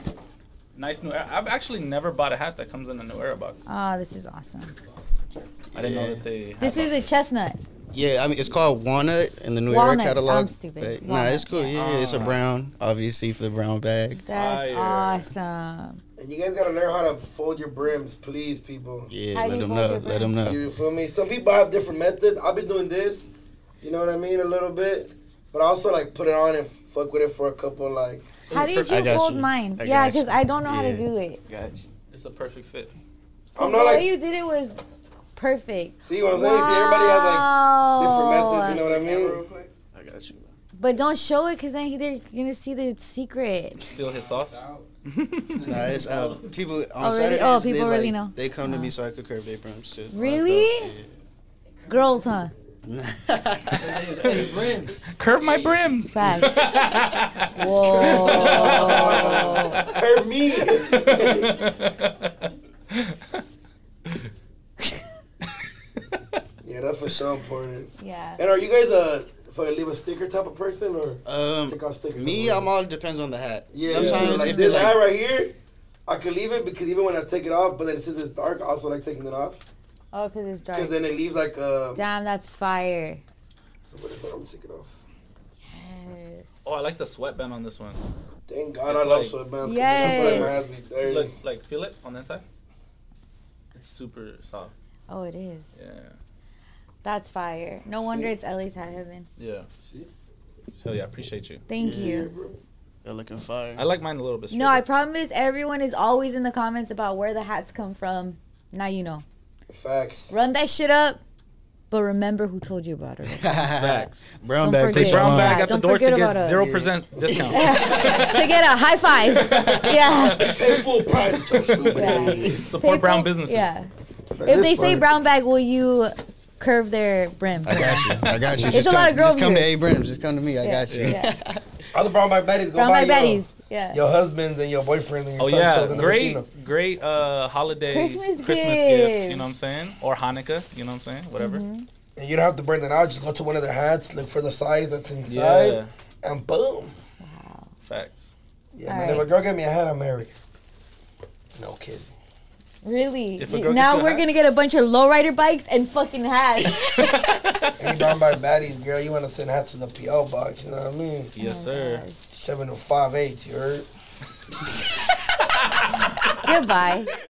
[SPEAKER 1] nice new. Era. I've actually never bought a hat that comes in a new era box.
[SPEAKER 5] Oh, this is awesome.
[SPEAKER 1] I didn't know that they. had
[SPEAKER 5] This
[SPEAKER 1] that.
[SPEAKER 5] is a chestnut.
[SPEAKER 2] Yeah, I mean it's called Walnut in the New
[SPEAKER 5] Walnut.
[SPEAKER 2] Era catalog.
[SPEAKER 5] I'm stupid.
[SPEAKER 2] but Nah,
[SPEAKER 5] Walnut, Oh.
[SPEAKER 2] it's cool.
[SPEAKER 5] yeah.
[SPEAKER 2] Yeah, yeah, it's a brown, obviously for the brown bag.
[SPEAKER 5] That's
[SPEAKER 1] Fire.
[SPEAKER 5] awesome.
[SPEAKER 4] And you guys gotta learn how to fold your brims, please, people.
[SPEAKER 2] Yeah,
[SPEAKER 5] How do
[SPEAKER 2] let
[SPEAKER 5] you
[SPEAKER 2] them
[SPEAKER 5] hold
[SPEAKER 2] know.
[SPEAKER 5] your
[SPEAKER 2] Let them know.
[SPEAKER 4] You feel me? Some people have different methods. I've been doing this, you know what I mean, a little bit, but I also like put it on and fuck with it for a couple like.
[SPEAKER 5] How did you
[SPEAKER 2] got
[SPEAKER 5] fold
[SPEAKER 2] you.
[SPEAKER 5] mine?
[SPEAKER 2] I
[SPEAKER 5] yeah,
[SPEAKER 2] got you.
[SPEAKER 5] because I don't know how to
[SPEAKER 2] Yeah.
[SPEAKER 5] do it.
[SPEAKER 1] It's a perfect fit.
[SPEAKER 4] I'm
[SPEAKER 5] the
[SPEAKER 4] not
[SPEAKER 5] way
[SPEAKER 4] like
[SPEAKER 5] you did it was perfect.
[SPEAKER 4] see what I'm saying. See, everybody has like different
[SPEAKER 5] Wow.
[SPEAKER 4] methods. You know what I mean?
[SPEAKER 2] I got you.
[SPEAKER 5] But don't show it because then they're gonna see the secret.
[SPEAKER 1] Steal his sauce.
[SPEAKER 2] Nah, it's uh, people on
[SPEAKER 5] Oh, really?
[SPEAKER 2] Saturdays.
[SPEAKER 5] Oh, people
[SPEAKER 2] they,
[SPEAKER 5] really
[SPEAKER 2] like,
[SPEAKER 5] know. Oh.
[SPEAKER 2] They come to me so I could curve their brims too.
[SPEAKER 5] Really? Girls, huh?
[SPEAKER 2] Nah.
[SPEAKER 1] Curve my brim.
[SPEAKER 5] Facts. Whoa.
[SPEAKER 4] Curve me. yeah, that's for sure important.
[SPEAKER 5] Yeah.
[SPEAKER 4] And are you guys a fucking leave a sticker type of person or take
[SPEAKER 2] um,
[SPEAKER 4] off stickers?
[SPEAKER 2] me, I'm all depends on the hat.
[SPEAKER 4] Yeah,
[SPEAKER 2] Sometimes
[SPEAKER 4] like
[SPEAKER 2] if
[SPEAKER 4] this
[SPEAKER 2] it's
[SPEAKER 4] hat
[SPEAKER 2] like,
[SPEAKER 4] right here, I could leave it because even when I take it off, but then since it's dark, I also like taking it off
[SPEAKER 5] Oh, because it's dark.
[SPEAKER 4] because then it leaves like uh.
[SPEAKER 5] Damn, that's fire.
[SPEAKER 4] So what if I'm taking it off?
[SPEAKER 5] Yes.
[SPEAKER 1] oh, I like the sweatband on this one.
[SPEAKER 4] Thank God I
[SPEAKER 1] It's
[SPEAKER 4] love
[SPEAKER 1] like-
[SPEAKER 4] sweatbands.
[SPEAKER 5] Yes.
[SPEAKER 4] Yes. I feel like my hands be dirty.
[SPEAKER 1] Look, like feel it on the inside. It's super soft.
[SPEAKER 5] Oh, it is.
[SPEAKER 1] Yeah.
[SPEAKER 5] That's fire. No wonder it's LA's hat heaven.
[SPEAKER 1] Yeah.
[SPEAKER 4] See?
[SPEAKER 1] So yeah, I appreciate you.
[SPEAKER 5] Thank you.
[SPEAKER 2] they're looking fire.
[SPEAKER 1] I like mine a little bit.
[SPEAKER 5] No, I
[SPEAKER 1] straighter.
[SPEAKER 5] promise everyone is always in the comments about where the hats come from. Now you know.
[SPEAKER 4] Facts.
[SPEAKER 5] Run that shit up, but remember who told you about it.
[SPEAKER 1] Facts.
[SPEAKER 5] Don't
[SPEAKER 2] brown bag.
[SPEAKER 5] forget.
[SPEAKER 2] Say
[SPEAKER 1] Brown bag at the
[SPEAKER 5] Don't
[SPEAKER 1] door to
[SPEAKER 5] forget about
[SPEAKER 1] get
[SPEAKER 5] us.
[SPEAKER 1] zero percent discount.
[SPEAKER 5] to get a high five. Yeah.
[SPEAKER 4] Pay full price. Don't stupid
[SPEAKER 5] Yeah.
[SPEAKER 4] ass.
[SPEAKER 1] Support brown
[SPEAKER 5] People-
[SPEAKER 1] businesses.
[SPEAKER 5] Yeah.
[SPEAKER 4] This
[SPEAKER 5] If they say
[SPEAKER 4] part-
[SPEAKER 5] brown bag, will you curve their brim?
[SPEAKER 2] I got you. I got you.
[SPEAKER 5] It's
[SPEAKER 2] just
[SPEAKER 5] a
[SPEAKER 2] come,
[SPEAKER 5] lot of
[SPEAKER 2] Just
[SPEAKER 5] girl
[SPEAKER 2] come to
[SPEAKER 5] viewers.
[SPEAKER 2] A Brims. Just come to me. I
[SPEAKER 5] Yeah.
[SPEAKER 2] got you.
[SPEAKER 5] Yeah.
[SPEAKER 4] Other brown bag baddies go
[SPEAKER 5] Brown
[SPEAKER 4] buy
[SPEAKER 5] bag
[SPEAKER 4] your,
[SPEAKER 5] baddies. Yeah.
[SPEAKER 4] your husbands and your boyfriends and your
[SPEAKER 1] Oh
[SPEAKER 4] son
[SPEAKER 1] yeah,
[SPEAKER 4] children in the
[SPEAKER 1] great,
[SPEAKER 4] casino.
[SPEAKER 1] great uh, holiday
[SPEAKER 5] Christmas gift. Mm-hmm.
[SPEAKER 1] You know what I'm saying? Or Hanukkah. You know what I'm saying? Whatever.
[SPEAKER 4] And you don't have to burn that out. Just go to one of their hats, look for the size that's
[SPEAKER 1] Yeah.
[SPEAKER 4] inside, and boom.
[SPEAKER 1] Facts.
[SPEAKER 4] Yeah,
[SPEAKER 5] All
[SPEAKER 4] man. If
[SPEAKER 5] right.
[SPEAKER 4] a girl get me a hat, I'm married. No kidding.
[SPEAKER 5] Really?
[SPEAKER 1] If a
[SPEAKER 5] You-
[SPEAKER 1] girl
[SPEAKER 5] now
[SPEAKER 1] gets you a
[SPEAKER 5] we're
[SPEAKER 1] hat?
[SPEAKER 5] going to get a bunch of lowrider bikes and fucking hats.
[SPEAKER 4] Any brown bag baddies, girl, you want to send hats to the PO box. You know what I mean?
[SPEAKER 5] Oh
[SPEAKER 1] Yes, sir.
[SPEAKER 7] oh
[SPEAKER 5] Gosh.
[SPEAKER 4] Seven to five eight. You heard?
[SPEAKER 5] Goodbye.